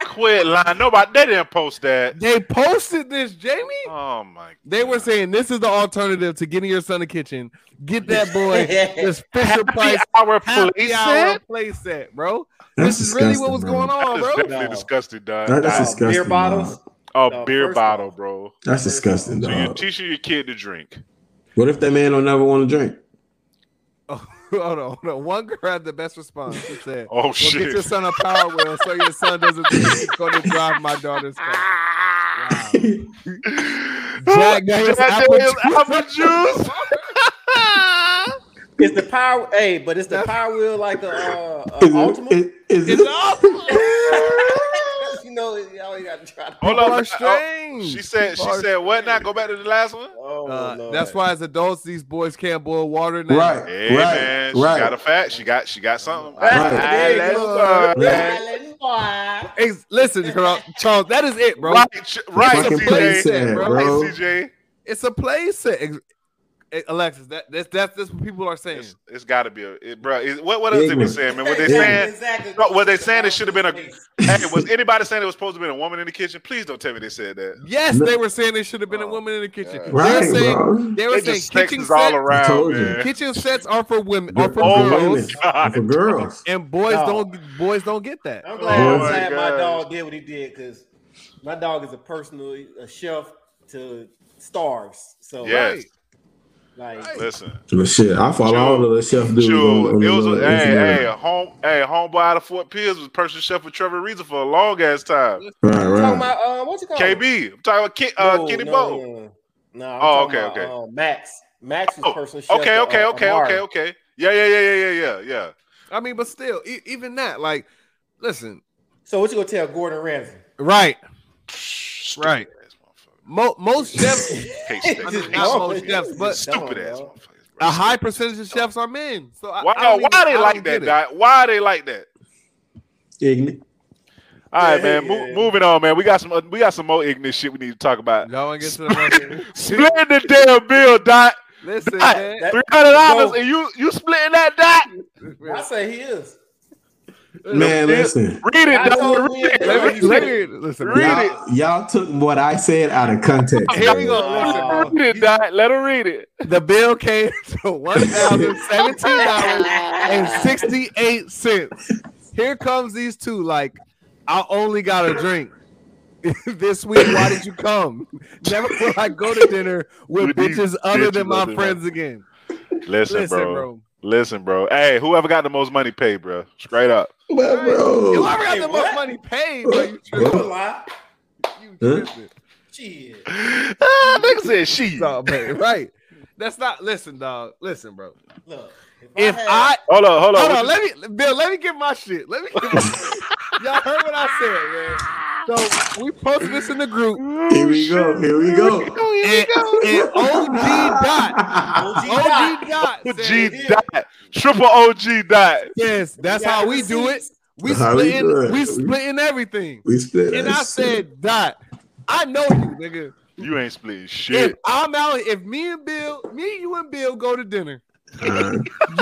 [SPEAKER 2] Quit lying. Nobody, they didn't post that.
[SPEAKER 1] they posted this, Jamie.
[SPEAKER 2] Oh my!
[SPEAKER 1] They were saying this is the alternative to getting your son a kitchen. Get that boy this Fisher Price
[SPEAKER 2] Our
[SPEAKER 1] happy
[SPEAKER 2] police
[SPEAKER 1] hour
[SPEAKER 2] set.
[SPEAKER 1] playset, bro.
[SPEAKER 3] That's
[SPEAKER 1] this is really what was
[SPEAKER 3] disgusting,
[SPEAKER 1] going
[SPEAKER 3] bro.
[SPEAKER 1] on,
[SPEAKER 2] That is
[SPEAKER 1] bro.
[SPEAKER 2] definitely
[SPEAKER 4] No.
[SPEAKER 2] disgusting, Don.
[SPEAKER 3] That- That's
[SPEAKER 4] Dog,
[SPEAKER 3] disgusting,
[SPEAKER 4] Beer bottles.
[SPEAKER 3] dog.
[SPEAKER 2] a
[SPEAKER 4] No,
[SPEAKER 2] beer
[SPEAKER 4] first
[SPEAKER 2] bottle,
[SPEAKER 4] off-
[SPEAKER 2] bro.
[SPEAKER 3] That's disgusting,
[SPEAKER 2] So you're
[SPEAKER 3] dog.
[SPEAKER 2] teaching your kid to drink.
[SPEAKER 3] What if that man don't never want to drink?
[SPEAKER 1] Oh, hold on, hold on. One girl had the best response. She said,
[SPEAKER 2] Oh
[SPEAKER 1] Well,
[SPEAKER 2] shit!
[SPEAKER 1] get your son a power wheel so your son doesn't think he's going to drive my daughter's car. Wow. Jack Daniels apple
[SPEAKER 2] Daniels apple juice.
[SPEAKER 4] It's the power. Hey, but it's the
[SPEAKER 1] That's-
[SPEAKER 4] power wheel like a, uh, a
[SPEAKER 3] Is
[SPEAKER 4] ultimate.
[SPEAKER 3] it, is, is
[SPEAKER 1] It's
[SPEAKER 3] it,
[SPEAKER 1] awful.
[SPEAKER 4] you know, you always got to try. To,
[SPEAKER 2] Hold
[SPEAKER 1] People
[SPEAKER 2] on,
[SPEAKER 1] are
[SPEAKER 2] oh,
[SPEAKER 1] strange.
[SPEAKER 2] she said. She
[SPEAKER 1] People are
[SPEAKER 2] said what? Now go back to the last one.
[SPEAKER 4] oh,
[SPEAKER 1] Uh,
[SPEAKER 4] Lord.
[SPEAKER 1] that's why, as adults, these boys can't boil water now.
[SPEAKER 3] right,
[SPEAKER 2] Hey
[SPEAKER 3] right,
[SPEAKER 2] man, she
[SPEAKER 3] right.
[SPEAKER 2] got a fact. She got she got something. uh,
[SPEAKER 4] Right.
[SPEAKER 2] I- I
[SPEAKER 4] There you
[SPEAKER 2] love
[SPEAKER 1] go.
[SPEAKER 2] her, man.
[SPEAKER 4] Island boy.
[SPEAKER 1] Ex- listen, Charles, Charles, that is it, bro.
[SPEAKER 2] Right, ch- right,
[SPEAKER 3] Fucking place
[SPEAKER 2] CJ.
[SPEAKER 3] set,
[SPEAKER 1] bro.
[SPEAKER 2] Right,
[SPEAKER 3] bro.
[SPEAKER 2] CJ.
[SPEAKER 1] It's a playset. Ex- eh, Alexis, that, that's, that's that's what people are saying.
[SPEAKER 2] It's, it's got to be a it, bro. It, what what else they been
[SPEAKER 3] Ignorant.
[SPEAKER 2] saying, man? What they
[SPEAKER 4] Exactly,
[SPEAKER 2] saying?
[SPEAKER 4] Exactly.
[SPEAKER 2] No, what they saying, it should've been a- Hey, was anybody saying it was supposed to be a woman in the kitchen? Please don't tell me they said that.
[SPEAKER 1] Yes,
[SPEAKER 3] No.
[SPEAKER 1] they were saying there should have been a
[SPEAKER 2] Oh,
[SPEAKER 1] woman in the kitchen.
[SPEAKER 2] God.
[SPEAKER 1] they were
[SPEAKER 3] right,
[SPEAKER 1] saying,
[SPEAKER 3] bro.
[SPEAKER 1] they were
[SPEAKER 2] They
[SPEAKER 1] saying
[SPEAKER 2] just
[SPEAKER 1] kitchen
[SPEAKER 2] sexes all
[SPEAKER 1] sets,
[SPEAKER 3] I
[SPEAKER 2] around,
[SPEAKER 3] told you.
[SPEAKER 2] man.
[SPEAKER 1] kitchen sets are for women, are for
[SPEAKER 3] Oh,
[SPEAKER 2] my
[SPEAKER 1] girls,
[SPEAKER 2] God.
[SPEAKER 3] for girls.
[SPEAKER 1] and boys
[SPEAKER 4] No.
[SPEAKER 1] don't boys don't get that.
[SPEAKER 4] I'm glad, I'm
[SPEAKER 3] Oh my
[SPEAKER 4] glad my
[SPEAKER 2] gosh.
[SPEAKER 4] dog did what he did because my dog is a personal a chef to stars. So
[SPEAKER 2] Yes,
[SPEAKER 4] like,
[SPEAKER 1] Right.
[SPEAKER 2] listen.
[SPEAKER 3] Well, shit, I follow all the little chef dudes. on- on
[SPEAKER 2] Dude,
[SPEAKER 3] the
[SPEAKER 2] it was a,
[SPEAKER 3] little
[SPEAKER 2] hey,
[SPEAKER 3] Instagram.
[SPEAKER 2] hey, a home, hey, homeboy out of Fort Pierce was personal chef for Trevor Reason for a long ass time.
[SPEAKER 3] Right,
[SPEAKER 4] talking
[SPEAKER 3] right.
[SPEAKER 4] about uh, what you call him?
[SPEAKER 2] KB, I'm talking about Ki- uh,
[SPEAKER 4] No,
[SPEAKER 2] Kenny
[SPEAKER 4] no,
[SPEAKER 2] Bo.
[SPEAKER 4] No, no, no. No, I'm
[SPEAKER 2] Oh,
[SPEAKER 4] talking
[SPEAKER 2] okay,
[SPEAKER 4] about, uh, Max. Max was
[SPEAKER 2] Oh,
[SPEAKER 4] personal chef.
[SPEAKER 2] Okay,
[SPEAKER 4] to,
[SPEAKER 2] okay,
[SPEAKER 4] uh,
[SPEAKER 2] okay,
[SPEAKER 4] Amari.
[SPEAKER 2] okay, okay. Yeah, yeah, yeah, yeah, yeah, yeah, yeah.
[SPEAKER 1] I mean, but still, e- even that, like, listen,
[SPEAKER 4] So what you gonna tell Gordon Ramsay?
[SPEAKER 1] right?
[SPEAKER 2] Stupid
[SPEAKER 1] Right.
[SPEAKER 2] ass motherfucker.
[SPEAKER 1] Mo- most chefs,
[SPEAKER 2] Can't stand
[SPEAKER 1] I
[SPEAKER 2] it.
[SPEAKER 1] mean,
[SPEAKER 2] Hate
[SPEAKER 1] not
[SPEAKER 2] stupid-
[SPEAKER 1] most chefs, but
[SPEAKER 2] stupid ass
[SPEAKER 4] Dumb,
[SPEAKER 2] motherfuckers. bro.
[SPEAKER 1] a high percentage of chefs are men. So I,
[SPEAKER 2] Why,
[SPEAKER 1] I don't
[SPEAKER 2] why
[SPEAKER 1] even-
[SPEAKER 2] they
[SPEAKER 1] I
[SPEAKER 2] like
[SPEAKER 1] don't
[SPEAKER 2] that,
[SPEAKER 1] get it.
[SPEAKER 2] Doc? Why they like that?
[SPEAKER 3] Ignorant.
[SPEAKER 2] All right,
[SPEAKER 4] Yeah,
[SPEAKER 2] man.
[SPEAKER 4] yeah.
[SPEAKER 2] Mo- moving on, man. We got some. uh, We got some more ignorant shit we need to talk about.
[SPEAKER 1] Y'all want to get to the next
[SPEAKER 2] Split the damn bill, Doc.
[SPEAKER 1] Listen,
[SPEAKER 2] Doc,
[SPEAKER 1] man.
[SPEAKER 4] that-
[SPEAKER 2] Three hundred dollars,
[SPEAKER 4] Yo.
[SPEAKER 2] and you you splitting that, Doc?
[SPEAKER 4] I say he is.
[SPEAKER 3] Man, listen.
[SPEAKER 2] Read
[SPEAKER 4] I
[SPEAKER 2] it, Doc.
[SPEAKER 4] told you
[SPEAKER 2] Read it.
[SPEAKER 4] that.
[SPEAKER 1] let me, let me, listen,
[SPEAKER 2] Read
[SPEAKER 1] man.
[SPEAKER 2] it.
[SPEAKER 3] Y'all, y'all took what I said out of context.
[SPEAKER 1] Here we
[SPEAKER 3] man.
[SPEAKER 1] go. Listen,
[SPEAKER 4] Wow.
[SPEAKER 1] bro.
[SPEAKER 2] Read it, Doc. Let him read it.
[SPEAKER 1] The bill came to one thousand seventeen dollars and sixty eight cents. Here comes these two. Like, I only got a drink this week. Why did you come? Never will I go to dinner with
[SPEAKER 2] With these
[SPEAKER 1] bitches other than
[SPEAKER 2] bitches
[SPEAKER 1] my
[SPEAKER 2] other than-
[SPEAKER 1] friends again.
[SPEAKER 2] Listen,
[SPEAKER 1] Listen,
[SPEAKER 2] bro.
[SPEAKER 1] bro.
[SPEAKER 2] Listen, bro. Hey, whoever got the most money paid, bro. Straight up.
[SPEAKER 3] But,
[SPEAKER 1] You already
[SPEAKER 3] bro,
[SPEAKER 1] got
[SPEAKER 4] Hey,
[SPEAKER 1] the
[SPEAKER 4] what?
[SPEAKER 1] most money paid, bro. You
[SPEAKER 4] You
[SPEAKER 1] tripping.
[SPEAKER 4] lie.
[SPEAKER 1] You
[SPEAKER 3] Huh?
[SPEAKER 1] tripping.
[SPEAKER 4] Shit.
[SPEAKER 2] ah, nigga said she.
[SPEAKER 1] Nah, man, right. That's not listen, dog. Listen, bro.
[SPEAKER 4] Look,
[SPEAKER 1] If
[SPEAKER 4] had-
[SPEAKER 1] I
[SPEAKER 2] Hold on, hold on.
[SPEAKER 1] hold
[SPEAKER 2] What
[SPEAKER 1] on,
[SPEAKER 2] you-
[SPEAKER 1] let me Bill, let me get my shit. Let me get my shit. Y'all heard what I said, man. So we posted this in the group.
[SPEAKER 3] Here we go. Here we go.
[SPEAKER 2] Oh, here
[SPEAKER 1] And, and OG Dot. OG
[SPEAKER 4] OG Dot.
[SPEAKER 1] Dot.
[SPEAKER 2] we go.
[SPEAKER 1] said,
[SPEAKER 2] OG dot. Triple OG dot.
[SPEAKER 1] Yes, that's
[SPEAKER 4] got
[SPEAKER 1] how we
[SPEAKER 4] the
[SPEAKER 1] do it.
[SPEAKER 4] receipts.
[SPEAKER 1] We
[SPEAKER 3] That's how we
[SPEAKER 1] splitting,
[SPEAKER 3] do it.
[SPEAKER 1] we splitting everything.
[SPEAKER 3] We split.
[SPEAKER 1] And
[SPEAKER 3] that
[SPEAKER 1] I
[SPEAKER 3] shit.
[SPEAKER 1] said, Dot, I know you, nigga.
[SPEAKER 2] You ain't splitting
[SPEAKER 1] If
[SPEAKER 2] shit.
[SPEAKER 1] I'm out, if me and Bill, me, you, and Bill go to dinner,
[SPEAKER 3] Uh,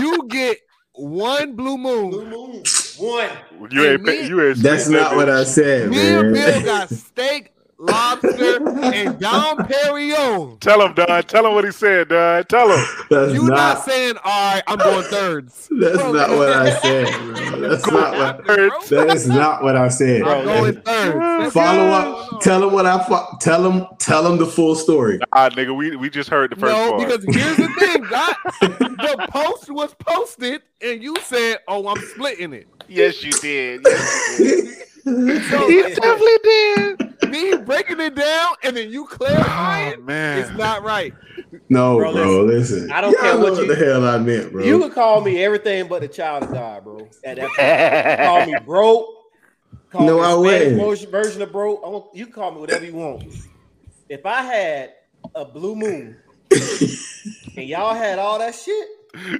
[SPEAKER 1] you get one blue
[SPEAKER 4] Blue
[SPEAKER 1] moon.
[SPEAKER 4] Moon. One.
[SPEAKER 2] you
[SPEAKER 1] and
[SPEAKER 2] ain't. pay-
[SPEAKER 1] me-
[SPEAKER 2] you ain't.
[SPEAKER 3] that's
[SPEAKER 2] splitting
[SPEAKER 3] not what I said,
[SPEAKER 1] Me and
[SPEAKER 3] man.
[SPEAKER 1] Bill got steak, lobster, and Dom Perignon.
[SPEAKER 2] Tell him, Don. Tell him what he said, Don. Tell him.
[SPEAKER 3] that's
[SPEAKER 1] You not
[SPEAKER 3] not.
[SPEAKER 1] saying, all right, I'm going thirds.
[SPEAKER 3] That's
[SPEAKER 1] Bro,
[SPEAKER 3] not what I said. bro. That's not what.
[SPEAKER 1] Bro,
[SPEAKER 3] That is not what I said.
[SPEAKER 1] I'm going
[SPEAKER 3] That's-
[SPEAKER 1] thirds. That's
[SPEAKER 3] Follow
[SPEAKER 1] it.
[SPEAKER 3] up. Tell him what I. Fo- tell him. Tell him the full story.
[SPEAKER 2] Ah, nigga, we, we just heard the first
[SPEAKER 1] No,
[SPEAKER 2] part.
[SPEAKER 1] because here's the thing, Doc. the post was posted, and you said, "Oh, I'm splitting it."
[SPEAKER 2] yes, you did. Yes,
[SPEAKER 1] So
[SPEAKER 2] you definitely did.
[SPEAKER 1] me breaking it down and then you
[SPEAKER 2] Oh
[SPEAKER 1] clarifying
[SPEAKER 2] man,
[SPEAKER 1] is not right.
[SPEAKER 3] no,
[SPEAKER 4] Bro,
[SPEAKER 3] bro. Listen.
[SPEAKER 4] I don't
[SPEAKER 3] Y'all
[SPEAKER 4] care
[SPEAKER 3] know
[SPEAKER 4] what
[SPEAKER 3] what
[SPEAKER 4] you-
[SPEAKER 3] the hell I meant, bro.
[SPEAKER 4] You could call me everything but a child of God, bro. At that point. call me broke. Call
[SPEAKER 3] No,
[SPEAKER 4] me
[SPEAKER 3] I
[SPEAKER 4] Spanish
[SPEAKER 3] wouldn't.
[SPEAKER 4] version- Version of broke. I want, you can call me whatever you want. If I had a blue moon and y'all had all that shit,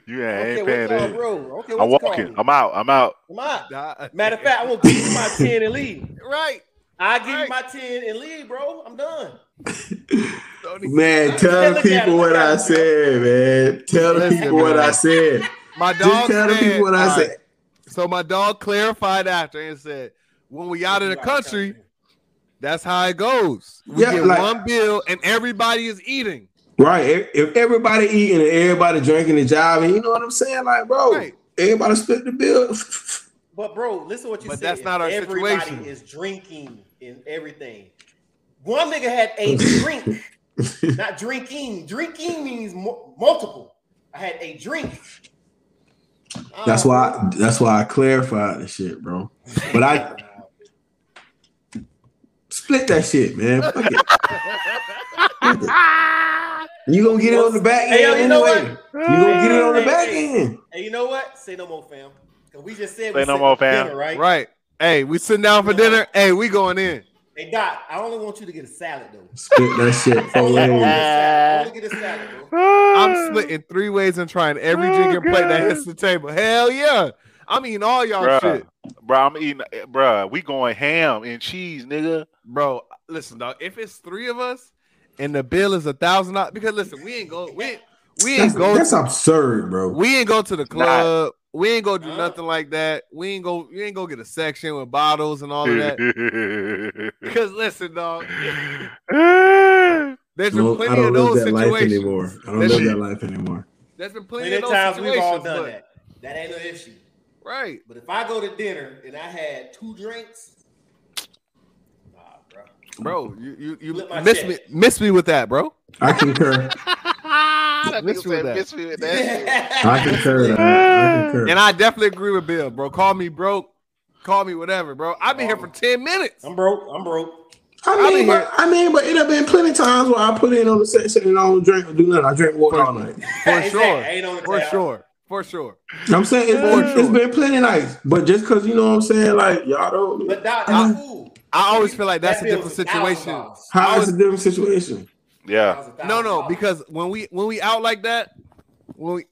[SPEAKER 2] you ain't,
[SPEAKER 4] I
[SPEAKER 2] ain't
[SPEAKER 4] don't care what
[SPEAKER 2] paying
[SPEAKER 4] y'all
[SPEAKER 2] that.
[SPEAKER 4] bro. I don't care what
[SPEAKER 2] I'm
[SPEAKER 4] you call
[SPEAKER 2] walking.
[SPEAKER 4] me.
[SPEAKER 2] I'm out. I'm out.
[SPEAKER 4] I'm out.
[SPEAKER 1] Nah,
[SPEAKER 4] Matter of fact, I'm gonna give you my ten and leave.
[SPEAKER 1] right?
[SPEAKER 4] I give you
[SPEAKER 1] Right.
[SPEAKER 4] my ten and leave, bro. I'm done.
[SPEAKER 1] e-
[SPEAKER 3] Man,
[SPEAKER 4] Yeah,
[SPEAKER 3] tell
[SPEAKER 4] look at it,
[SPEAKER 3] people
[SPEAKER 4] look
[SPEAKER 3] what
[SPEAKER 4] at
[SPEAKER 3] I
[SPEAKER 4] it.
[SPEAKER 3] said, man. Tell the
[SPEAKER 1] Listen,
[SPEAKER 3] people what
[SPEAKER 1] man.
[SPEAKER 3] I said.
[SPEAKER 1] My
[SPEAKER 3] Just
[SPEAKER 1] dog
[SPEAKER 3] tell the
[SPEAKER 1] said,
[SPEAKER 3] people what I
[SPEAKER 1] all right.
[SPEAKER 3] said.
[SPEAKER 1] So my dog clarified after and said, "When we out of the country, that's how it goes. We
[SPEAKER 3] Yeah,
[SPEAKER 1] get
[SPEAKER 3] like-
[SPEAKER 1] one bill, and everybody is eating.
[SPEAKER 3] Right. If- If everybody eating and everybody drinking and jiving, you know what I'm saying? Like, bro,
[SPEAKER 1] Right.
[SPEAKER 3] everybody split the bill.
[SPEAKER 4] But bro, listen what you
[SPEAKER 1] But
[SPEAKER 4] said.
[SPEAKER 1] that's not our
[SPEAKER 4] Everybody
[SPEAKER 1] situation.
[SPEAKER 4] is drinking and everything. One nigga had a drink, not drinking. Drinking means mu- multiple. I had a drink.
[SPEAKER 3] That's
[SPEAKER 4] Oh,
[SPEAKER 3] why that's why I clarified the shit, bro.
[SPEAKER 4] Ah.
[SPEAKER 3] But I split that shit, man. Fuck it. Fuck it. You gonna get it on the back
[SPEAKER 4] Hey, yo,
[SPEAKER 3] end
[SPEAKER 4] you know
[SPEAKER 3] anyway.
[SPEAKER 4] what?
[SPEAKER 3] You gonna get it on the
[SPEAKER 4] Hey,
[SPEAKER 3] back
[SPEAKER 4] hey.
[SPEAKER 3] end.
[SPEAKER 4] And you know what? Say no more, fam. 'Cause we just said
[SPEAKER 2] Say
[SPEAKER 4] we
[SPEAKER 2] no
[SPEAKER 4] sitting
[SPEAKER 2] more,
[SPEAKER 4] for
[SPEAKER 2] fam.
[SPEAKER 4] dinner, right?
[SPEAKER 1] Right? Hey, we sitting down for dinner. Hey, we going in.
[SPEAKER 4] Hey Doc, I only want you to get a salad though.
[SPEAKER 3] Split that shit
[SPEAKER 4] I
[SPEAKER 3] for
[SPEAKER 4] only want you to get
[SPEAKER 3] later.
[SPEAKER 4] a salad. I only get a salad, bro.
[SPEAKER 1] I'm splitting three ways and trying every
[SPEAKER 2] Oh,
[SPEAKER 1] drink and plate that
[SPEAKER 2] God.
[SPEAKER 1] hits the table. Hell yeah, I'm eating all y'all
[SPEAKER 2] Bruh.
[SPEAKER 1] shit."
[SPEAKER 2] bro. I'm eating, bro. We going ham and cheese, nigga.
[SPEAKER 1] Bro, listen, dog. If it's three of us and the bill is a thousand dollars, because listen, we ain't go, we we
[SPEAKER 3] That's,
[SPEAKER 1] ain't go,
[SPEAKER 3] that's absurd, bro.
[SPEAKER 1] we ain't go to the club. We ain't go do
[SPEAKER 4] Nah.
[SPEAKER 1] nothing like that. We ain't go, you ain't go get a section with bottles and all of that. Because listen, dog, there's
[SPEAKER 3] No,
[SPEAKER 1] been
[SPEAKER 3] I
[SPEAKER 1] plenty
[SPEAKER 3] don't
[SPEAKER 1] of
[SPEAKER 3] live
[SPEAKER 1] those
[SPEAKER 3] that life
[SPEAKER 1] situations.
[SPEAKER 3] anymore. I don't
[SPEAKER 1] That
[SPEAKER 3] live
[SPEAKER 1] shit-
[SPEAKER 3] that life anymore.
[SPEAKER 1] There's been plenty
[SPEAKER 4] Many
[SPEAKER 1] of those
[SPEAKER 4] times
[SPEAKER 1] situations.
[SPEAKER 4] we've all done
[SPEAKER 1] but-
[SPEAKER 4] that. That ain't no issue.
[SPEAKER 1] Right.
[SPEAKER 4] But if I go to dinner and I had two drinks, nah, bro.
[SPEAKER 3] Mm-hmm.
[SPEAKER 1] Bro, you you,
[SPEAKER 4] Flip
[SPEAKER 1] you
[SPEAKER 4] my
[SPEAKER 1] miss
[SPEAKER 4] shit.
[SPEAKER 1] me miss me with that, bro.
[SPEAKER 3] I concur.
[SPEAKER 1] Miss me with Ah, that.
[SPEAKER 3] I concur. I, I concur.
[SPEAKER 1] And I definitely agree with Bill, bro. Call me broke, call me whatever, bro. I've been here for 10 minutes.
[SPEAKER 4] I'm broke. I'm broke.
[SPEAKER 3] I mean,
[SPEAKER 1] I'll be
[SPEAKER 3] but, I mean, but it have been plenty of times where I put in on the section and I don't drink or do nothing. I drink water all night.
[SPEAKER 1] For
[SPEAKER 4] Exactly.
[SPEAKER 1] sure.
[SPEAKER 4] Ain't on the
[SPEAKER 1] For
[SPEAKER 4] tab.
[SPEAKER 1] sure. For sure.
[SPEAKER 3] I'm saying it's
[SPEAKER 1] For
[SPEAKER 3] been, it's
[SPEAKER 1] sure.
[SPEAKER 3] been plenty nights, but just because you know what I'm saying, like y'all don't.
[SPEAKER 4] But Doc,
[SPEAKER 1] I-
[SPEAKER 4] that's cool.
[SPEAKER 1] I always feel like that's
[SPEAKER 4] That
[SPEAKER 1] a different
[SPEAKER 4] bill was
[SPEAKER 1] situation.
[SPEAKER 4] $1,000.
[SPEAKER 3] how is a different situation?
[SPEAKER 2] yeah,
[SPEAKER 4] That was $1,000.
[SPEAKER 1] No, no, because when we when we out like that, when we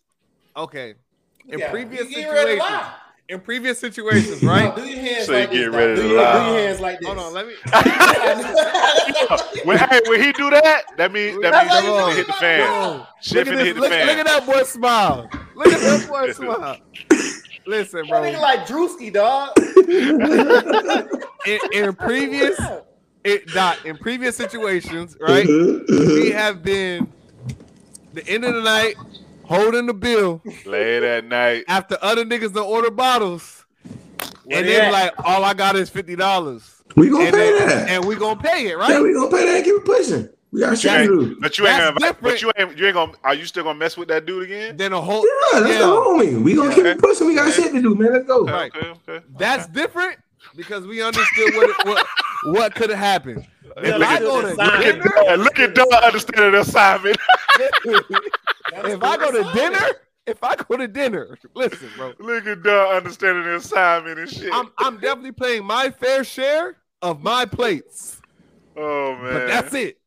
[SPEAKER 1] okay. In
[SPEAKER 4] Yeah.
[SPEAKER 1] previous
[SPEAKER 4] You get ready to
[SPEAKER 1] situations,
[SPEAKER 4] lie.
[SPEAKER 1] in previous situations, right?
[SPEAKER 4] Doc, Do your hands
[SPEAKER 2] So you
[SPEAKER 4] like
[SPEAKER 2] get
[SPEAKER 4] this. Doc.
[SPEAKER 2] ready to
[SPEAKER 4] do, your,
[SPEAKER 2] lie.
[SPEAKER 4] do your hands like this.
[SPEAKER 1] Hold on, let me
[SPEAKER 2] when, hey, when he do that, that means that
[SPEAKER 4] That's
[SPEAKER 2] means
[SPEAKER 4] how
[SPEAKER 2] shit
[SPEAKER 4] you
[SPEAKER 2] finna hit
[SPEAKER 4] do
[SPEAKER 2] the
[SPEAKER 4] it.
[SPEAKER 2] fan.
[SPEAKER 1] Yo, look
[SPEAKER 2] Shit
[SPEAKER 1] at
[SPEAKER 2] finna
[SPEAKER 1] this,
[SPEAKER 2] hit the
[SPEAKER 1] look, look at
[SPEAKER 2] fan.
[SPEAKER 1] that boy smile. Look at that boy smile. Listen,
[SPEAKER 4] that
[SPEAKER 1] bro.
[SPEAKER 4] nigga like Drewski, dog.
[SPEAKER 1] In, in previous it, dot in previous situations, right?
[SPEAKER 3] Uh-huh,
[SPEAKER 1] we have been the end of the night holding the bill
[SPEAKER 2] Late at night.
[SPEAKER 1] after other niggas don't order bottles,
[SPEAKER 4] Where
[SPEAKER 1] and
[SPEAKER 4] they
[SPEAKER 1] then
[SPEAKER 4] at?
[SPEAKER 1] like all I got is fifty dollars,
[SPEAKER 3] We gonna
[SPEAKER 1] and,
[SPEAKER 3] pay
[SPEAKER 1] then-
[SPEAKER 3] that.
[SPEAKER 1] and we gonna pay it,
[SPEAKER 3] yeah,
[SPEAKER 1] right?
[SPEAKER 3] we gonna pay that. and Keep it pushing. We got shit to do.
[SPEAKER 2] But you ain't
[SPEAKER 1] That's
[SPEAKER 2] gonna
[SPEAKER 1] different.
[SPEAKER 2] invite, but you ain't you ain't gonna are you still gonna mess with that dude again?
[SPEAKER 1] Then a whole
[SPEAKER 3] Yeah, that's the
[SPEAKER 1] yeah,
[SPEAKER 3] homie. We gonna keep it pushing. We got shit to do, man. Let's go.
[SPEAKER 1] Right.
[SPEAKER 2] Okay, okay.
[SPEAKER 1] that's different because we understood what it, what what could have happened.
[SPEAKER 2] Look
[SPEAKER 1] I
[SPEAKER 2] at,
[SPEAKER 1] go to
[SPEAKER 2] look at, Don- look at Don understanding the assignment.
[SPEAKER 1] If I go to dinner, if I go to dinner, listen, bro,
[SPEAKER 2] look at Don understanding the assignment and shit.
[SPEAKER 1] I'm I'm definitely playing my fair share of my plates,
[SPEAKER 2] oh man,
[SPEAKER 1] but that's it.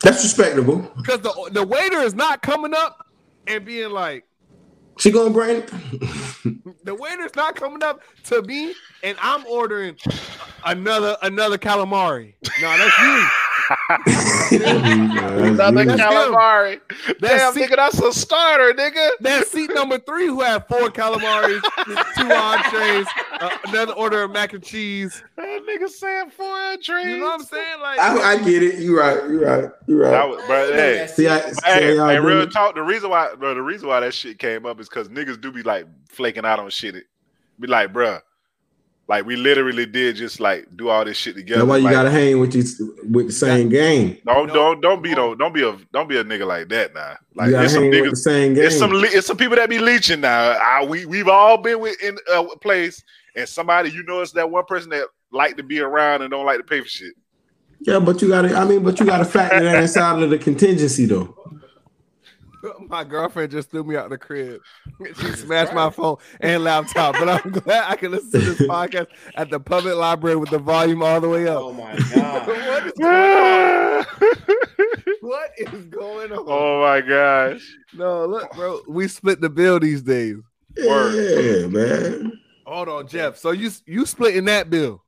[SPEAKER 3] That's respectable.
[SPEAKER 1] Because the the waiter is not coming up and being like,
[SPEAKER 3] She gonna bring
[SPEAKER 1] the waiter's not coming up to me, and I'm ordering another another calamari. No, that's you.
[SPEAKER 2] another
[SPEAKER 1] That's him.
[SPEAKER 2] calamari. Damn,
[SPEAKER 1] se-
[SPEAKER 2] nigga, that's a starter, nigga.
[SPEAKER 1] That's seat number three who had four calamaris, two entrees, uh, another order of mac and cheese.
[SPEAKER 2] That nigga saying four entries.
[SPEAKER 1] You know what I'm saying? Like,
[SPEAKER 3] I, I get it. You right. You right. You right.
[SPEAKER 2] That was, bro, hey,
[SPEAKER 3] See, I,
[SPEAKER 2] Hey,
[SPEAKER 3] see how
[SPEAKER 2] hey,
[SPEAKER 3] y'all
[SPEAKER 2] real
[SPEAKER 3] doing?
[SPEAKER 2] talk. The reason why, bro, the reason why that shit came up is because niggas do be like flaking out on shit. Be like, bruh, like we literally did just like do all this shit together.
[SPEAKER 3] That's why you
[SPEAKER 2] Like,
[SPEAKER 3] gotta hang with you with the same game.
[SPEAKER 2] don't
[SPEAKER 1] No.
[SPEAKER 2] don't don't be no don't be a don't be a nigga like that now. Like
[SPEAKER 3] you gotta
[SPEAKER 2] it's some
[SPEAKER 3] hang with the
[SPEAKER 2] niggas,
[SPEAKER 3] same game.
[SPEAKER 2] it's some le- it's some people that be leeching now. I, we we've all been with in a place and somebody you know it's that one person that like to be around and don't like to pay for shit.
[SPEAKER 3] yeah, but you gotta. I mean, but you gotta factor that inside of the contingency though.
[SPEAKER 1] my girlfriend just threw me out the crib. She smashed my phone and laptop, but I'm glad I can listen to this podcast at the public library with the volume all the way up.
[SPEAKER 4] Oh my god.
[SPEAKER 1] What is going on? What is going
[SPEAKER 2] oh
[SPEAKER 1] on?
[SPEAKER 2] my gosh.
[SPEAKER 1] No, look, bro, we split the bill these days.
[SPEAKER 3] Yeah, man.
[SPEAKER 1] Hold on, Jeff. So you you splitting that bill,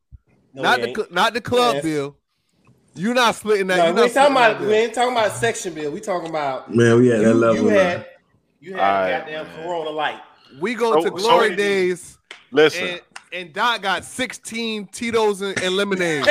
[SPEAKER 4] No,
[SPEAKER 1] not
[SPEAKER 4] we
[SPEAKER 1] the
[SPEAKER 4] ain't.
[SPEAKER 1] cl- not the club
[SPEAKER 4] Yes.
[SPEAKER 1] bill. You're not splitting that.
[SPEAKER 4] No,
[SPEAKER 1] you're
[SPEAKER 4] we
[SPEAKER 1] not
[SPEAKER 4] ain't
[SPEAKER 1] splitting
[SPEAKER 4] talking
[SPEAKER 1] that
[SPEAKER 4] about we
[SPEAKER 1] bill.
[SPEAKER 4] ain't talking about section bill. We talking about
[SPEAKER 3] Man, we at that
[SPEAKER 4] you,
[SPEAKER 3] level.
[SPEAKER 4] you
[SPEAKER 3] now.
[SPEAKER 4] had you had
[SPEAKER 2] All right,
[SPEAKER 4] goddamn
[SPEAKER 2] man.
[SPEAKER 4] Corona light.
[SPEAKER 1] We go to
[SPEAKER 2] So- so-
[SPEAKER 1] glory days,
[SPEAKER 2] Listen,
[SPEAKER 1] and and Dot got 16 Tito's and, and lemonade.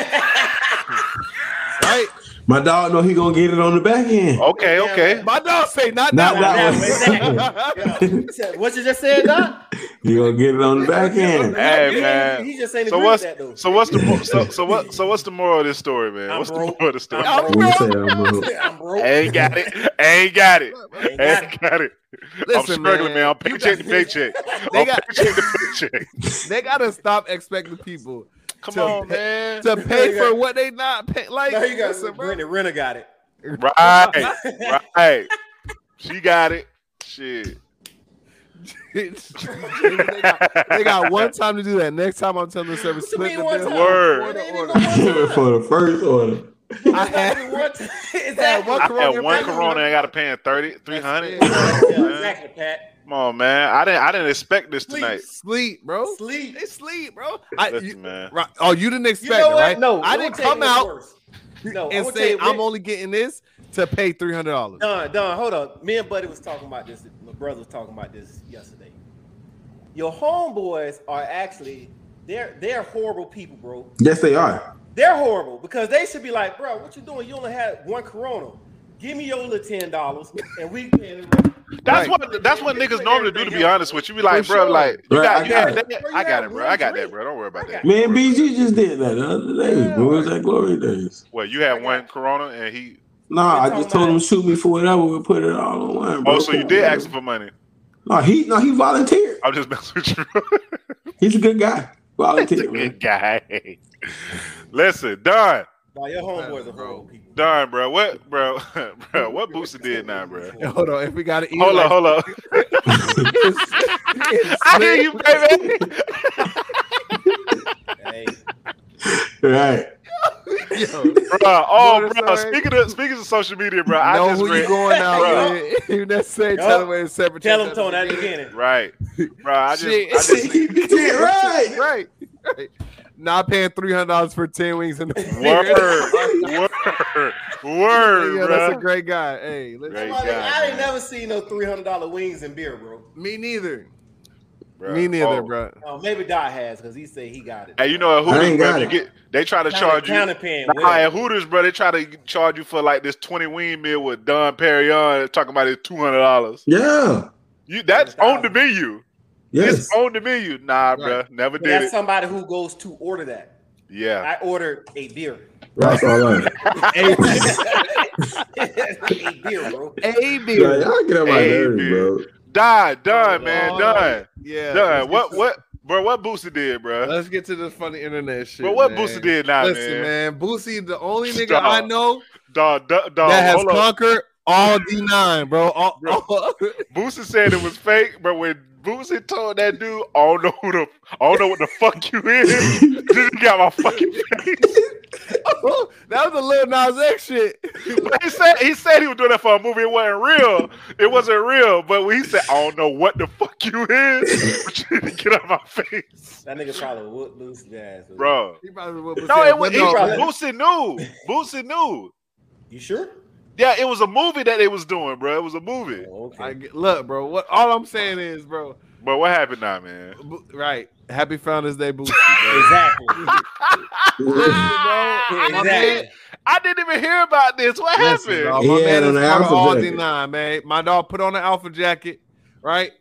[SPEAKER 1] right?
[SPEAKER 3] My dog know he gonna get it on the back end.
[SPEAKER 2] okay, okay.
[SPEAKER 1] My dog say not,
[SPEAKER 3] Not
[SPEAKER 1] that,
[SPEAKER 3] that
[SPEAKER 1] one.
[SPEAKER 4] Yeah. what you just said, Doc?
[SPEAKER 3] He gonna get it on the back end.
[SPEAKER 2] Hey man.
[SPEAKER 4] he just ain't
[SPEAKER 2] So
[SPEAKER 4] agree
[SPEAKER 2] what's
[SPEAKER 4] with that though.
[SPEAKER 2] so what's the mo- so so what so what's the moral of this story, man?
[SPEAKER 4] I'm
[SPEAKER 2] what's the
[SPEAKER 4] broke.
[SPEAKER 2] moral of the story?
[SPEAKER 4] I'm
[SPEAKER 1] I'm
[SPEAKER 3] Let me
[SPEAKER 1] broke.
[SPEAKER 3] tell you, I'm a-
[SPEAKER 4] I'm broke.
[SPEAKER 2] Ain't got it. Ain't got it.
[SPEAKER 4] Ain't got it.
[SPEAKER 2] Ain't got it.
[SPEAKER 1] Listen,
[SPEAKER 2] I'm struggling, man. I'm
[SPEAKER 1] you
[SPEAKER 2] paycheck to
[SPEAKER 1] got-
[SPEAKER 2] paycheck.
[SPEAKER 1] They
[SPEAKER 2] I'm
[SPEAKER 1] got-
[SPEAKER 2] paycheck to paycheck.
[SPEAKER 1] They gotta stop expecting people
[SPEAKER 2] Come
[SPEAKER 1] To
[SPEAKER 2] on,
[SPEAKER 1] pay-
[SPEAKER 2] man.
[SPEAKER 1] to pay
[SPEAKER 4] you got-
[SPEAKER 1] for what they not pay. Like,
[SPEAKER 4] Now you got
[SPEAKER 1] listen, bro.
[SPEAKER 4] Brittany Renner got it.
[SPEAKER 2] Right, right. She got it. Shit.
[SPEAKER 1] they, got, they got one time to do that. Next time, I'm telling the service.
[SPEAKER 4] What
[SPEAKER 1] Split
[SPEAKER 4] you mean
[SPEAKER 1] the
[SPEAKER 4] one
[SPEAKER 1] bill.
[SPEAKER 4] time?
[SPEAKER 2] Word.
[SPEAKER 4] It ain't even one time.
[SPEAKER 3] for the first order.
[SPEAKER 1] I
[SPEAKER 4] It's not
[SPEAKER 1] had-
[SPEAKER 4] even one time.
[SPEAKER 1] had
[SPEAKER 4] Exactly.
[SPEAKER 1] one
[SPEAKER 2] I
[SPEAKER 1] Corona
[SPEAKER 2] had one
[SPEAKER 1] payment.
[SPEAKER 2] corona and I gotta pay in 30,
[SPEAKER 1] That's
[SPEAKER 2] 300. Come on,
[SPEAKER 4] Yeah,
[SPEAKER 2] man.
[SPEAKER 4] exactly, Pat.
[SPEAKER 2] Come on, man. I didn't I didn't expect this
[SPEAKER 4] Please.
[SPEAKER 2] tonight.
[SPEAKER 1] Sleep, bro.
[SPEAKER 4] Sleep.
[SPEAKER 1] They sleep, bro. I,
[SPEAKER 2] Listen,
[SPEAKER 1] Uh, you,
[SPEAKER 2] man.
[SPEAKER 1] right, oh, you didn't expect
[SPEAKER 4] You know
[SPEAKER 1] it,
[SPEAKER 4] what?
[SPEAKER 1] right?
[SPEAKER 4] No,
[SPEAKER 1] I
[SPEAKER 4] I'm
[SPEAKER 1] didn't
[SPEAKER 4] gonna tell
[SPEAKER 1] come
[SPEAKER 4] you what's
[SPEAKER 1] out
[SPEAKER 4] worse. No,
[SPEAKER 1] and
[SPEAKER 4] I'm
[SPEAKER 1] say I'm
[SPEAKER 4] only.
[SPEAKER 1] only getting this to pay three hundred dollars.
[SPEAKER 4] Don, Don, hold up. Me and Buddy was talking about this. My brother was talking about this yesterday. Your homeboys are actually they're they're horrible people, bro.
[SPEAKER 3] Yes, they are.
[SPEAKER 4] They're horrible because they should be like, bro, what you doing? You only had one Corona. Give me your little ten dollars, and we. And
[SPEAKER 2] That's
[SPEAKER 1] Right.
[SPEAKER 2] what that's what niggas normally do. To be honest with you, be like,
[SPEAKER 1] For
[SPEAKER 2] bro,
[SPEAKER 1] sure.
[SPEAKER 2] like you
[SPEAKER 3] Right,
[SPEAKER 2] got,
[SPEAKER 3] I
[SPEAKER 2] you had
[SPEAKER 3] got it.
[SPEAKER 2] that.
[SPEAKER 4] Bro, you
[SPEAKER 2] I got
[SPEAKER 4] had
[SPEAKER 2] it, bro. I got
[SPEAKER 4] one
[SPEAKER 2] that, bro. Don't worry about
[SPEAKER 4] I
[SPEAKER 2] that.
[SPEAKER 4] got
[SPEAKER 3] Man, BG just did that the other day. What was that glory days?
[SPEAKER 2] Well, you had one Corona, and he.
[SPEAKER 3] Nah, I
[SPEAKER 4] We're
[SPEAKER 3] just
[SPEAKER 4] talking
[SPEAKER 3] told him
[SPEAKER 4] about-
[SPEAKER 3] shoot me for whatever. We'll put it all on one. Bro.
[SPEAKER 2] Oh, so you did ask him for money.
[SPEAKER 3] No, he no, he volunteered.
[SPEAKER 2] I'm just messing with you.
[SPEAKER 3] He's a good guy.
[SPEAKER 2] He's a
[SPEAKER 3] Volunteered. man.
[SPEAKER 2] good guy. Listen, Don,
[SPEAKER 4] No, your homeboys are
[SPEAKER 1] Bro.
[SPEAKER 4] horrible people.
[SPEAKER 2] Don, bro, what, bro, bro, what Boosie did now, bro?
[SPEAKER 1] Hold on, if we gotta eat,
[SPEAKER 2] Hold
[SPEAKER 1] like,
[SPEAKER 2] on, hold on. I hear you, baby.
[SPEAKER 4] Hey,
[SPEAKER 3] Right.
[SPEAKER 1] Yo,
[SPEAKER 2] bro, oh,
[SPEAKER 1] What a
[SPEAKER 2] bro.
[SPEAKER 1] story.
[SPEAKER 2] Speaking of speaking of social media, bro, I
[SPEAKER 1] know
[SPEAKER 2] just
[SPEAKER 1] who
[SPEAKER 2] read.
[SPEAKER 1] you going out
[SPEAKER 2] Bro.
[SPEAKER 1] with. You necessarily
[SPEAKER 4] Yup.
[SPEAKER 1] tell them where it's separate.
[SPEAKER 4] tell them Tony at the beginning.
[SPEAKER 2] Right, bro. I just, I
[SPEAKER 1] Shit.
[SPEAKER 2] just
[SPEAKER 3] He did right.
[SPEAKER 1] right, right. Not paying three hundred dollars for ten wings and
[SPEAKER 2] word, word, word,
[SPEAKER 1] yeah,
[SPEAKER 2] bro.
[SPEAKER 1] that's a great guy. Hey, listen,
[SPEAKER 2] Great.
[SPEAKER 4] Somebody-
[SPEAKER 2] God,
[SPEAKER 4] I ain't
[SPEAKER 2] man.
[SPEAKER 4] never seen no three hundred dollar wings and beer, bro.
[SPEAKER 1] me neither.
[SPEAKER 2] Bruh.
[SPEAKER 1] Me neither,
[SPEAKER 2] Oh.
[SPEAKER 1] bro.
[SPEAKER 4] Oh, maybe Dot has because he said he got it.
[SPEAKER 2] Hey, you know at
[SPEAKER 3] I
[SPEAKER 2] Hooters,
[SPEAKER 3] ain't
[SPEAKER 2] bro,
[SPEAKER 3] got
[SPEAKER 2] if you
[SPEAKER 3] it.
[SPEAKER 2] get, they try to
[SPEAKER 4] Counter-
[SPEAKER 2] charge you.
[SPEAKER 4] counter pen,
[SPEAKER 2] Nah,
[SPEAKER 4] well.
[SPEAKER 2] at Hooters, bro, they try to charge you for like this twenty wing meal with Don Perignon talking about it's two hundred dollars.
[SPEAKER 3] Yeah.
[SPEAKER 2] You that's on the
[SPEAKER 4] $10,000.
[SPEAKER 2] menu.
[SPEAKER 3] Yes.
[SPEAKER 2] It's on the menu. Nah,
[SPEAKER 1] Right.
[SPEAKER 2] bro, never
[SPEAKER 4] But
[SPEAKER 2] did
[SPEAKER 4] that's
[SPEAKER 2] it.
[SPEAKER 4] somebody who goes to order that.
[SPEAKER 2] Yeah,
[SPEAKER 4] I ordered a beer.
[SPEAKER 3] That's all right.
[SPEAKER 4] a beer, bro.
[SPEAKER 1] A
[SPEAKER 3] Yeah,
[SPEAKER 1] beer.
[SPEAKER 3] y'all get on my
[SPEAKER 2] Hey,
[SPEAKER 3] nerves,
[SPEAKER 2] man.
[SPEAKER 3] bro.
[SPEAKER 2] die, done,
[SPEAKER 4] Oh,
[SPEAKER 2] man,
[SPEAKER 1] Lord.
[SPEAKER 2] done,
[SPEAKER 1] Yeah.
[SPEAKER 2] done. What, what, bro, what Boosie did, bro?
[SPEAKER 1] Let's get to this funny internet shit.
[SPEAKER 2] Bro, what
[SPEAKER 1] man.
[SPEAKER 2] Boosie did now,
[SPEAKER 1] Listen,
[SPEAKER 2] man?
[SPEAKER 1] man. Boosie, the only nigga
[SPEAKER 2] Stop.
[SPEAKER 1] I know
[SPEAKER 2] Dog, dog, dog,
[SPEAKER 1] that has
[SPEAKER 2] Oh, hold on.
[SPEAKER 1] conquered all D9, bro. All,
[SPEAKER 2] Bro.
[SPEAKER 1] all-
[SPEAKER 2] Boosie said it was fake, but when Boosie told that dude, I don't know who the, I don't know what the fuck you is. Dude got my fucking face.
[SPEAKER 1] that was a little Nas X shit.
[SPEAKER 2] But he said he said he was doing that for a movie. It wasn't real. It wasn't real. But when he said, I don't know what the fuck you is, but you need to get out of my face,
[SPEAKER 4] That nigga probably would lose his ass.
[SPEAKER 2] bro.
[SPEAKER 1] He probably would have
[SPEAKER 2] No,
[SPEAKER 1] said,
[SPEAKER 2] it was
[SPEAKER 1] but
[SPEAKER 2] he,
[SPEAKER 1] no,
[SPEAKER 4] probably-
[SPEAKER 2] Boosie knew. Boosie knew.
[SPEAKER 4] You sure?
[SPEAKER 2] Yeah, it was a movie that they was doing, bro. It was a movie.
[SPEAKER 4] Oh, okay.
[SPEAKER 1] I get- look, bro. What all I'm saying is, bro.
[SPEAKER 2] But what happened now, man?
[SPEAKER 1] Bo- right. Happy Founders Day, Boosie. Bro.
[SPEAKER 4] exactly.
[SPEAKER 1] Listen,
[SPEAKER 3] He
[SPEAKER 1] bro. My man-
[SPEAKER 4] exactly.
[SPEAKER 2] I didn't even hear about this. What
[SPEAKER 1] Listen,
[SPEAKER 2] happened?
[SPEAKER 1] dog,
[SPEAKER 3] He
[SPEAKER 1] my
[SPEAKER 3] had
[SPEAKER 1] man
[SPEAKER 3] on
[SPEAKER 1] is
[SPEAKER 3] an
[SPEAKER 1] part of
[SPEAKER 3] alpha
[SPEAKER 1] all
[SPEAKER 3] jacket.
[SPEAKER 1] D9, man. My dog put on an alpha jacket, right?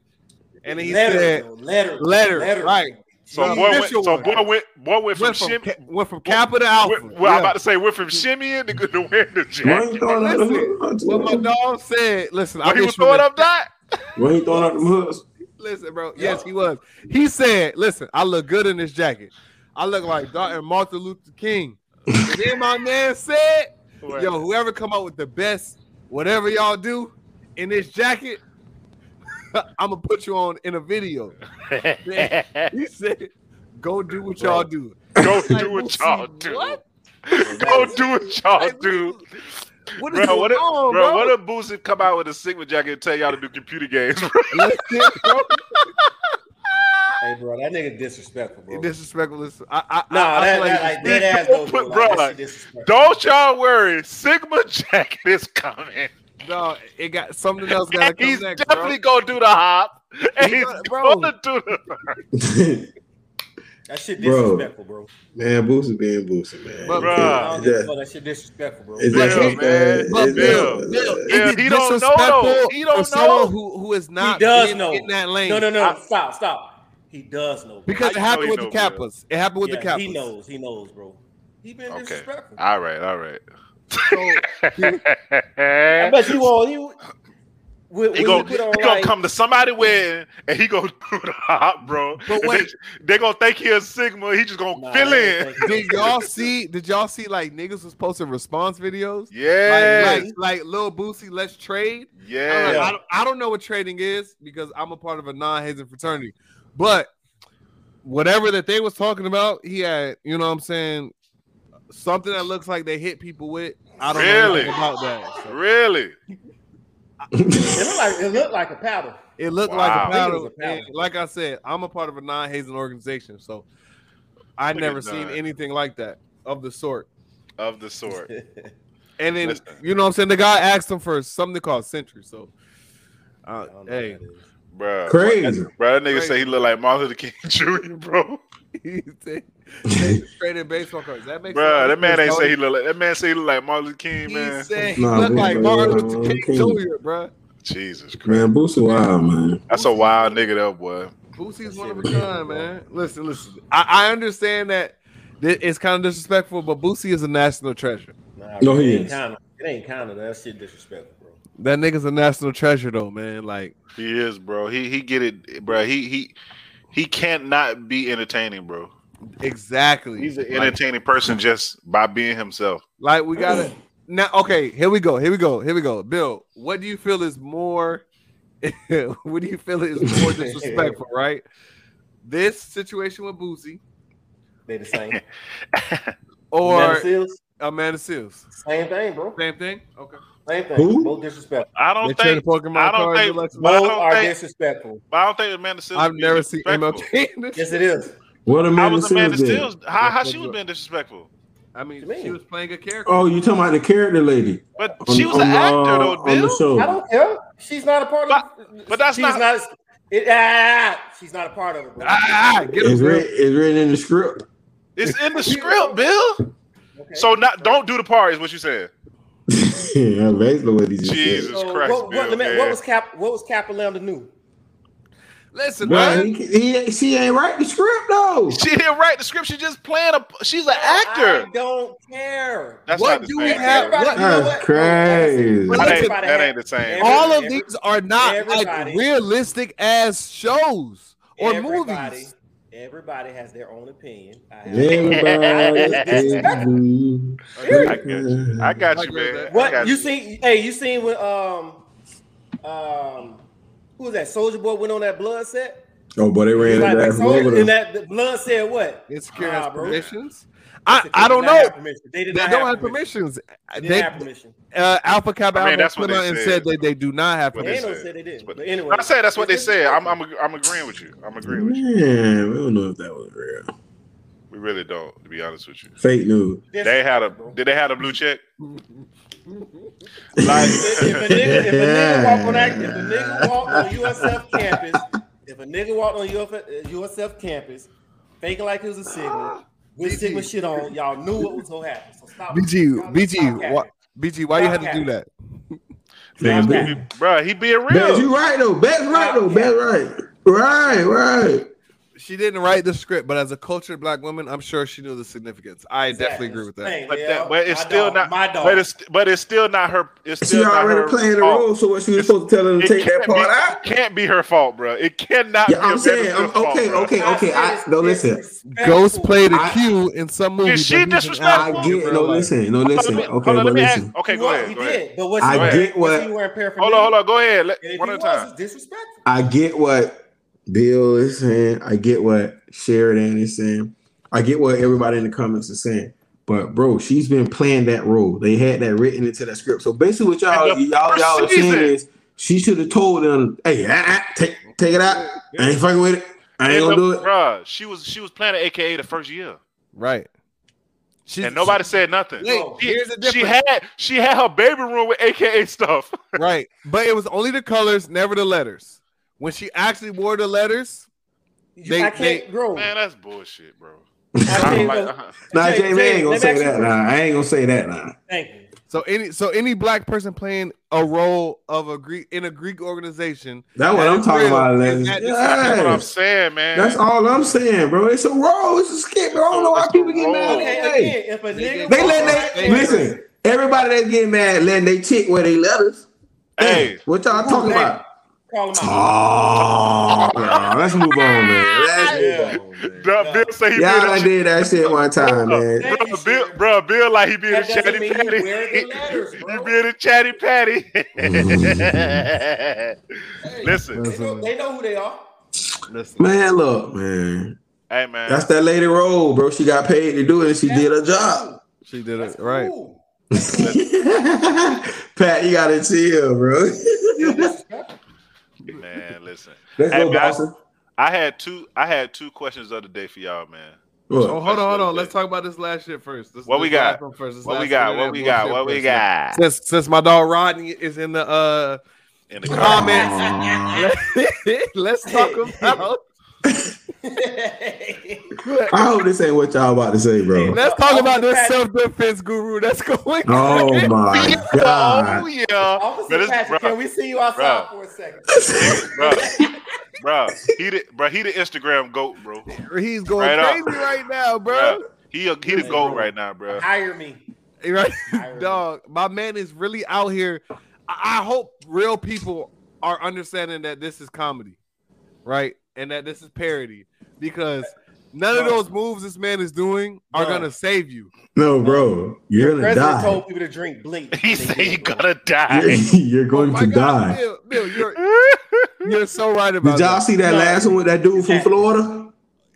[SPEAKER 1] And he
[SPEAKER 4] Letter,
[SPEAKER 1] said,
[SPEAKER 4] though, letter,
[SPEAKER 1] letter, right.
[SPEAKER 2] so
[SPEAKER 1] the
[SPEAKER 2] boy went,
[SPEAKER 1] initial
[SPEAKER 2] so
[SPEAKER 1] one.
[SPEAKER 2] boy went, boy went from,
[SPEAKER 1] went
[SPEAKER 2] shim.
[SPEAKER 1] from, ca- went from Kappa to Alpha.
[SPEAKER 2] went- well, I'm
[SPEAKER 1] Yeah.
[SPEAKER 2] about to say went from shimmying to good to wearing the
[SPEAKER 3] ain't
[SPEAKER 2] jacket.
[SPEAKER 3] throwing out them
[SPEAKER 1] Listen,
[SPEAKER 3] hoods,
[SPEAKER 1] What my
[SPEAKER 3] man?
[SPEAKER 1] dog said, listen, I
[SPEAKER 2] When he was
[SPEAKER 1] just
[SPEAKER 2] throwing
[SPEAKER 1] remember-
[SPEAKER 2] up that.
[SPEAKER 3] Why ain't throwing out them hoods?
[SPEAKER 1] Listen, bro. Yes, he was. He said, "Listen, I look good in this jacket. I look like Dr. Martin Luther King." And then my man said, "Yo, whoever come up with the best, whatever y'all do in this jacket, I'm gonna put you on in a video." He said, "Go do what y'all do."
[SPEAKER 2] Go
[SPEAKER 1] Like,
[SPEAKER 2] do what
[SPEAKER 1] Boosie,
[SPEAKER 2] y'all do.
[SPEAKER 1] What?
[SPEAKER 2] Go do what y'all
[SPEAKER 1] Like,
[SPEAKER 2] do.
[SPEAKER 1] What is
[SPEAKER 2] Bro,
[SPEAKER 1] going
[SPEAKER 2] what if,
[SPEAKER 1] on,
[SPEAKER 2] bro,
[SPEAKER 1] bro?
[SPEAKER 2] what if Boosie come out with a Sigma jacket and tell y'all to do computer games, bro?
[SPEAKER 1] Listen, bro.
[SPEAKER 4] Hey, bro, that nigga disrespectful, bro.
[SPEAKER 1] Disrespectful. Listen, I, I,
[SPEAKER 4] Nah,
[SPEAKER 1] I, I
[SPEAKER 4] that,
[SPEAKER 1] feel like
[SPEAKER 4] that,
[SPEAKER 1] it's-
[SPEAKER 4] like, that ass
[SPEAKER 2] Don't
[SPEAKER 4] don't
[SPEAKER 2] put-
[SPEAKER 4] go,
[SPEAKER 2] bro,
[SPEAKER 4] like, that
[SPEAKER 2] like,
[SPEAKER 4] shit disrespectful.
[SPEAKER 2] Don't y'all worry. Sigma jacket is coming.
[SPEAKER 1] No, it got something else. Got to
[SPEAKER 2] And
[SPEAKER 1] come
[SPEAKER 2] he's
[SPEAKER 1] next, bro.
[SPEAKER 2] definitely gonna do the hop. And
[SPEAKER 1] He
[SPEAKER 2] he's
[SPEAKER 1] got- bro.
[SPEAKER 2] gonna do the
[SPEAKER 4] That shit
[SPEAKER 3] Bro.
[SPEAKER 4] disrespectful, bro.
[SPEAKER 3] man, Boosie being Boosie, man.
[SPEAKER 1] But-
[SPEAKER 4] I
[SPEAKER 2] Bruh.
[SPEAKER 4] don't
[SPEAKER 3] Yeah.
[SPEAKER 4] give a fuck. That shit disrespectful, bro.
[SPEAKER 3] Is
[SPEAKER 2] Bill,
[SPEAKER 3] that something-
[SPEAKER 2] man.
[SPEAKER 1] But
[SPEAKER 2] Bill,
[SPEAKER 3] is that-
[SPEAKER 1] Bill,
[SPEAKER 3] uh,
[SPEAKER 1] Bill,
[SPEAKER 2] Yeah,
[SPEAKER 1] is it
[SPEAKER 2] he don't know, though.
[SPEAKER 1] disrespectful
[SPEAKER 2] He don't
[SPEAKER 1] for someone
[SPEAKER 2] know.
[SPEAKER 1] who, who is not
[SPEAKER 4] does
[SPEAKER 1] in,
[SPEAKER 4] know.
[SPEAKER 1] in that lane.
[SPEAKER 4] No, no, no.
[SPEAKER 2] I-
[SPEAKER 4] stop, stop. He does know. Bro.
[SPEAKER 1] Because it
[SPEAKER 2] I know
[SPEAKER 1] happened
[SPEAKER 2] he
[SPEAKER 1] with
[SPEAKER 2] know,
[SPEAKER 1] the Kappas. It happened with
[SPEAKER 4] yeah,
[SPEAKER 1] the Kappas.
[SPEAKER 4] he knows. He knows, bro. He been
[SPEAKER 2] Okay.
[SPEAKER 4] disrespectful.
[SPEAKER 2] All right, all right.
[SPEAKER 1] So,
[SPEAKER 4] I bet you all you. When,
[SPEAKER 2] He
[SPEAKER 4] when
[SPEAKER 2] gonna,
[SPEAKER 4] you put on
[SPEAKER 2] he gonna
[SPEAKER 4] like,
[SPEAKER 2] come to somebody wedding and he gonna do the hop, bro.
[SPEAKER 1] But
[SPEAKER 2] And
[SPEAKER 1] wait.
[SPEAKER 2] They, they gonna think he a Sigma. He just gonna
[SPEAKER 4] Nah,
[SPEAKER 2] fill
[SPEAKER 4] I don't
[SPEAKER 2] in.
[SPEAKER 4] think-
[SPEAKER 1] did y'all see? Did y'all see like niggas was posting response videos?
[SPEAKER 2] Yeah.
[SPEAKER 1] Like, like, like Lil Boosie, let's trade. I'm like,
[SPEAKER 2] yeah.
[SPEAKER 4] Yeah.
[SPEAKER 1] I, don't, I don't know what trading is because I'm a part of a non-hazing fraternity, but whatever that they was talking about, he had, you know, what I'm saying something that looks like they hit people with. I don't
[SPEAKER 2] Really?
[SPEAKER 1] know nothing about that. So,
[SPEAKER 2] Really?
[SPEAKER 4] It looked like it looked like a powder.
[SPEAKER 1] it looked
[SPEAKER 2] Wow.
[SPEAKER 1] like a
[SPEAKER 4] I think it
[SPEAKER 1] paddle.
[SPEAKER 4] was a paddle.
[SPEAKER 1] and like I said, I'm a part of a non-hazing organization, so I
[SPEAKER 2] Look
[SPEAKER 1] never
[SPEAKER 2] at
[SPEAKER 1] seen
[SPEAKER 2] that.
[SPEAKER 1] anything like that of the sort.
[SPEAKER 2] Of the sort.
[SPEAKER 1] And then
[SPEAKER 2] Listen.
[SPEAKER 1] you know what I'm saying. The guy asked him for something called Century. So, uh,
[SPEAKER 4] I don't know
[SPEAKER 1] hey,
[SPEAKER 4] what that is.
[SPEAKER 2] Bro.
[SPEAKER 3] Crazy.
[SPEAKER 2] Bro, that nigga
[SPEAKER 1] Crazy.
[SPEAKER 2] say he look like Martin Luther King Jr., bro.
[SPEAKER 1] he said, "Hey, trading baseball cards. That makes sense.
[SPEAKER 2] Bro, that man ain't
[SPEAKER 1] Tony.
[SPEAKER 2] say he look like that man say he look like Martin Luther King,
[SPEAKER 1] He
[SPEAKER 2] man.
[SPEAKER 1] said he
[SPEAKER 3] Nah,
[SPEAKER 1] looked
[SPEAKER 3] we-
[SPEAKER 1] like
[SPEAKER 3] we-
[SPEAKER 1] Martin
[SPEAKER 3] we-
[SPEAKER 1] Luther King
[SPEAKER 3] King.
[SPEAKER 1] Jr., bro.
[SPEAKER 2] Jesus Christ.
[SPEAKER 3] man, Boosie wild, man.
[SPEAKER 2] That's a wild nigga though, boy.
[SPEAKER 1] Boosie's
[SPEAKER 4] That
[SPEAKER 1] one
[SPEAKER 4] shit
[SPEAKER 1] of a
[SPEAKER 4] ridiculous,
[SPEAKER 1] kind,
[SPEAKER 4] bro.
[SPEAKER 1] man. Listen, listen. I, I understand that thi- it's kind of disrespectful, but Boosie is a national treasure.
[SPEAKER 4] Nah,
[SPEAKER 3] No,
[SPEAKER 4] bro,
[SPEAKER 3] he
[SPEAKER 4] it ain't
[SPEAKER 3] is.
[SPEAKER 4] Kinda, it ain't kind of that shit disrespectful, bro.
[SPEAKER 1] That nigga's a national treasure, though, man. Like,
[SPEAKER 2] He is, bro. He he get it, bro. He he he can't not be entertaining, bro.
[SPEAKER 1] exactly.
[SPEAKER 2] He's an
[SPEAKER 1] like,
[SPEAKER 2] entertaining person just by being himself.
[SPEAKER 1] like, we got to. Now, okay, here we go. Here we go. Here we go. Bill, what do you feel is more. what do you feel is more disrespectful, right? This situation with Boosie
[SPEAKER 4] They the same.
[SPEAKER 1] or
[SPEAKER 4] Seals,
[SPEAKER 1] Amanda Seals?
[SPEAKER 4] same thing, bro.
[SPEAKER 1] Same thing? Okay.
[SPEAKER 4] Same thing.
[SPEAKER 3] Who?
[SPEAKER 4] Both disrespectful.
[SPEAKER 2] I
[SPEAKER 1] They
[SPEAKER 2] don't
[SPEAKER 1] traded
[SPEAKER 2] think
[SPEAKER 1] Pokemon
[SPEAKER 2] I don't
[SPEAKER 1] cards
[SPEAKER 2] think-
[SPEAKER 1] and Lex-
[SPEAKER 2] I
[SPEAKER 4] Both
[SPEAKER 2] don't
[SPEAKER 4] are
[SPEAKER 2] think-
[SPEAKER 4] disrespectful.
[SPEAKER 2] I don't think Amanda Seals.
[SPEAKER 1] I've
[SPEAKER 2] being
[SPEAKER 1] never seen
[SPEAKER 2] disrespectful.
[SPEAKER 1] MLK.
[SPEAKER 4] Yes, it is.
[SPEAKER 3] What
[SPEAKER 2] How
[SPEAKER 3] Amanda
[SPEAKER 2] was
[SPEAKER 3] Seals
[SPEAKER 2] Amanda
[SPEAKER 3] did?
[SPEAKER 2] Seals? How how
[SPEAKER 1] That's
[SPEAKER 2] she was
[SPEAKER 1] what-
[SPEAKER 2] being disrespectful?
[SPEAKER 1] I
[SPEAKER 4] you
[SPEAKER 1] mean,
[SPEAKER 4] mean?
[SPEAKER 1] she was playing a character.
[SPEAKER 3] Oh, you talking about the character lady?
[SPEAKER 2] But
[SPEAKER 3] on-
[SPEAKER 2] she was an
[SPEAKER 3] on,
[SPEAKER 2] actor
[SPEAKER 3] uh,
[SPEAKER 2] though,
[SPEAKER 3] on the
[SPEAKER 2] Bill.
[SPEAKER 3] show.
[SPEAKER 4] I don't care. She's not a part of.
[SPEAKER 2] but that's
[SPEAKER 4] she's
[SPEAKER 2] not-
[SPEAKER 4] it, ah, she's not a part of it, bro.
[SPEAKER 1] Ah, get him,
[SPEAKER 3] It's
[SPEAKER 1] Bill.
[SPEAKER 3] written, it's written in the script.
[SPEAKER 2] It's in the script, Bill.
[SPEAKER 4] Okay.
[SPEAKER 2] So not don't do the part is what you said.
[SPEAKER 3] yeah, basically what he just
[SPEAKER 2] Jesus
[SPEAKER 3] said.
[SPEAKER 4] So
[SPEAKER 2] Christ,
[SPEAKER 4] what, what,
[SPEAKER 2] Bill,
[SPEAKER 4] let me-
[SPEAKER 2] man.
[SPEAKER 4] what was Cap? What was Kappa Lambda new?
[SPEAKER 1] Listen,
[SPEAKER 3] Bro,
[SPEAKER 1] man.
[SPEAKER 3] he, he, she ain't write the script though.
[SPEAKER 2] She didn't write the script. She just playing a. She's an
[SPEAKER 4] I
[SPEAKER 2] actor.
[SPEAKER 4] don't care.
[SPEAKER 2] That's
[SPEAKER 1] What
[SPEAKER 2] not the
[SPEAKER 1] do
[SPEAKER 2] same
[SPEAKER 1] we
[SPEAKER 2] thing.
[SPEAKER 1] have-
[SPEAKER 4] Everybody,
[SPEAKER 1] what-
[SPEAKER 4] you know
[SPEAKER 3] That's
[SPEAKER 4] what?
[SPEAKER 3] crazy.
[SPEAKER 2] That ain't,
[SPEAKER 1] Everybody
[SPEAKER 2] that ain't the same.
[SPEAKER 4] Every-
[SPEAKER 1] All of
[SPEAKER 4] every-
[SPEAKER 1] these are not like
[SPEAKER 4] everybody-
[SPEAKER 1] realistic as shows or
[SPEAKER 4] Everybody-
[SPEAKER 1] movies.
[SPEAKER 4] Everybody has their own opinion. I have-
[SPEAKER 3] Everybody.
[SPEAKER 2] I got you. I got you, man. I
[SPEAKER 4] What
[SPEAKER 2] got
[SPEAKER 4] you seen? Hey, you seen when um um who was that? Soldier Boy went on that blood set.
[SPEAKER 3] Oh, but they ran
[SPEAKER 4] Like,
[SPEAKER 3] into
[SPEAKER 4] like,
[SPEAKER 3] that
[SPEAKER 4] Soulja-
[SPEAKER 3] over
[SPEAKER 4] and
[SPEAKER 3] there.
[SPEAKER 4] that the blood said what?
[SPEAKER 1] Insecure
[SPEAKER 4] Nah,
[SPEAKER 1] has
[SPEAKER 4] bro.
[SPEAKER 1] permissions.
[SPEAKER 4] They
[SPEAKER 1] I,
[SPEAKER 4] did
[SPEAKER 1] I don't
[SPEAKER 4] not
[SPEAKER 1] know.
[SPEAKER 4] have permission. They
[SPEAKER 1] They
[SPEAKER 4] did not
[SPEAKER 1] don't have
[SPEAKER 4] permission.
[SPEAKER 1] permission.
[SPEAKER 4] They
[SPEAKER 1] They,
[SPEAKER 4] didn't have permission.
[SPEAKER 1] uh, Alpha Kappa
[SPEAKER 2] I mean,
[SPEAKER 1] Alpha
[SPEAKER 2] that's what
[SPEAKER 1] put
[SPEAKER 2] they
[SPEAKER 1] out and
[SPEAKER 2] said.
[SPEAKER 1] said that they do not have
[SPEAKER 2] What
[SPEAKER 4] They
[SPEAKER 1] permission.
[SPEAKER 2] they
[SPEAKER 4] ain't no
[SPEAKER 2] said.
[SPEAKER 4] said they didn't.
[SPEAKER 2] But-
[SPEAKER 4] But anyway,
[SPEAKER 2] I said that's what they
[SPEAKER 4] it's-
[SPEAKER 2] said. I'm, I'm, I'm agreeing with you. I'm agreeing with you.
[SPEAKER 3] Man, we don't know if that was real.
[SPEAKER 2] We really don't, to be honest with you.
[SPEAKER 3] Fake news.
[SPEAKER 4] this-
[SPEAKER 2] They had a did they have a blue check?
[SPEAKER 4] If if a nigga, if a nigga walk on that, if a nigga walk on USF campus, if a nigga walk on uh, UF, USF campus, faking like it was a signal, with sigma shit on, y'all knew what was gonna happen. So stop.
[SPEAKER 1] BG,
[SPEAKER 4] stop- stop
[SPEAKER 1] BG,
[SPEAKER 4] capping.
[SPEAKER 1] why, BG, why you had to do that?
[SPEAKER 4] Stop
[SPEAKER 3] Niggas
[SPEAKER 4] capping.
[SPEAKER 2] Bro, he being
[SPEAKER 3] Bez,
[SPEAKER 2] real.
[SPEAKER 3] you right though. Bez right though. Bez right. Right, right.
[SPEAKER 1] She didn't write the script, but as a cultured black woman, I'm sure she knew the significance. I definitely agree with that.
[SPEAKER 4] Dang,
[SPEAKER 2] But
[SPEAKER 4] yeah,
[SPEAKER 2] that but it's
[SPEAKER 4] my
[SPEAKER 2] still
[SPEAKER 4] dog,
[SPEAKER 2] not
[SPEAKER 4] my dog.
[SPEAKER 2] but it's but it's still not her it's
[SPEAKER 3] She
[SPEAKER 2] still not her
[SPEAKER 3] already playing the
[SPEAKER 2] fault.
[SPEAKER 3] role, so what she was
[SPEAKER 2] It's-
[SPEAKER 3] supposed to tell her to
[SPEAKER 2] It
[SPEAKER 3] take that
[SPEAKER 2] can't be-
[SPEAKER 3] part out?
[SPEAKER 2] Can't be her fault, bro. It cannot
[SPEAKER 3] Yeah,
[SPEAKER 2] be
[SPEAKER 3] I'm
[SPEAKER 2] a
[SPEAKER 3] saying,
[SPEAKER 2] Vanderbilt's
[SPEAKER 3] I'm- okay,
[SPEAKER 2] fault,
[SPEAKER 3] okay,
[SPEAKER 2] bruh.
[SPEAKER 3] okay.
[SPEAKER 4] said
[SPEAKER 3] I
[SPEAKER 4] it's
[SPEAKER 3] no listen.
[SPEAKER 4] disrespectful.
[SPEAKER 1] Ghost played a
[SPEAKER 3] I-
[SPEAKER 1] Q in some movie.
[SPEAKER 2] she
[SPEAKER 1] but he's an
[SPEAKER 2] disrespectful?
[SPEAKER 1] actor
[SPEAKER 3] I
[SPEAKER 1] in
[SPEAKER 3] get
[SPEAKER 1] real
[SPEAKER 3] no
[SPEAKER 1] life.
[SPEAKER 3] listen, no
[SPEAKER 2] Hold on,
[SPEAKER 3] listen.
[SPEAKER 2] let me-
[SPEAKER 3] Okay,
[SPEAKER 2] hold on,
[SPEAKER 3] but
[SPEAKER 2] let me ask-
[SPEAKER 3] listen.
[SPEAKER 2] Okay,
[SPEAKER 4] He
[SPEAKER 2] go
[SPEAKER 4] was-
[SPEAKER 2] ahead.
[SPEAKER 4] He
[SPEAKER 2] Go ahead.
[SPEAKER 4] did, but was
[SPEAKER 3] I
[SPEAKER 4] he wearing-
[SPEAKER 3] get
[SPEAKER 4] was
[SPEAKER 3] what-
[SPEAKER 4] he wearing paraphernalia?
[SPEAKER 2] Hold on, hold on. Go ahead. Let-
[SPEAKER 4] And if
[SPEAKER 2] One
[SPEAKER 4] he
[SPEAKER 2] at a
[SPEAKER 4] was,
[SPEAKER 2] time.
[SPEAKER 4] it's disrespectful.
[SPEAKER 3] I get what Bill is saying. I get what Sheridan is saying. I get what everybody in the comments is saying. But bro, she's been playing that role. They had that written into that script. So basically, what y'all
[SPEAKER 2] And the
[SPEAKER 3] y'all
[SPEAKER 2] first
[SPEAKER 3] y'all are saying
[SPEAKER 2] season.
[SPEAKER 3] is she should have told them, "Hey, ah, ah, take take it out. I ain't fucking with it. I ain't
[SPEAKER 2] And
[SPEAKER 3] gonna do
[SPEAKER 2] the-
[SPEAKER 3] it."
[SPEAKER 2] bruh, she was she was playing at AKA the first year,
[SPEAKER 1] Right. She,
[SPEAKER 2] and nobody said nothing.
[SPEAKER 1] Wait,
[SPEAKER 2] she,
[SPEAKER 1] here's the
[SPEAKER 2] she
[SPEAKER 1] difference.
[SPEAKER 2] had she had her baby room with AKA stuff.
[SPEAKER 1] right. But it was only the colors, never the letters. When she actually wore the letters,
[SPEAKER 4] You-
[SPEAKER 1] They-
[SPEAKER 4] I can't
[SPEAKER 1] they-
[SPEAKER 4] grow.
[SPEAKER 2] Man, that's bullshit, bro. I
[SPEAKER 4] I
[SPEAKER 2] don't
[SPEAKER 4] can't
[SPEAKER 2] like,
[SPEAKER 4] go-
[SPEAKER 2] uh-huh.
[SPEAKER 3] Nah,
[SPEAKER 4] Jay,
[SPEAKER 3] Jamie, I
[SPEAKER 4] Jay,
[SPEAKER 3] ain't gonna
[SPEAKER 4] let me
[SPEAKER 3] say
[SPEAKER 4] ask you
[SPEAKER 3] that.
[SPEAKER 4] a
[SPEAKER 3] Nah, I ain't gonna say that. Nah.
[SPEAKER 4] Thank you.
[SPEAKER 1] so any so any black person playing a role of a Greek in a Greek organization,
[SPEAKER 3] That's what
[SPEAKER 1] That
[SPEAKER 3] I'm
[SPEAKER 1] is
[SPEAKER 3] talking
[SPEAKER 1] real.
[SPEAKER 3] about.
[SPEAKER 1] Is
[SPEAKER 3] Lex.
[SPEAKER 1] that-
[SPEAKER 2] That's what I'm
[SPEAKER 3] Yes.
[SPEAKER 2] saying, man.
[SPEAKER 3] That's all I'm saying, bro. It's a role. It's a skit, bro. I don't know why
[SPEAKER 2] It's a
[SPEAKER 3] people get mad.
[SPEAKER 2] role.
[SPEAKER 4] Okay,
[SPEAKER 3] Hey.
[SPEAKER 4] again, if a nigga
[SPEAKER 3] They
[SPEAKER 4] walk
[SPEAKER 1] let
[SPEAKER 4] on
[SPEAKER 1] that-
[SPEAKER 3] let
[SPEAKER 4] that
[SPEAKER 3] they
[SPEAKER 1] Hey.
[SPEAKER 4] campus-
[SPEAKER 3] listen. Everybody that's getting mad letting they chick wear they letters.
[SPEAKER 2] hey,
[SPEAKER 3] What y'all
[SPEAKER 4] Ooh,
[SPEAKER 3] talking
[SPEAKER 4] hey,
[SPEAKER 3] about?
[SPEAKER 4] Call him out.
[SPEAKER 3] Oh, no, let's move on, man. Let's
[SPEAKER 4] Yeah.
[SPEAKER 3] move on, man.
[SPEAKER 2] bruh, Bill say he
[SPEAKER 3] Y'all done
[SPEAKER 2] being
[SPEAKER 3] did that shit one time, man.
[SPEAKER 4] Thank you,
[SPEAKER 2] Bruh, Bill,
[SPEAKER 4] Sheridan.
[SPEAKER 2] bruh, Bill, like he being a
[SPEAKER 4] That doesn't
[SPEAKER 2] chatty
[SPEAKER 4] mean he
[SPEAKER 2] patty.
[SPEAKER 4] wear the letters,
[SPEAKER 2] he
[SPEAKER 4] bro.
[SPEAKER 2] being a chatty
[SPEAKER 3] Mm-hmm.
[SPEAKER 2] patty.
[SPEAKER 4] Hey,
[SPEAKER 2] Listen,
[SPEAKER 4] They know, they know who they are.
[SPEAKER 1] listen,
[SPEAKER 3] Man, look, man.
[SPEAKER 2] hey man,
[SPEAKER 3] That's that lady role, bro. She got paid to do it and she did her job.
[SPEAKER 1] she did
[SPEAKER 4] That's
[SPEAKER 1] it right.
[SPEAKER 4] cool.
[SPEAKER 3] Pat, you gotta chill, bro.
[SPEAKER 4] That's
[SPEAKER 2] man, listen.
[SPEAKER 3] Let's
[SPEAKER 2] Hey,
[SPEAKER 3] go,
[SPEAKER 2] man,
[SPEAKER 3] Boston.
[SPEAKER 2] I had two. I had two questions the other day for y'all, man.
[SPEAKER 1] Oh,
[SPEAKER 3] Look,
[SPEAKER 1] hold on, hold on. Let's talk about this last shit first. This-
[SPEAKER 2] What
[SPEAKER 1] this
[SPEAKER 2] we got?
[SPEAKER 1] last one first. This
[SPEAKER 2] What we
[SPEAKER 1] last
[SPEAKER 2] got?
[SPEAKER 1] one,
[SPEAKER 2] What
[SPEAKER 1] that
[SPEAKER 2] we
[SPEAKER 1] bullshit
[SPEAKER 2] got? What we
[SPEAKER 1] first.
[SPEAKER 2] got?
[SPEAKER 1] Since since my dog Rodney is in the uh
[SPEAKER 2] In
[SPEAKER 3] Oh,
[SPEAKER 2] the
[SPEAKER 1] Comment.
[SPEAKER 2] comments.
[SPEAKER 1] let's talk about
[SPEAKER 3] I hope this ain't what y'all about to say, bro.
[SPEAKER 1] let's talk about this self defense guru that's going.
[SPEAKER 3] Oh my
[SPEAKER 2] Oh
[SPEAKER 3] god.
[SPEAKER 2] yeah,
[SPEAKER 4] Officer
[SPEAKER 2] But it's-
[SPEAKER 4] Patrick,
[SPEAKER 2] bruh.
[SPEAKER 4] can we see you outside
[SPEAKER 2] Bruh.
[SPEAKER 4] for a second?
[SPEAKER 2] bro, bro. He the bro. He the Instagram goat, bro.
[SPEAKER 1] He's going
[SPEAKER 2] Right up.
[SPEAKER 1] crazy right now, bro.
[SPEAKER 2] Bro, he a, he the goat right now, bro.
[SPEAKER 4] Hire me.
[SPEAKER 1] Right,
[SPEAKER 4] I remember.
[SPEAKER 1] dog. My man is really out here. I, I hope real people are understanding that this is comedy, right, and that this is parody because none of
[SPEAKER 4] Bro.
[SPEAKER 1] those moves this man is doing are
[SPEAKER 4] Bro.
[SPEAKER 1] gonna save you.
[SPEAKER 3] No, bro. You're gonna
[SPEAKER 4] President
[SPEAKER 3] die.
[SPEAKER 4] told people to drink bleach.
[SPEAKER 2] He
[SPEAKER 4] They
[SPEAKER 2] said
[SPEAKER 4] did,
[SPEAKER 2] he
[SPEAKER 4] bro.
[SPEAKER 2] gonna
[SPEAKER 3] You're,
[SPEAKER 2] die.
[SPEAKER 3] you're going
[SPEAKER 1] Oh my
[SPEAKER 3] to
[SPEAKER 1] God,
[SPEAKER 3] die.
[SPEAKER 1] Bill, Bill, you're you're so right about
[SPEAKER 3] Did y'all
[SPEAKER 1] that.
[SPEAKER 3] see that
[SPEAKER 4] No.
[SPEAKER 3] last one with that dude from Florida?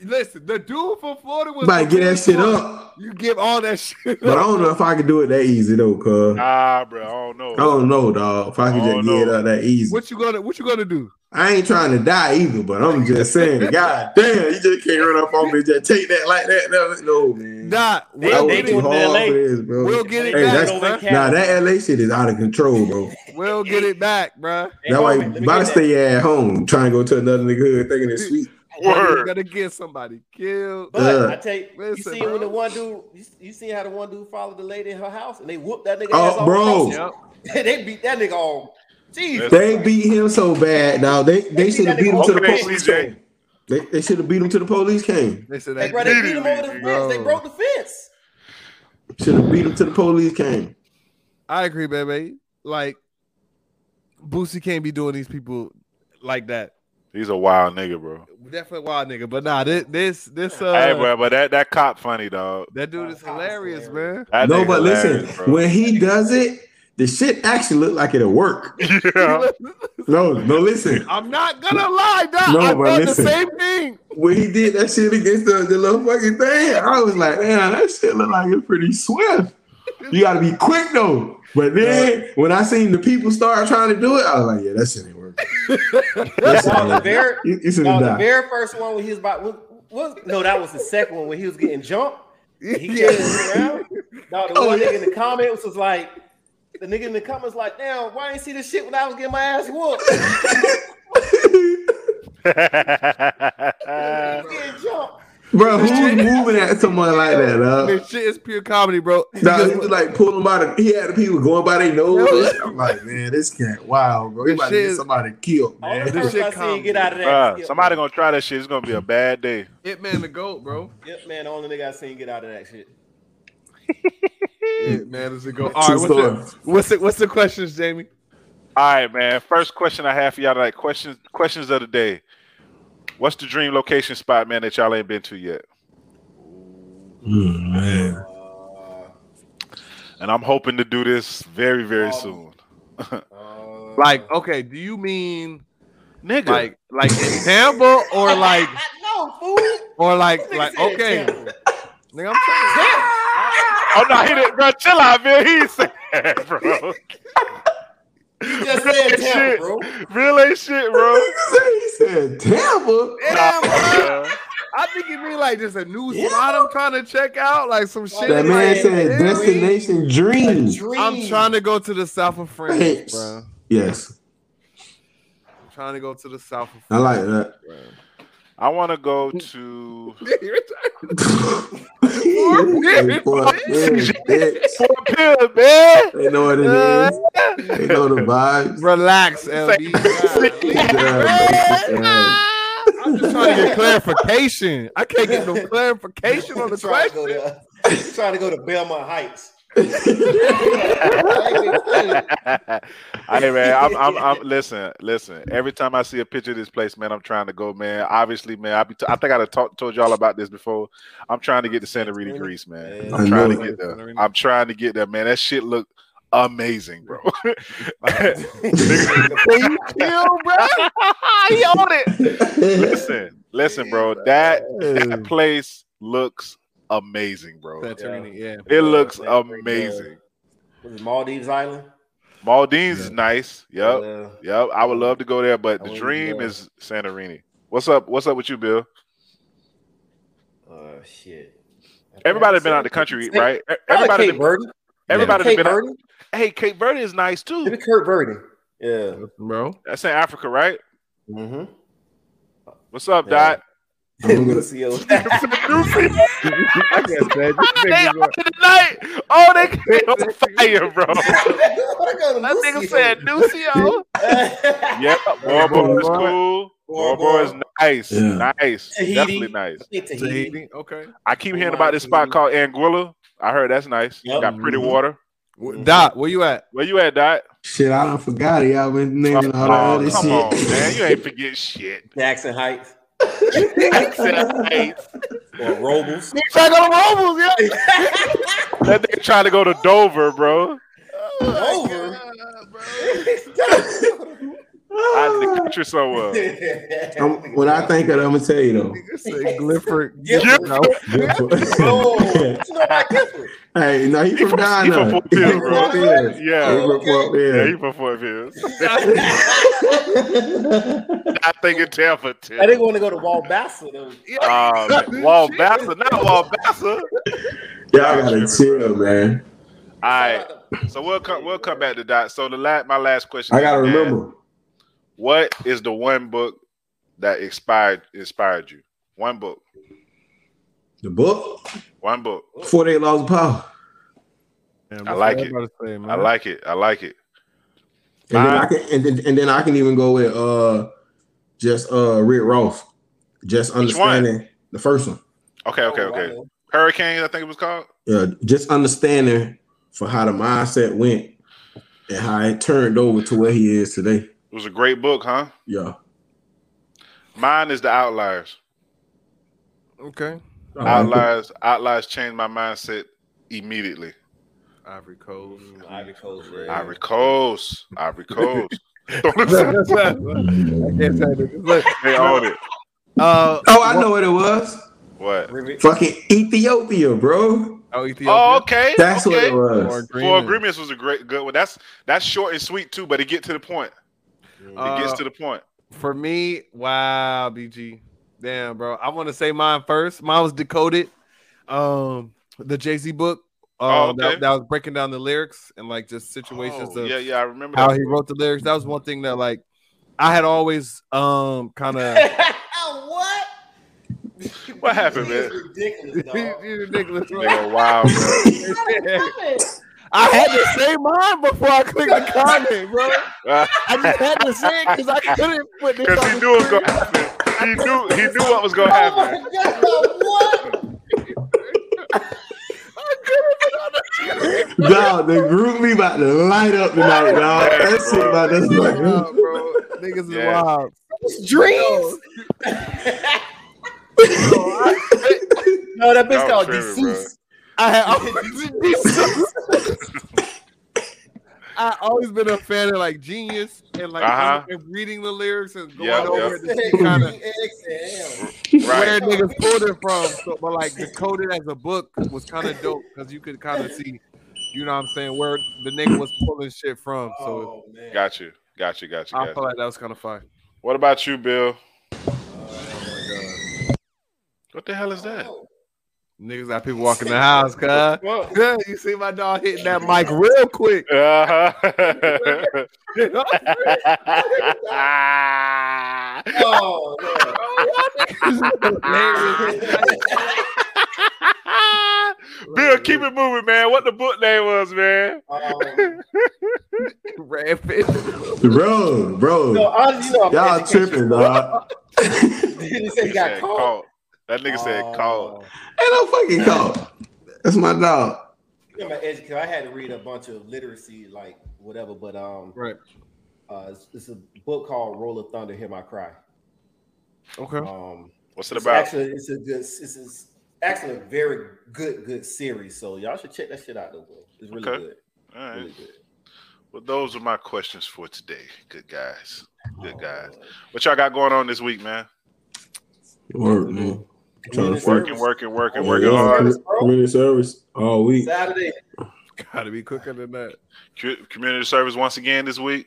[SPEAKER 1] Listen, the dude from Florida was
[SPEAKER 3] About to get that shit up.
[SPEAKER 1] You give all that shit.
[SPEAKER 3] But I
[SPEAKER 1] up.
[SPEAKER 3] don't know if I could do it that easy though, cuz.
[SPEAKER 2] Nah,
[SPEAKER 3] I
[SPEAKER 2] bro. I don't know.
[SPEAKER 3] don't know, dog. If I could
[SPEAKER 2] I
[SPEAKER 3] just
[SPEAKER 2] don't
[SPEAKER 3] get it
[SPEAKER 2] know.
[SPEAKER 3] up that easy.
[SPEAKER 1] What you gonna What you gonna do?
[SPEAKER 3] I ain't trying to die either, but I'm just saying, god damn, you just can't run up on me, just take that like that. No, no man.
[SPEAKER 1] Nah,
[SPEAKER 4] They-
[SPEAKER 3] I
[SPEAKER 1] we'll,
[SPEAKER 4] they
[SPEAKER 3] worked
[SPEAKER 1] get
[SPEAKER 3] too
[SPEAKER 1] it,
[SPEAKER 4] doing-
[SPEAKER 3] hard
[SPEAKER 4] it in LA.
[SPEAKER 3] for this, bro.
[SPEAKER 1] we'll get it
[SPEAKER 4] Hey,
[SPEAKER 1] back.
[SPEAKER 4] that's-
[SPEAKER 1] bruh.
[SPEAKER 4] Canada.
[SPEAKER 3] Nah, that LA shit is out of control, bro.
[SPEAKER 1] We'll get it back, bro.
[SPEAKER 4] Hey,
[SPEAKER 3] That why
[SPEAKER 4] Bowman,
[SPEAKER 3] you
[SPEAKER 4] let me
[SPEAKER 3] about to
[SPEAKER 4] get that.
[SPEAKER 3] stay at home, trying to go to another nigga hood thinking it's sweet.
[SPEAKER 1] We're
[SPEAKER 2] Word.
[SPEAKER 1] gonna get somebody killed.
[SPEAKER 4] But
[SPEAKER 3] Uh,
[SPEAKER 4] I tell you, you
[SPEAKER 1] listen,
[SPEAKER 4] seen
[SPEAKER 1] bro.
[SPEAKER 4] when the one dude, you, you seen how the one dude followed the lady in her house and they whooped that nigga
[SPEAKER 3] Oh,
[SPEAKER 4] ass all
[SPEAKER 3] bro.
[SPEAKER 4] across
[SPEAKER 1] Yep.
[SPEAKER 4] it? they beat that nigga all. Jesus,
[SPEAKER 3] They beat him so bad. Now they they,
[SPEAKER 4] beat
[SPEAKER 3] should have
[SPEAKER 4] that
[SPEAKER 3] beat him
[SPEAKER 4] nigga
[SPEAKER 3] to the
[SPEAKER 2] Okay,
[SPEAKER 3] police.
[SPEAKER 2] CJ.
[SPEAKER 3] Came. They, they should have beat him to the police came.
[SPEAKER 1] They said
[SPEAKER 4] they,
[SPEAKER 1] that.
[SPEAKER 4] bro, they beat him over the
[SPEAKER 2] Bro.
[SPEAKER 4] fence. They broke the fence.
[SPEAKER 3] Should have beat him to the police came.
[SPEAKER 1] I agree, baby. Like, Boosie can't be doing these people like that.
[SPEAKER 2] He's a wild nigga, bro.
[SPEAKER 1] Definitely wild nigga. But nah, this this this uh
[SPEAKER 2] hey, bro, but that that cop funny dog.
[SPEAKER 1] that dude is hilarious, man.
[SPEAKER 2] That
[SPEAKER 3] no,
[SPEAKER 2] nigga
[SPEAKER 3] but listen,
[SPEAKER 2] hilarious, bro.
[SPEAKER 3] when he does it, the shit actually look like it'll work.
[SPEAKER 2] yeah.
[SPEAKER 3] No, no, listen.
[SPEAKER 1] I'm not gonna lie, dog.
[SPEAKER 3] No,
[SPEAKER 1] I
[SPEAKER 3] but
[SPEAKER 1] thought
[SPEAKER 3] listen.
[SPEAKER 1] the same thing.
[SPEAKER 3] When he did that shit against the, the little fucking thing, I was like, man, that shit look like it's pretty swift. You gotta be quick though. But then when I seen the people start trying to do it, I was like, yeah, that shit ain't working. That shit
[SPEAKER 4] Y'all,
[SPEAKER 3] ain't
[SPEAKER 4] the
[SPEAKER 3] working.
[SPEAKER 4] very,
[SPEAKER 3] You- you should
[SPEAKER 4] y'all, the
[SPEAKER 3] die.
[SPEAKER 4] very first one when he was about was, was no, that was the second one when he was getting jumped. He carried
[SPEAKER 1] Yeah.
[SPEAKER 4] it around. Dog, the
[SPEAKER 3] Oh,
[SPEAKER 4] one
[SPEAKER 3] yeah.
[SPEAKER 4] nigga in the comments was like, the nigga in the comments like, damn, why I ain't see this shit when I was getting my ass whooped? getting jumped.
[SPEAKER 3] Bro, who's moving at someone like that,
[SPEAKER 1] This
[SPEAKER 3] dog?
[SPEAKER 1] shit is pure comedy, bro.
[SPEAKER 3] Uh, Nah,
[SPEAKER 1] Because
[SPEAKER 3] he was like pulling by the he had the people going by their nose. and shit. I'm like, man, this cat, wow, bro. He
[SPEAKER 1] This
[SPEAKER 3] about to get
[SPEAKER 1] shit-
[SPEAKER 3] somebody killed,
[SPEAKER 4] All
[SPEAKER 3] man.
[SPEAKER 4] the
[SPEAKER 1] This
[SPEAKER 4] first
[SPEAKER 1] shit
[SPEAKER 4] I seen
[SPEAKER 1] comedy.
[SPEAKER 4] get out of that.
[SPEAKER 2] Bruh, somebody gonna try that shit. It's gonna be a bad day.
[SPEAKER 1] Hitman the goat, bro.
[SPEAKER 4] Yep, man, the only nigga I seen get out of that shit.
[SPEAKER 1] Hitman is the goat. All right, what's
[SPEAKER 3] Mm. story.
[SPEAKER 1] the, what's the what's the questions, Jamie?
[SPEAKER 2] All right, man. First question I have for y'all tonight. Questions questions of the day. What's the dream location spot, man, that y'all ain't been to yet?
[SPEAKER 3] Mm, man.
[SPEAKER 4] Uh,
[SPEAKER 2] And I'm hoping to do this very, very
[SPEAKER 4] Um,
[SPEAKER 2] soon.
[SPEAKER 4] uh,
[SPEAKER 1] Like, okay, do you mean
[SPEAKER 2] Nigga.
[SPEAKER 1] like like in Tampa or like
[SPEAKER 4] no fool.
[SPEAKER 1] or like
[SPEAKER 4] This
[SPEAKER 1] like
[SPEAKER 4] nigga said
[SPEAKER 1] okay?
[SPEAKER 4] Tampa.
[SPEAKER 1] Nigga, I'm saying,
[SPEAKER 2] oh no, he didn't bro. Chill out, man. He ain't saying that, bro.
[SPEAKER 4] He just said Tampa,
[SPEAKER 2] shit.
[SPEAKER 4] bro.
[SPEAKER 2] Real ain't shit, bro.
[SPEAKER 3] he said Tampa.
[SPEAKER 1] Damn, bro.
[SPEAKER 2] Nah, man.
[SPEAKER 1] I think you mean like just a new
[SPEAKER 3] Yeah.
[SPEAKER 1] spot I'm trying to check out, like some shit.
[SPEAKER 3] That man
[SPEAKER 1] like,
[SPEAKER 3] said
[SPEAKER 1] yeah.
[SPEAKER 3] destination dream.
[SPEAKER 4] Dream.
[SPEAKER 1] I'm trying to go to the south of France,
[SPEAKER 3] Thanks.
[SPEAKER 1] bro.
[SPEAKER 3] Yes,
[SPEAKER 1] I'm trying to go to the south of
[SPEAKER 3] I
[SPEAKER 1] France.
[SPEAKER 3] like that.
[SPEAKER 2] I wanna go
[SPEAKER 3] Mm.
[SPEAKER 2] to
[SPEAKER 3] Fuck, yeah, bitch.
[SPEAKER 2] Fort Pill, man.
[SPEAKER 3] They know what it is. They know the vibes.
[SPEAKER 1] Relax, LB.
[SPEAKER 3] Yeah, man. Yeah.
[SPEAKER 1] I'm just trying to get clarification. I can't get no clarification on the
[SPEAKER 4] trying to go
[SPEAKER 1] question.
[SPEAKER 4] to trying to go to Belmont Heights. I
[SPEAKER 2] hey man, I'm, I'm, I'm listen, listen. Every time I see a picture of this place, man, I'm trying to go, man. Obviously, man, I be t- I think I done talked told y'all about this before. I'm trying to get to Santa Rita, Greece, man. I'm
[SPEAKER 3] I
[SPEAKER 2] trying to
[SPEAKER 3] know
[SPEAKER 1] it.
[SPEAKER 2] get there. I'm trying to get there, man. That shit look amazing, bro.
[SPEAKER 1] Can you chill, bro? he on it.
[SPEAKER 2] listen, listen, bro. That that place looks amazing, bro.
[SPEAKER 1] Santorini, yeah.
[SPEAKER 2] It looks amazing.
[SPEAKER 4] Was it Maldives Island?
[SPEAKER 2] Maldives is nice. Yep.
[SPEAKER 4] Uh,
[SPEAKER 2] Yep, I would love to go there, but
[SPEAKER 4] I
[SPEAKER 2] the
[SPEAKER 4] would
[SPEAKER 2] dream
[SPEAKER 4] love-
[SPEAKER 2] is Santorini. What's up? What's up with you, Bill?
[SPEAKER 4] oh shit.
[SPEAKER 2] Everybody been out of the country, right? E- Everybody,
[SPEAKER 4] Cape
[SPEAKER 2] done-
[SPEAKER 4] Verde.
[SPEAKER 2] everybody done
[SPEAKER 4] Cape
[SPEAKER 2] been. Out,
[SPEAKER 4] Verde.
[SPEAKER 2] hey, Cape Verde is nice
[SPEAKER 4] Maybe
[SPEAKER 2] too.
[SPEAKER 4] Kurt Verde. Yeah.
[SPEAKER 1] Bro.
[SPEAKER 2] That's in Africa, right?
[SPEAKER 4] Mm-hmm.
[SPEAKER 2] What's up,
[SPEAKER 4] Yeah.
[SPEAKER 2] Dot?
[SPEAKER 3] I'm gonna-
[SPEAKER 4] Lucio.
[SPEAKER 1] I guess that
[SPEAKER 2] they on tonight. Oh, they they on fire, bro.
[SPEAKER 4] that
[SPEAKER 2] That nigga said Nucio.
[SPEAKER 4] said.
[SPEAKER 2] yeah,
[SPEAKER 1] Bora
[SPEAKER 2] Bora is
[SPEAKER 1] Bora.
[SPEAKER 2] cool. Bora
[SPEAKER 4] Bora
[SPEAKER 2] Bora is nice,
[SPEAKER 3] Yeah.
[SPEAKER 2] nice,
[SPEAKER 4] Tahiti.
[SPEAKER 2] definitely nice.
[SPEAKER 4] Tahiti.
[SPEAKER 1] Okay.
[SPEAKER 2] I keep hearing about this spot called Anguilla. I heard that's nice.
[SPEAKER 4] Yep.
[SPEAKER 2] Got pretty
[SPEAKER 3] Mhm.
[SPEAKER 2] water.
[SPEAKER 1] Wh- Doc, where you at?
[SPEAKER 2] Where you at, Dot?
[SPEAKER 3] Shit, I don't forgot it. Y'all been naming
[SPEAKER 2] Come
[SPEAKER 3] all the
[SPEAKER 2] on,
[SPEAKER 3] other
[SPEAKER 2] Oh, come on, man. You
[SPEAKER 3] shit.
[SPEAKER 2] ain't forget shit.
[SPEAKER 4] Jackson Heights.
[SPEAKER 2] Except Heights.
[SPEAKER 4] Or Robles.
[SPEAKER 1] Try to go to Robles, yeah.
[SPEAKER 2] That nigga trying to go to Dover, bro.
[SPEAKER 4] Over.
[SPEAKER 2] Out in the country somewhere.
[SPEAKER 3] I'm- when Um, I think of it, I'm gonna tell you though.
[SPEAKER 1] Nigga said Gliffer.
[SPEAKER 4] Gifford.
[SPEAKER 1] No.
[SPEAKER 4] No, Oh, you know about Gifford.
[SPEAKER 3] hey, no, he,
[SPEAKER 2] Oh. He
[SPEAKER 3] from
[SPEAKER 2] from- he from
[SPEAKER 3] Ghana.
[SPEAKER 2] Fort
[SPEAKER 3] He
[SPEAKER 2] Pierce,
[SPEAKER 3] from
[SPEAKER 4] bro.
[SPEAKER 3] Fort Pierce.
[SPEAKER 2] Yeah.
[SPEAKER 3] He from Fort
[SPEAKER 2] Yeah,
[SPEAKER 3] Pierce.
[SPEAKER 2] he from Fort Pierce.
[SPEAKER 3] That's
[SPEAKER 2] I think in Tampa too.
[SPEAKER 4] I didn't want to go to Walbassa though.
[SPEAKER 2] Um, Wallbassa, not Wallbassa.
[SPEAKER 3] Y'all gotta chill, man.
[SPEAKER 2] All right, so we'll come. We'll come back to that. So the last, my last question.
[SPEAKER 3] I gotta
[SPEAKER 2] is, man,
[SPEAKER 3] remember.
[SPEAKER 2] What is the one book that expired inspired you? One book.
[SPEAKER 3] The book
[SPEAKER 2] One book.
[SPEAKER 3] before they lost power.
[SPEAKER 2] I like it.
[SPEAKER 1] Uh-huh.
[SPEAKER 2] I like it. I like it.
[SPEAKER 3] And then I
[SPEAKER 2] Mine-
[SPEAKER 3] can and then, and then I can even go with uh just uh Rick Ross. Just
[SPEAKER 2] one?
[SPEAKER 3] understanding the first one.
[SPEAKER 2] Okay. Okay.
[SPEAKER 4] Oh, I
[SPEAKER 2] Okay.
[SPEAKER 4] know.
[SPEAKER 2] Hurricanes. I think it was called.
[SPEAKER 3] Yeah, just understanding for how the mindset went and how it turned over to where he is today.
[SPEAKER 2] It was a great book, huh?
[SPEAKER 3] Yeah.
[SPEAKER 2] Mine is the outliers.
[SPEAKER 1] Okay.
[SPEAKER 3] All right,
[SPEAKER 2] Outliers. Outliers changed my mindset immediately.
[SPEAKER 1] Ivory Coast.
[SPEAKER 4] Ivory Coast, yeah.
[SPEAKER 2] Ivory Coast. Ivory Coast. Mm.
[SPEAKER 1] Look,
[SPEAKER 2] they own it.
[SPEAKER 1] uh,
[SPEAKER 3] Oh, I know what it was.
[SPEAKER 2] What?
[SPEAKER 4] Rivet-
[SPEAKER 3] Fucking Ethiopia, bro.
[SPEAKER 1] oh, Ethiopia.
[SPEAKER 2] Oh, okay.
[SPEAKER 3] That's what
[SPEAKER 2] okay.
[SPEAKER 3] it was.
[SPEAKER 2] Four agreements was a great good one. That's that's short and sweet too, but it get to the point. It gets
[SPEAKER 1] Uh,
[SPEAKER 2] to the point.
[SPEAKER 1] For me, wow, BG. Damn, bro. I want to say mine first. Mine was decoded. Um, the Jay Z book. Uh,
[SPEAKER 2] Oh, okay.
[SPEAKER 1] that, that was breaking down the lyrics and like just situations
[SPEAKER 2] Oh,
[SPEAKER 1] of
[SPEAKER 2] yeah, yeah, I remember
[SPEAKER 1] how
[SPEAKER 2] that.
[SPEAKER 1] he wrote the lyrics. That was one thing that like I had always um kind of
[SPEAKER 4] what?
[SPEAKER 2] What happened,
[SPEAKER 4] This
[SPEAKER 2] man?
[SPEAKER 4] is Ridiculous, dog.
[SPEAKER 1] ridiculous. bro.
[SPEAKER 2] Nigga, wow, bro.
[SPEAKER 1] I had to say mine before I clicked the comment, bro.
[SPEAKER 2] Uh,
[SPEAKER 1] I just had to say it because I couldn't put this.
[SPEAKER 2] Cause
[SPEAKER 1] on
[SPEAKER 2] he
[SPEAKER 1] the
[SPEAKER 2] knew it was
[SPEAKER 1] screen.
[SPEAKER 2] gonna happen. He knew he knew what was gonna
[SPEAKER 4] Oh
[SPEAKER 2] happen.
[SPEAKER 4] my god, what?
[SPEAKER 1] I couldn't put it on the
[SPEAKER 3] Dog, the group me about to light up tonight, dog. That shit about to
[SPEAKER 1] Nah,
[SPEAKER 3] like,
[SPEAKER 1] bro. Niggas is
[SPEAKER 2] Yeah.
[SPEAKER 1] wild.
[SPEAKER 4] Dreams? no, that bitch
[SPEAKER 2] Y'all
[SPEAKER 4] called
[SPEAKER 2] tripping,
[SPEAKER 4] deceased.
[SPEAKER 1] I had always, I always been a fan of like genius and like
[SPEAKER 2] Uh-huh.
[SPEAKER 1] and reading the lyrics and going
[SPEAKER 2] Yep,
[SPEAKER 1] over
[SPEAKER 2] yep.
[SPEAKER 1] it to see kind of where
[SPEAKER 2] Right.
[SPEAKER 1] niggas pulled it from. So, but like decoded as a book was kind of dope because you could kind of see, you know what I'm saying, where the nigga was pulling shit from. So
[SPEAKER 4] Oh, man.
[SPEAKER 2] Got you. Got you. Got you.
[SPEAKER 1] I
[SPEAKER 2] Got you.
[SPEAKER 1] felt like that was kind of fun.
[SPEAKER 2] What about you, Bill? What the hell is that?
[SPEAKER 4] Oh,
[SPEAKER 1] Niggas got people walking the house, cuz.
[SPEAKER 2] Well,
[SPEAKER 1] Yeah, you see my dog hitting that mic real quick.
[SPEAKER 2] uh-huh.
[SPEAKER 4] oh, man.
[SPEAKER 2] Bill, keep it moving, man. What the book name was, man?
[SPEAKER 4] Um,
[SPEAKER 1] Rampant.
[SPEAKER 3] bro, bro.
[SPEAKER 4] no, honestly, you know, I'm
[SPEAKER 3] Y'all
[SPEAKER 4] educated.
[SPEAKER 3] tripping, dog. Ain't
[SPEAKER 4] He said he got
[SPEAKER 2] Said
[SPEAKER 4] caught. Oh.
[SPEAKER 2] That nigga said called.
[SPEAKER 3] no fucking call. That's my dog.
[SPEAKER 4] Yeah, my educator. I had to read a bunch of literacy, like whatever. But um,
[SPEAKER 1] Right.
[SPEAKER 4] uh, it's, it's a book called "Roll of Thunder." Hear my cry.
[SPEAKER 1] Okay.
[SPEAKER 4] Um,
[SPEAKER 2] What's it
[SPEAKER 4] it's
[SPEAKER 2] about?
[SPEAKER 4] actually it's a good. It's, it's actually a very good, good series. So y'all should check that shit out. Though bro. it's really
[SPEAKER 2] Okay.
[SPEAKER 4] good.
[SPEAKER 2] All right.
[SPEAKER 4] Really good.
[SPEAKER 2] Well, those are my questions for today. Good guys. Good
[SPEAKER 4] Oh,
[SPEAKER 2] guys. What y'all got going on this week, man?
[SPEAKER 3] Word, man.
[SPEAKER 4] Community
[SPEAKER 3] Trying to
[SPEAKER 2] Working,
[SPEAKER 4] service.
[SPEAKER 2] working, working,
[SPEAKER 4] Yeah,
[SPEAKER 2] working hard.
[SPEAKER 4] service, bro.
[SPEAKER 3] Community service all week.
[SPEAKER 4] Saturday.
[SPEAKER 1] Gotta be quicker than that.
[SPEAKER 2] Cu- Community service once again this week.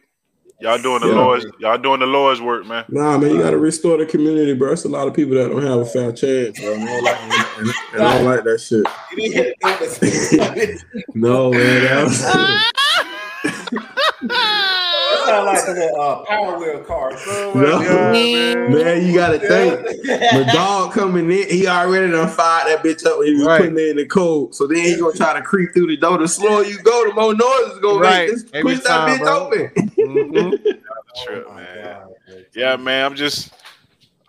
[SPEAKER 2] Y'all doing the
[SPEAKER 3] Yeah.
[SPEAKER 2] Lord's. Y'all doing the Lord's work, man.
[SPEAKER 3] Nah, man, you gotta restore the community, bro. It's a lot of people that don't have a fair chance, bro. And I don't like, and, and I don't like that shit.
[SPEAKER 4] You didn't hit it.
[SPEAKER 3] No, man. That was,
[SPEAKER 4] That sound like the uh, Power Wheel car.
[SPEAKER 2] Oh
[SPEAKER 3] No.
[SPEAKER 2] man.
[SPEAKER 3] man, you gotta think. My
[SPEAKER 4] Yeah.
[SPEAKER 3] dog coming in, he already done fired that bitch up when he was
[SPEAKER 1] Right.
[SPEAKER 3] putting it in the cold. So then he gonna try to creep through the door. The slower you go, the more noise is gonna
[SPEAKER 1] Right.
[SPEAKER 3] make. Just
[SPEAKER 1] Every
[SPEAKER 3] push
[SPEAKER 1] time,
[SPEAKER 3] that bitch
[SPEAKER 1] bro.
[SPEAKER 3] open.
[SPEAKER 1] Mhm.
[SPEAKER 2] Trip,
[SPEAKER 4] Oh my
[SPEAKER 2] man.
[SPEAKER 4] God, man.
[SPEAKER 2] Yeah, man. I'm just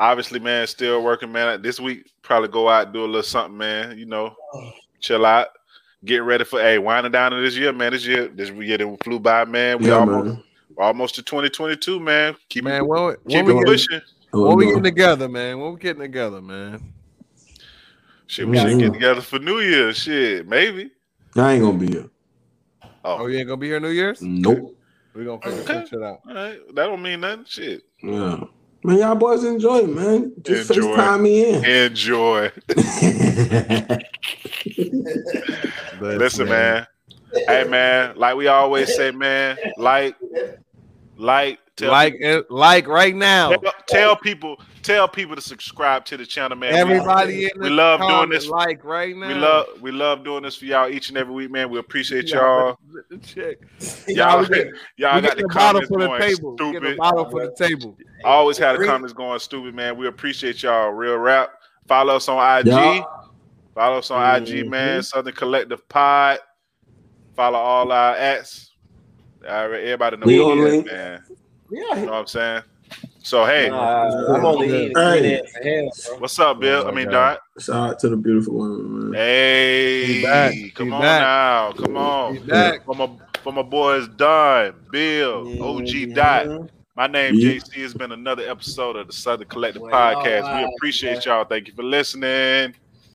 [SPEAKER 2] obviously, man, still working, man. This week, probably go out do a little something, man. You know, chill out, get ready for a hey, winding down to this year, man. This year, this year, that flew by, man. We
[SPEAKER 3] Yeah,
[SPEAKER 2] almost
[SPEAKER 3] man.
[SPEAKER 2] almost to 2022, man. Keep
[SPEAKER 1] Man,
[SPEAKER 2] it,
[SPEAKER 1] when, when,
[SPEAKER 2] keep
[SPEAKER 1] we
[SPEAKER 2] it
[SPEAKER 1] getting,
[SPEAKER 2] pushing.
[SPEAKER 3] Oh,
[SPEAKER 1] when we getting
[SPEAKER 3] the
[SPEAKER 1] together, man? When we getting together, man?
[SPEAKER 2] Shit, we should
[SPEAKER 3] Mhm.
[SPEAKER 2] get together for New Year. Shit, maybe.
[SPEAKER 3] I ain't gonna be here.
[SPEAKER 1] Oh, you ain't gonna be here New Year's?
[SPEAKER 2] Mm.
[SPEAKER 3] Nope.
[SPEAKER 1] We gonna figure
[SPEAKER 2] Okay.
[SPEAKER 1] some shit out.
[SPEAKER 2] All right, that don't mean nothing. Shit,
[SPEAKER 3] Yeah. Man, y'all boys enjoy it, man. Just
[SPEAKER 2] Enjoy.
[SPEAKER 3] FaceTime me in.
[SPEAKER 2] enjoy.
[SPEAKER 1] But,
[SPEAKER 2] Listen, man. Hey, man. Like we always say, man. Like, like, tell
[SPEAKER 1] like it, like right now.
[SPEAKER 2] Tell, tell people, tell people to subscribe to the channel, man. We-
[SPEAKER 1] Everybody in
[SPEAKER 2] we
[SPEAKER 1] the
[SPEAKER 2] love doing
[SPEAKER 1] comment,
[SPEAKER 2] this.
[SPEAKER 1] Like right now.
[SPEAKER 2] we, love, we love doing this for y'all each and every week, man. We appreciate y'all.
[SPEAKER 1] Y'all Check.
[SPEAKER 2] Y'all,
[SPEAKER 1] we get-
[SPEAKER 2] y'all
[SPEAKER 1] we
[SPEAKER 2] got
[SPEAKER 1] get
[SPEAKER 2] the,
[SPEAKER 1] the bottle
[SPEAKER 2] comments
[SPEAKER 1] for the
[SPEAKER 2] going
[SPEAKER 1] table. We Get the
[SPEAKER 2] stupid.
[SPEAKER 1] bottle for the table.
[SPEAKER 2] I always had the
[SPEAKER 4] Agree.
[SPEAKER 2] comments going stupid, man. We appreciate y'all. Real rap. Follow us on IG.
[SPEAKER 3] Y'all-
[SPEAKER 2] Follow us on
[SPEAKER 1] Mm-hmm.
[SPEAKER 2] IG, man. Southern Collective Pod. Follow all our ads. Everybody know
[SPEAKER 3] We
[SPEAKER 2] who
[SPEAKER 3] on
[SPEAKER 2] we is,
[SPEAKER 3] link.
[SPEAKER 2] man. You
[SPEAKER 4] Yeah.
[SPEAKER 2] know what I'm saying? So hey,
[SPEAKER 4] Nah, I'm only eating
[SPEAKER 3] Hey.
[SPEAKER 4] green ass and ham, bro.
[SPEAKER 2] what's up, Bill?
[SPEAKER 1] Oh,
[SPEAKER 2] I mean,
[SPEAKER 1] God.
[SPEAKER 2] Dot.
[SPEAKER 3] Shout out to the beautiful women, man.
[SPEAKER 2] Hey,
[SPEAKER 1] He back.
[SPEAKER 2] come
[SPEAKER 1] He
[SPEAKER 2] on
[SPEAKER 1] back.
[SPEAKER 2] now, come on.
[SPEAKER 1] He's back.
[SPEAKER 2] For my for my boys, Don, Bill, OG Dot, My name
[SPEAKER 3] Yeah.
[SPEAKER 2] JC has been another episode of the Southern Collective
[SPEAKER 4] Well,
[SPEAKER 2] Podcast.
[SPEAKER 4] all right,
[SPEAKER 2] we appreciate y'all. Thank you for listening.